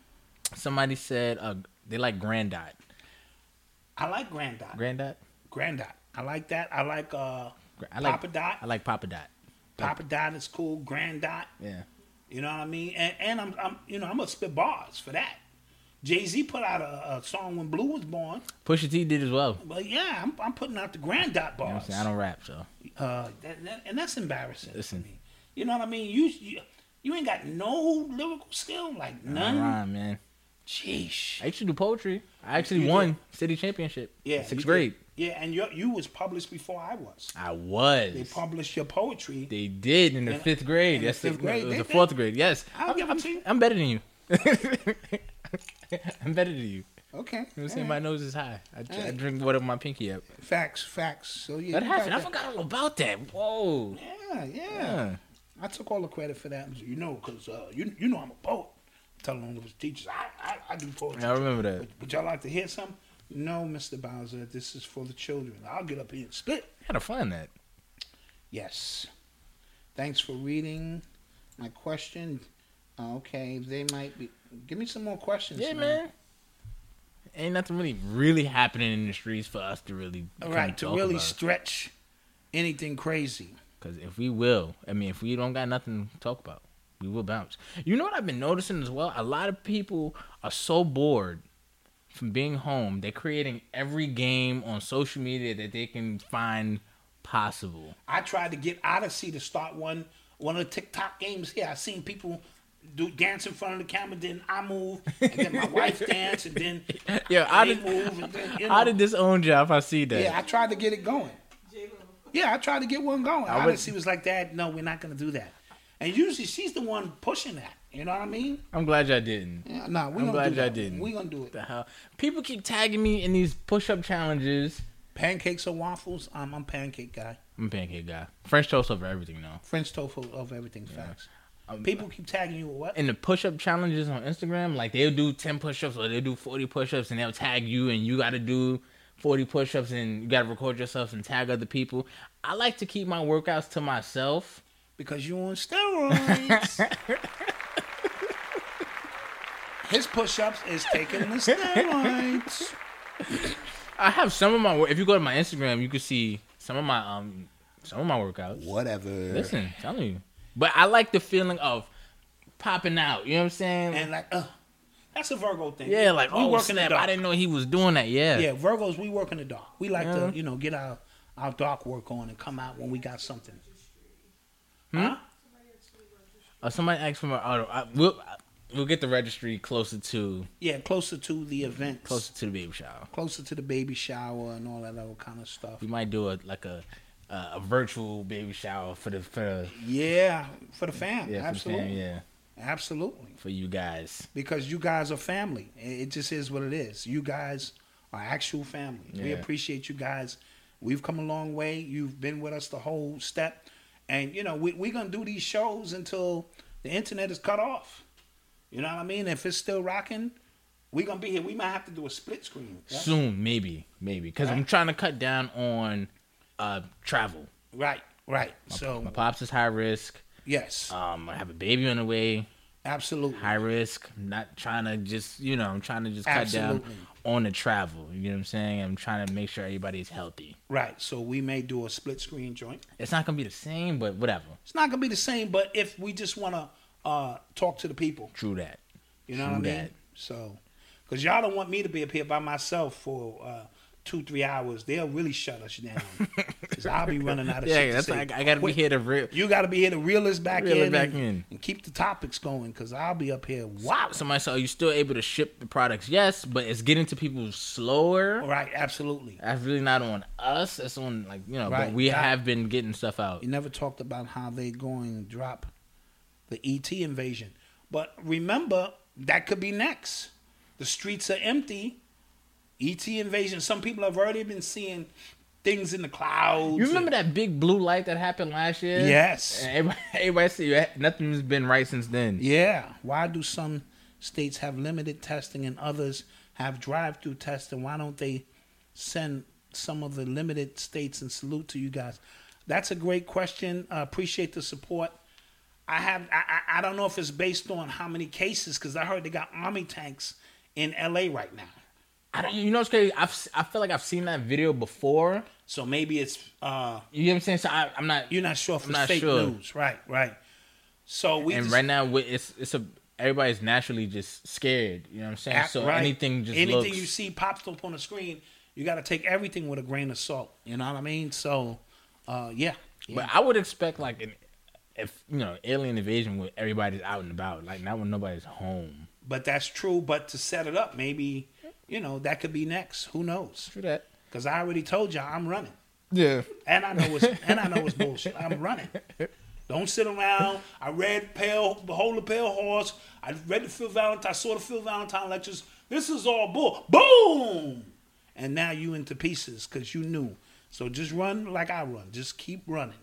[SPEAKER 4] Somebody said uh, they like Grandot.
[SPEAKER 5] I like Grandot.
[SPEAKER 4] Grandot.
[SPEAKER 5] Grandot. I like that. I like uh,
[SPEAKER 4] I like
[SPEAKER 5] Papa Dot.
[SPEAKER 4] I like Papa Dot.
[SPEAKER 5] Papa Dot is cool. Grandot.
[SPEAKER 4] Yeah.
[SPEAKER 5] You know what I mean? And, and I'm, I'm, you know, I'm gonna spit bars for that. Jay Z put out a, a song when Blue was born,
[SPEAKER 4] Pusha T did as well. You know
[SPEAKER 5] but yeah, I'm, I'm putting out the Grandot
[SPEAKER 4] what I'm
[SPEAKER 5] bars.
[SPEAKER 4] saying? I don't rap, so
[SPEAKER 5] uh, that, that, and that's embarrassing. to
[SPEAKER 4] Listen.
[SPEAKER 5] me. you know what I mean? You, you you ain't got no lyrical skill, like
[SPEAKER 4] I don't
[SPEAKER 5] none.
[SPEAKER 4] rhyme, man.
[SPEAKER 5] Jeez.
[SPEAKER 4] I used to do poetry. I actually
[SPEAKER 5] You
[SPEAKER 4] won city championship.
[SPEAKER 5] Yeah,
[SPEAKER 4] in
[SPEAKER 5] you
[SPEAKER 4] sixth
[SPEAKER 5] did.
[SPEAKER 4] grade.
[SPEAKER 5] Yeah, and you you was published before I was.
[SPEAKER 4] I
[SPEAKER 5] They
[SPEAKER 4] was.
[SPEAKER 5] published your poetry.
[SPEAKER 4] They did in the
[SPEAKER 5] In-
[SPEAKER 4] fifth grade.
[SPEAKER 5] in the
[SPEAKER 4] Yes, the,
[SPEAKER 5] fifth grade,
[SPEAKER 4] it was
[SPEAKER 5] they
[SPEAKER 4] the
[SPEAKER 5] did.
[SPEAKER 4] fourth grade. Yes,
[SPEAKER 5] I'll give it
[SPEAKER 4] I'm,
[SPEAKER 5] to you.
[SPEAKER 4] I'm better than you. I'm better than you.
[SPEAKER 5] Okay.
[SPEAKER 4] You know what I'm
[SPEAKER 5] all
[SPEAKER 4] saying? My nose is high. I, dr- I
[SPEAKER 5] Alright.
[SPEAKER 4] drink water with my pinky up.
[SPEAKER 5] right. Facts, facts. So yeah.
[SPEAKER 4] That
[SPEAKER 5] you got
[SPEAKER 4] happened. I
[SPEAKER 5] that.
[SPEAKER 4] forgot all about that. Whoa.
[SPEAKER 5] Yeah, yeah,
[SPEAKER 4] Yeah.
[SPEAKER 5] I took all the credit for that, you know, because uh, you you know I'm a poet. Telling all those teachers, I I, I do poetry.
[SPEAKER 4] Yeah, I remember that.
[SPEAKER 5] Would, would y'all like to hear some? No, Mr. Bowser, this is for the children. I'll get up here and spit.
[SPEAKER 4] I gotta find that.
[SPEAKER 5] Yes. Thanks for reading my question. Uh, Okay, they might be. Give me some more questions.
[SPEAKER 4] Yeah, man. Ain't nothing really really happening in the streets for us to really
[SPEAKER 5] All right, to really
[SPEAKER 4] because
[SPEAKER 5] stretch anything crazy.
[SPEAKER 4] if we will, I mean, if we don't got nothing to talk about, we will bounce. You know what I've been noticing as well? A lot of people are so bored from being home. They're creating every game on social media that they can find possible.
[SPEAKER 5] I tried to get Odyssey to start one one of the TikTok games here. I seen people do dance in front of the camera, then I move, and then my wife dance, and then
[SPEAKER 4] Yeah,
[SPEAKER 5] they
[SPEAKER 4] I did.
[SPEAKER 5] move, and then, you know.
[SPEAKER 4] I did this own job. I see that.
[SPEAKER 5] Yeah, I tried to get it going. Yeah, I tried to get one going.
[SPEAKER 4] would-
[SPEAKER 5] Odyssey was like, "Dad, no, we're not gonna do that." And usually she's the one pushing that. You know what I mean?
[SPEAKER 4] I'm glad y'all didn't.
[SPEAKER 5] Yeah, nah, we
[SPEAKER 4] I'm
[SPEAKER 5] gonna
[SPEAKER 4] glad
[SPEAKER 5] do
[SPEAKER 4] y'all
[SPEAKER 5] that.
[SPEAKER 4] didn't.
[SPEAKER 5] We gonna do it.
[SPEAKER 4] The hell? People keep tagging me in these push-up challenges.
[SPEAKER 5] Pancakes or waffles? Um, I'm pancake guy.
[SPEAKER 4] I'm a pancake guy. French toast over everything though.
[SPEAKER 5] French toast of everything. Facts. People keep tagging you with what?
[SPEAKER 4] in the push-up challenges on Instagram, like they'll do 10 push-ups or they'll do 40 push-ups and they'll tag you and you got to do 40 push-ups and you got to record yourself and tag other people. I like to keep my workouts to myself.
[SPEAKER 5] because you on steroids. His push-ups is taking the steroids.
[SPEAKER 4] I have some of my wor- if you go to my Instagram, you can see some of my um some of my workouts.
[SPEAKER 7] Whatever.
[SPEAKER 4] Listen, I'm telling you. But I like the feeling of popping out, you know what I'm saying?
[SPEAKER 5] And like, uh, that's a Virgo thing.
[SPEAKER 4] yeah, like
[SPEAKER 5] we
[SPEAKER 4] oh
[SPEAKER 5] work in the
[SPEAKER 4] snap,
[SPEAKER 5] dark.
[SPEAKER 4] I didn't know he was doing that. Yeah.
[SPEAKER 5] Yeah, Virgos, we work in the dark. We like
[SPEAKER 4] Yeah.
[SPEAKER 5] to, you know, get our our dark work on and come out when we got something. Huh?
[SPEAKER 4] Uh, somebody asked for my auto. I, we'll we'll get the registry closer to
[SPEAKER 5] Yeah, closer to the events,
[SPEAKER 4] closer to the baby shower.
[SPEAKER 5] closer to the baby shower and all that other kind of stuff.
[SPEAKER 4] We might do a like a a, a virtual baby shower for the for the,
[SPEAKER 5] Yeah, for the
[SPEAKER 4] yeah,
[SPEAKER 5] fam.
[SPEAKER 4] for the
[SPEAKER 5] absolutely.
[SPEAKER 4] fam, yeah
[SPEAKER 5] Absolutely.
[SPEAKER 4] for you guys.
[SPEAKER 5] because you guys are family. It it just is what it is. You guys are actual family. We
[SPEAKER 4] Yeah.
[SPEAKER 5] appreciate you guys. We've come a long way. You've been with us the whole step. And, you know, we, we're going to do these shows until the internet is cut off. You know what I mean? If it's still rocking, we're going to be here. We might have to do a split screen. Yeah?
[SPEAKER 4] Soon, maybe, maybe, because I'm trying to cut down on uh travel.
[SPEAKER 5] Right, right. so,
[SPEAKER 4] My pops is high risk.
[SPEAKER 5] yes,
[SPEAKER 4] Um, I have a baby on the way.
[SPEAKER 5] absolutely.
[SPEAKER 4] High risk. I'm not trying to just you know. I'm trying to just cut
[SPEAKER 5] Absolutely.
[SPEAKER 4] down on the travel. You know what I'm saying? I'm trying to make sure everybody's healthy.
[SPEAKER 5] Right. So we may do a split screen joint.
[SPEAKER 4] It's not gonna be the same, but whatever.
[SPEAKER 5] It's not going to be the same, but if we just want to uh, talk to the people,
[SPEAKER 4] True that.
[SPEAKER 5] You know what I mean?
[SPEAKER 4] True that.
[SPEAKER 5] So, because y'all don't want me to be up here by myself for uh, two, three hours. They'll really shut us down. 'Cause I'll be running out of
[SPEAKER 4] Yeah,
[SPEAKER 5] shit. to
[SPEAKER 4] that's
[SPEAKER 5] say.
[SPEAKER 4] why I, I gotta be
[SPEAKER 5] Quick.
[SPEAKER 4] here to rip.
[SPEAKER 5] You got to be here to reel us back,
[SPEAKER 4] Reel it
[SPEAKER 5] in,
[SPEAKER 4] back
[SPEAKER 5] and,
[SPEAKER 4] in.
[SPEAKER 5] and keep the topics going because I'll be up here. Wow.
[SPEAKER 4] Somebody said, "Are you still able to ship the products?" Yes, but it's getting to people
[SPEAKER 5] All
[SPEAKER 4] slower.
[SPEAKER 5] right, absolutely.
[SPEAKER 4] That's really not on us. It's on like you know,
[SPEAKER 5] Right.
[SPEAKER 4] but we
[SPEAKER 5] Yeah.
[SPEAKER 4] have been getting stuff out.
[SPEAKER 5] You never talked about how they going to drop the ET invasion. But remember, that could be next. The streets are empty. ET invasion. Some people have already been seeing things in the clouds.
[SPEAKER 4] You remember
[SPEAKER 5] and-
[SPEAKER 4] that big blue light that happened last year?
[SPEAKER 5] Yes.
[SPEAKER 4] And everybody, everybody said nothing's been right since then.
[SPEAKER 5] Yeah. Why do some states have limited testing and others have drive through testing? Why don't they send some of the limited states and salute to you guys? That's a great question. Uh, appreciate the support. I have I, I I don't know if it's based on how many cases because I heard they got army tanks in LA right now.
[SPEAKER 4] I don't, you know what's crazy? I've, s- I feel like I've seen that video before.
[SPEAKER 5] So maybe it's uh,
[SPEAKER 4] You know what I'm saying? So I, I'm not.
[SPEAKER 5] you're not sure if it's
[SPEAKER 4] not
[SPEAKER 5] fake
[SPEAKER 4] sure.
[SPEAKER 5] news, right? Right. So we
[SPEAKER 4] and
[SPEAKER 5] just-
[SPEAKER 4] right now, we- it's it's a everybody's naturally just scared. You know what I'm saying?
[SPEAKER 5] Act
[SPEAKER 4] So
[SPEAKER 5] right.
[SPEAKER 4] anything just
[SPEAKER 5] anything
[SPEAKER 4] looks.
[SPEAKER 5] you see pops up on the screen, you got to take everything with a grain of salt. You know what I mean? So, uh, yeah,
[SPEAKER 4] But I would expect like an if you know alien invasion where everybody's out and about, like not when nobody's home.
[SPEAKER 5] but that's true. But to set it up, maybe you know that could be next. Who knows?
[SPEAKER 4] True that.
[SPEAKER 5] Because I already told y'all I'm running,
[SPEAKER 4] Yeah.
[SPEAKER 5] and I know it's and I know it's bullshit. I'm running. Don't sit around. I read Pale, Behold the Pale Horse. I read the Phil Valentine. I saw the Phil Valentine lectures. This is all bull. Boom! And now you into pieces because you knew. So just run like I run. Just keep running.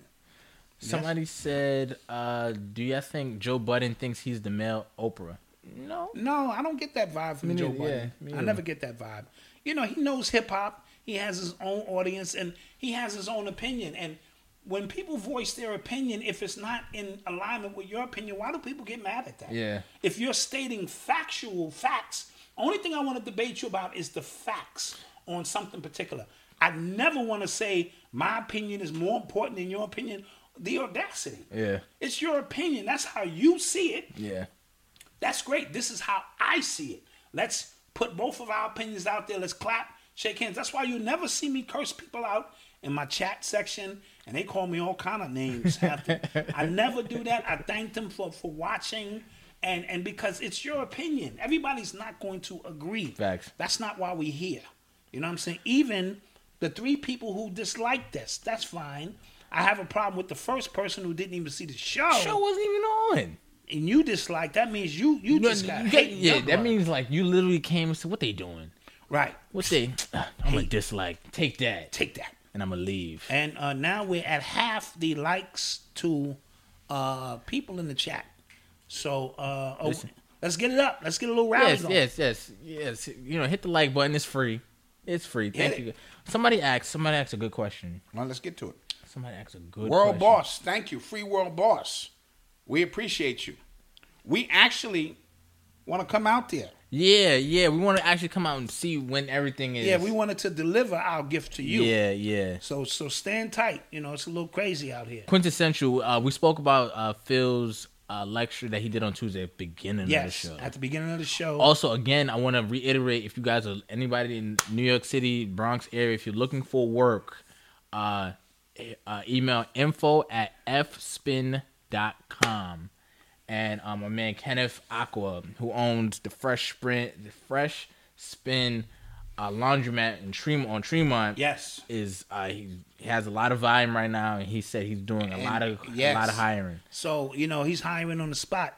[SPEAKER 4] Somebody said, uh, "Do you think Joe Budden thinks he's the male Oprah?" No.
[SPEAKER 5] No, I don't get that vibe from
[SPEAKER 4] Me
[SPEAKER 5] Joe
[SPEAKER 4] neither,
[SPEAKER 5] Budden.
[SPEAKER 4] yeah, me
[SPEAKER 5] I
[SPEAKER 4] neither.
[SPEAKER 5] never get that vibe. You know, he knows hip hop. He has his own audience, and he has his own opinion. And when people voice their opinion, if it's not in alignment with your opinion, why do people get mad at that?
[SPEAKER 4] Yeah.
[SPEAKER 5] If you're stating factual facts, only thing I want to debate you about is the facts on something particular. I never want to say my opinion is more important than your opinion. The audacity.
[SPEAKER 4] Yeah.
[SPEAKER 5] It's your opinion. That's how you see it.
[SPEAKER 4] Yeah.
[SPEAKER 5] That's great. This is how I see it. Let's put both of our opinions out there. Let's clap, shake hands. That's why you never see me curse people out in my chat section, and they call me all kind of names. after. I never do that. I thank them for for watching. And, and because it's your opinion, everybody's not going to agree.
[SPEAKER 4] Facts.
[SPEAKER 5] That's not why we're here. You know what I'm saying? Even the three people who dislike this, that's fine. I have a problem with the first person who didn't even see the show
[SPEAKER 4] Show wasn't even on.
[SPEAKER 5] and you dislike, that means you you
[SPEAKER 4] No,
[SPEAKER 5] just got
[SPEAKER 4] you get-
[SPEAKER 5] hate.
[SPEAKER 4] yeah,
[SPEAKER 5] number.
[SPEAKER 4] that means like you literally came and said, "What they doing?
[SPEAKER 5] right.
[SPEAKER 4] What they? I'm gonna dislike. Take that,
[SPEAKER 5] Take that.
[SPEAKER 4] and I'm gonna leave."
[SPEAKER 5] And uh, now we're at half the likes to uh, people in the chat. So uh, oh, let's get it up. Let's get a little rally
[SPEAKER 4] Yes,
[SPEAKER 5] going.
[SPEAKER 4] yes, yes, yes. You know, hit the like button. It's free. It's free.
[SPEAKER 5] Hit
[SPEAKER 4] Thank
[SPEAKER 5] it.
[SPEAKER 4] you. Somebody asked. Somebody asked a good question.
[SPEAKER 7] Well, let's get to it.
[SPEAKER 4] Somebody asked a good
[SPEAKER 7] World
[SPEAKER 4] question.
[SPEAKER 7] Boss, thank you. Free World Boss. We appreciate you. We actually want to come out there.
[SPEAKER 4] Yeah, yeah. We want to actually come out and see when everything is.
[SPEAKER 5] Yeah, we wanted to deliver our gift to you.
[SPEAKER 4] Yeah, yeah.
[SPEAKER 5] So so stand tight. You know, it's a little crazy out here.
[SPEAKER 4] Quintessential. Uh, we spoke about uh, Phil's uh, lecture that he did on Tuesday at the beginning
[SPEAKER 5] Yes,
[SPEAKER 4] of the show.
[SPEAKER 5] at the beginning of the show.
[SPEAKER 4] also again i want to reiterate if you guys are anybody in new york city bronx area if you're looking for work uh, e- uh email info at fspin.com and um my man kenneth aqua who owns the fresh sprint the fresh spin uh, laundromat in Tremont on Tremont
[SPEAKER 5] yes.
[SPEAKER 4] is uh, he, he has a lot of volume right now and he said he's doing a lot of
[SPEAKER 7] yes.
[SPEAKER 4] a lot of hiring
[SPEAKER 5] So you know he's hiring on the spot.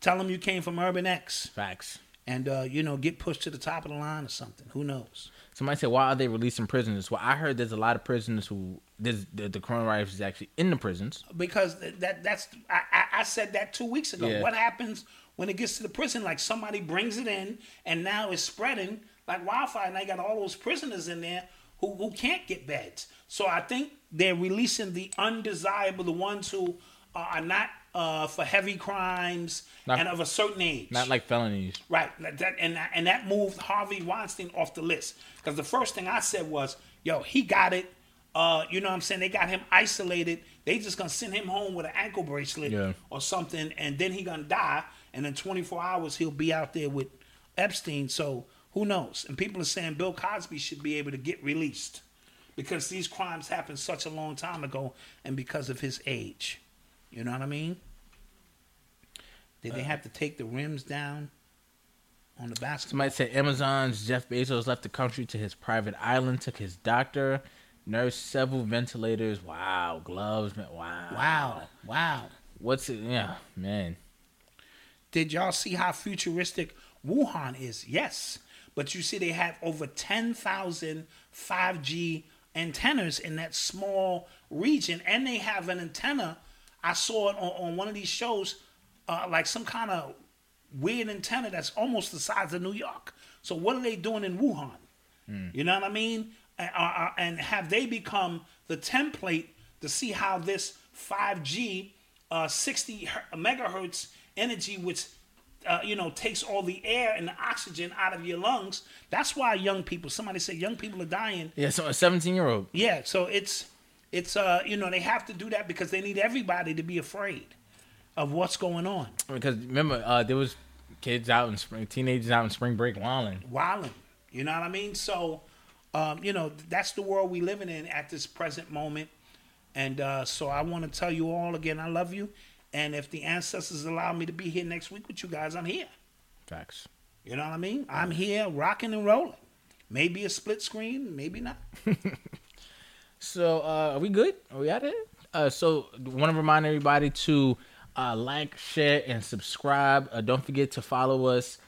[SPEAKER 5] Tell him you came from Urban X,
[SPEAKER 4] facts
[SPEAKER 5] and uh, you know get pushed to the top of the line or something. Who knows?
[SPEAKER 4] Somebody said, "Why are they releasing prisoners?" Well, I heard there's a lot of prisoners who there's, the, the coronavirus is actually in the prisons.
[SPEAKER 5] Because th- that that's I, I, I said that two weeks ago.
[SPEAKER 4] Yeah.
[SPEAKER 5] What happens when it gets to the prison? Like somebody brings it in, and now it's spreading like wildfire. And they got all those prisoners in there who who can't get beds. So I think they're releasing the undesirable, the ones who are are not uh, for heavy crimes
[SPEAKER 4] Not-
[SPEAKER 5] and of a certain age.
[SPEAKER 4] Not like felonies.
[SPEAKER 5] Right, like that and that- and that moved Harvey Weinstein off the list because the first thing I said was, "Yo, he got it." Uh, you know what I'm saying? They got him isolated. They just gonna send him home with an ankle bracelet
[SPEAKER 4] Yeah.
[SPEAKER 5] or something, and then he gonna die. And in 24 hours, he'll be out there with Epstein. So who knows? And people are saying Bill Cosby should be able to get released because these crimes happened such a long time ago, and because of his age. You know what I mean? Did they have to take the rims down on the basketball?
[SPEAKER 4] Somebody said Amazon's Jeff Bezos left the country to his private island, took his doctor, nurse, several ventilators. Wow, gloves, man. Wow,
[SPEAKER 5] Wow, wow.
[SPEAKER 4] What's it? Yeah, man.
[SPEAKER 5] Did y'all see how futuristic Wuhan is? Yes. But you see, they have over 10,000 5G antennas in that small region, and they have an antenna. I saw it on, on one of these shows, uh, like some kind of weird antenna that's almost the size of New York. So, what are they doing in Wuhan? You know what I mean? And, uh, uh, and have they become the template to see how this 5G, uh, 60 her- megahertz energy, which uh, you know takes all the air and the oxygen out of your lungs? That's why young people. Somebody said young people are dying.
[SPEAKER 4] Yeah, so a 17 year old.
[SPEAKER 5] Yeah, so it's it's uh you know they have to do that because they need everybody to be afraid of what's going on.
[SPEAKER 4] Because remember, uh, there was kids out in spring, teenagers out in spring break wilding.
[SPEAKER 5] wilding. You know what I mean? So, um, you know, that's the world we living in at this present moment. And uh, so I want to tell you all again, I love you. And if the ancestors allow me to be here next week with you guys, I'm here.
[SPEAKER 4] Facts.
[SPEAKER 5] You know what I mean? I'm here rocking and rolling. Maybe a split screen, maybe not.
[SPEAKER 4] So uh, are we good? Are we out of here? Uh, so want to remind everybody to uh, like, share, and subscribe. Uh, don't forget to follow us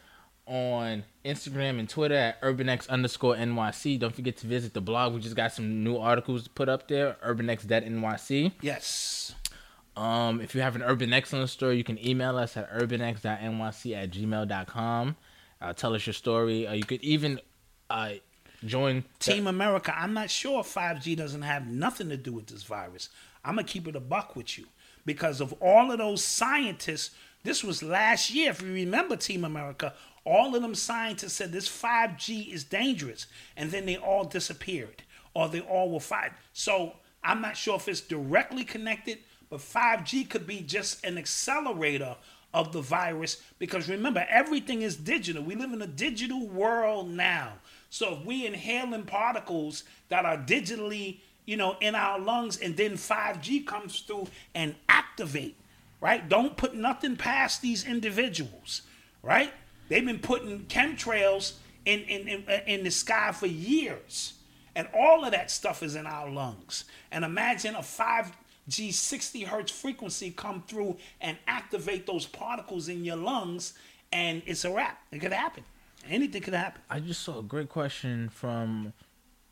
[SPEAKER 4] on Instagram and Twitter at UrbanX underscore NYC. Don't forget to visit the blog. We just got some new articles put up there, urbanx.nyc.
[SPEAKER 5] Yes.
[SPEAKER 4] Um, if you have an Urban Excellence story, you can email us at urbanx.nyc at gmail.com. Uh, tell us your story. Uh, you could even uh, join the-
[SPEAKER 5] Team America, I'm not sure if 5G doesn't have nothing to do with this virus. I'm going to keep it a buck with you because of all of those scientists. This was last year, if you remember Team America, all of them scientists said this 5G is dangerous. And then they all disappeared or they all were fired. So I'm not sure if it's directly connected, but 5G could be just an accelerator of the virus because remember, everything is digital. We live in a digital world now. So if we inhaling particles that are digitally, you know, in our lungs, and then 5G comes through and activate, right? Don't put nothing past these individuals, right? They've been putting chemtrails in in in, uh, in the sky for years, and all of that stuff is in our lungs. And imagine a 5G 60 hertz frequency come through and activate those particles in your lungs, and it's a wrap. It could happen. Anything could happen.
[SPEAKER 4] I just saw a great question from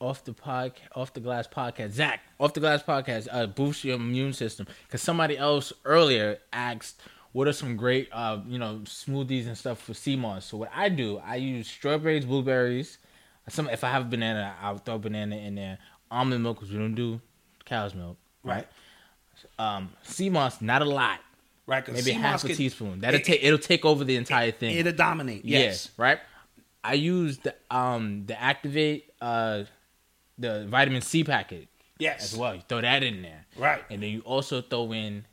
[SPEAKER 4] off the pod, off the glass podcast. Zach, off the glass podcast, uh, boost your immune system. Because somebody else earlier asked, "What are some great, uh, you know, smoothies and stuff for sea moss?" So what I do, I use strawberries, blueberries, Some if I have a banana, I'll throw a banana in there. Almond milk because we don't do cow's milk, right? Um, sea moss, not a lot,
[SPEAKER 5] Right? 'cause
[SPEAKER 4] maybe
[SPEAKER 5] sea
[SPEAKER 4] half
[SPEAKER 5] moss
[SPEAKER 4] a
[SPEAKER 5] could-
[SPEAKER 4] teaspoon. That'll
[SPEAKER 5] it-
[SPEAKER 4] take it'll take over the entire thing.
[SPEAKER 5] It'll dominate.
[SPEAKER 4] Yeah,
[SPEAKER 5] Yes.
[SPEAKER 4] right. I used um the activate uh the vitamin C packet
[SPEAKER 5] Yes.
[SPEAKER 4] as well. You throw that in there,
[SPEAKER 5] Right.
[SPEAKER 4] And then you also throw in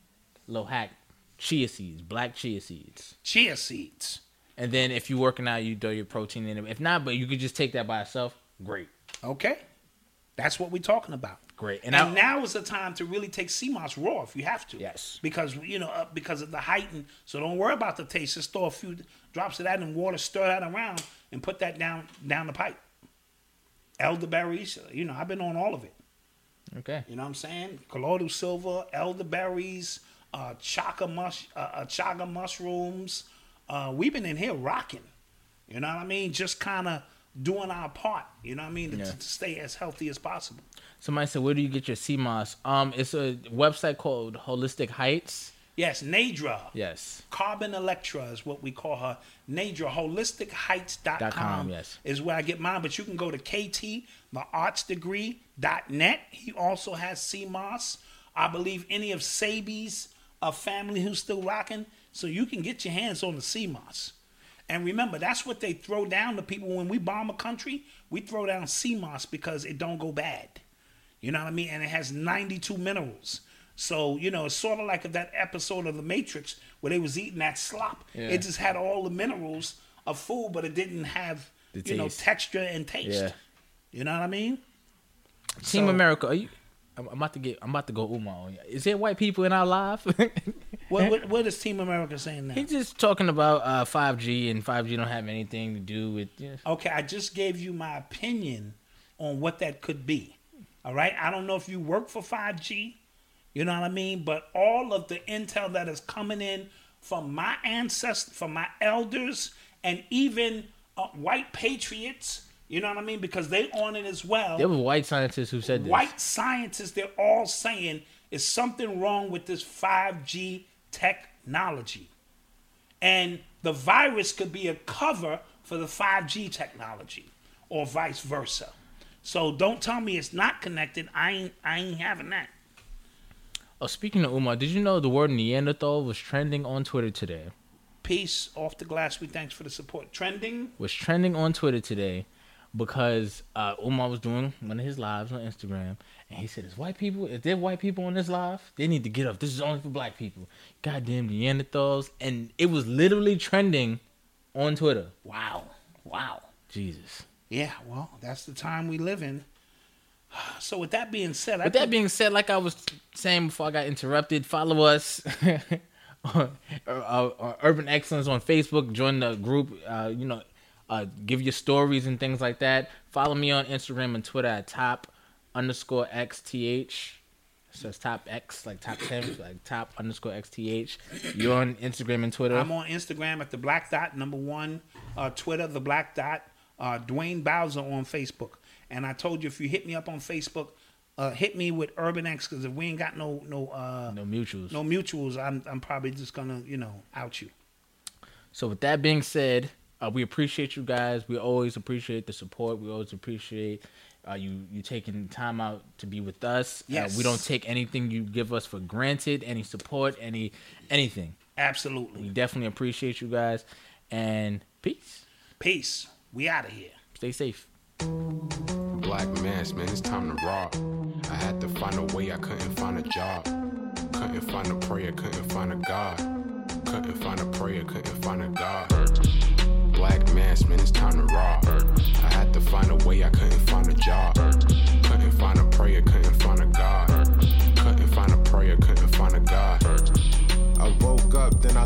[SPEAKER 4] low hack chia seeds, black chia seeds.
[SPEAKER 5] Chia seeds.
[SPEAKER 4] And then if you're working out, you throw your protein in it. If not, but you could just take that by itself. Great,
[SPEAKER 5] Okay. That's what we're talking about.
[SPEAKER 4] great.
[SPEAKER 5] And,
[SPEAKER 4] And, I,
[SPEAKER 5] now is the time to really take sea moss raw if you have to.
[SPEAKER 4] Yes.
[SPEAKER 5] Because you know uh, because of the heightened. So don't worry about the taste. Just throw a few drops of that in water, stir that around, and put that down down the pipe. Elderberries. uh, You know I've been on all of it.
[SPEAKER 4] okay,
[SPEAKER 5] You know what I'm saying? Colloidal silver, elderberries, uh, chaga mush, uh, uh, chaga mushrooms. Uh, we've been in here rocking. You know what I mean? Just kind of doing our part. You know what I mean? To,
[SPEAKER 4] Yeah.
[SPEAKER 5] to stay as healthy as possible.
[SPEAKER 4] somebody said, where do you get your sea moss? Um, it's a website called Holistic Heights.
[SPEAKER 5] Yes, Nadra.
[SPEAKER 4] Yes,
[SPEAKER 5] Carbon Electra is what we call her. Nadra, holisticheights.com
[SPEAKER 4] Dot com, yes.
[SPEAKER 5] is where I get mine, but you can go to kttheartsdegree.net. He also has CMOS. I believe any of Sabi's uh, family who's still rocking. So you can get your hands on the CMOS. And remember, that's what they throw down to people when we bomb a country. We throw down CMOS because it don't go bad. You know what I mean? And it has 92 minerals. So, you know, it's sort of like of that episode of The Matrix where they was eating that slop. It just had all the minerals of food, but it didn't have, you
[SPEAKER 4] The
[SPEAKER 5] know,
[SPEAKER 4] taste.
[SPEAKER 5] texture and taste.
[SPEAKER 4] Yeah.
[SPEAKER 5] You know what I mean?
[SPEAKER 4] Team America. Are you, I'm I'm about to get. I'm about to go Uma on you. Is there white people in our life? Eh.
[SPEAKER 5] What, what, what is Team America saying now?
[SPEAKER 4] He's just talking about uh, 5G and 5G don't have anything to do with. You know,
[SPEAKER 5] Okay, I just gave you my opinion on what that could be. All right. I don't know if you work for 5G, you know what I mean? But all of the intel that is coming in from my ancestors, from my elders, and even uh, white patriots, you know what I mean? Because they on it as well.
[SPEAKER 4] there were white scientists who said this.
[SPEAKER 5] White scientists, they're all saying is something wrong with this 5G technology. And the virus could be a cover for the 5G technology or vice versa. So don't tell me it's not connected. I ain't I ain't having that.
[SPEAKER 4] Oh, speaking of Uma, did you know the word Neanderthal was trending on Twitter today?
[SPEAKER 5] Peace off the glass. We thanks for the support. Trending.
[SPEAKER 4] was trending on Twitter today because uh, Umar was doing one of his lives on Instagram, and he said, "Is white people? If there white people on this live, they need to get up. This is only for black people. Goddamn Neanderthals!" And it was literally trending on Twitter.
[SPEAKER 5] Wow. Wow.
[SPEAKER 4] Jesus.
[SPEAKER 5] Yeah, well, that's the time we live in. So with that being said, I
[SPEAKER 4] With
[SPEAKER 5] think-
[SPEAKER 4] that being said, like I was saying before I got interrupted, follow us on, uh, uh, Urban Excellence on Facebook. Join the group. Uh, you know, uh, give your stories and things like that. Follow me on Instagram and Twitter at top underscore xth. So it's top x like top ten like top underscore xth. You're on Instagram and Twitter.
[SPEAKER 5] I'm on Instagram at the Black Dot number one, uh, Twitter the Black Dot, uh, Dwayne Bowser on Facebook. And I told you if you hit me up on Facebook, uh, hit me with Urban X because if we ain't got no no uh,
[SPEAKER 4] no mutuals.
[SPEAKER 5] no mutuals, I'm I'm probably just gonna you know out you.
[SPEAKER 4] So with that being said, uh, we appreciate you guys. We always appreciate the support. We always appreciate uh, you you taking time out to be with us.
[SPEAKER 5] Yes.
[SPEAKER 4] Uh, we don't take anything you give us for granted. Any support, any anything. We
[SPEAKER 5] Absolutely.
[SPEAKER 4] definitely appreciate you guys. And peace.
[SPEAKER 5] Peace. We out of here.
[SPEAKER 4] Stay safe.
[SPEAKER 2] Black mass, man, it's time to rock. I had to find a way, I couldn't find a job. Couldn't find a prayer, couldn't find a God. Couldn't find a prayer, couldn't find a God. Black mass, man, it's time to rock. I had to find a way, I couldn't find a job. Couldn't find a prayer, couldn't find a God. Couldn't find a prayer, couldn't find a God.
[SPEAKER 3] I woke up, then I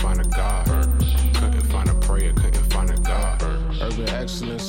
[SPEAKER 2] find a God. Couldn't find a prayer, couldn't find a God.
[SPEAKER 3] Urban excellence,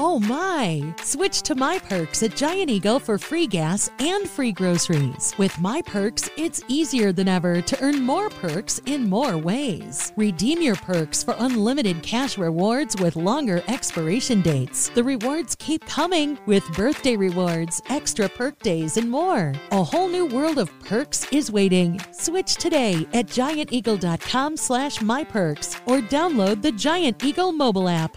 [SPEAKER 8] Oh my! Switch to My Perks at Giant Eagle for free gas and free groceries. With My Perks, it's easier than ever to earn more perks in more ways. Redeem your perks for unlimited cash rewards with longer expiration dates. The rewards keep coming with birthday rewards, extra perk days, and more. A whole new world of perks is waiting. Switch today at gianteagle.com slash myperks or download the Giant Eagle mobile app.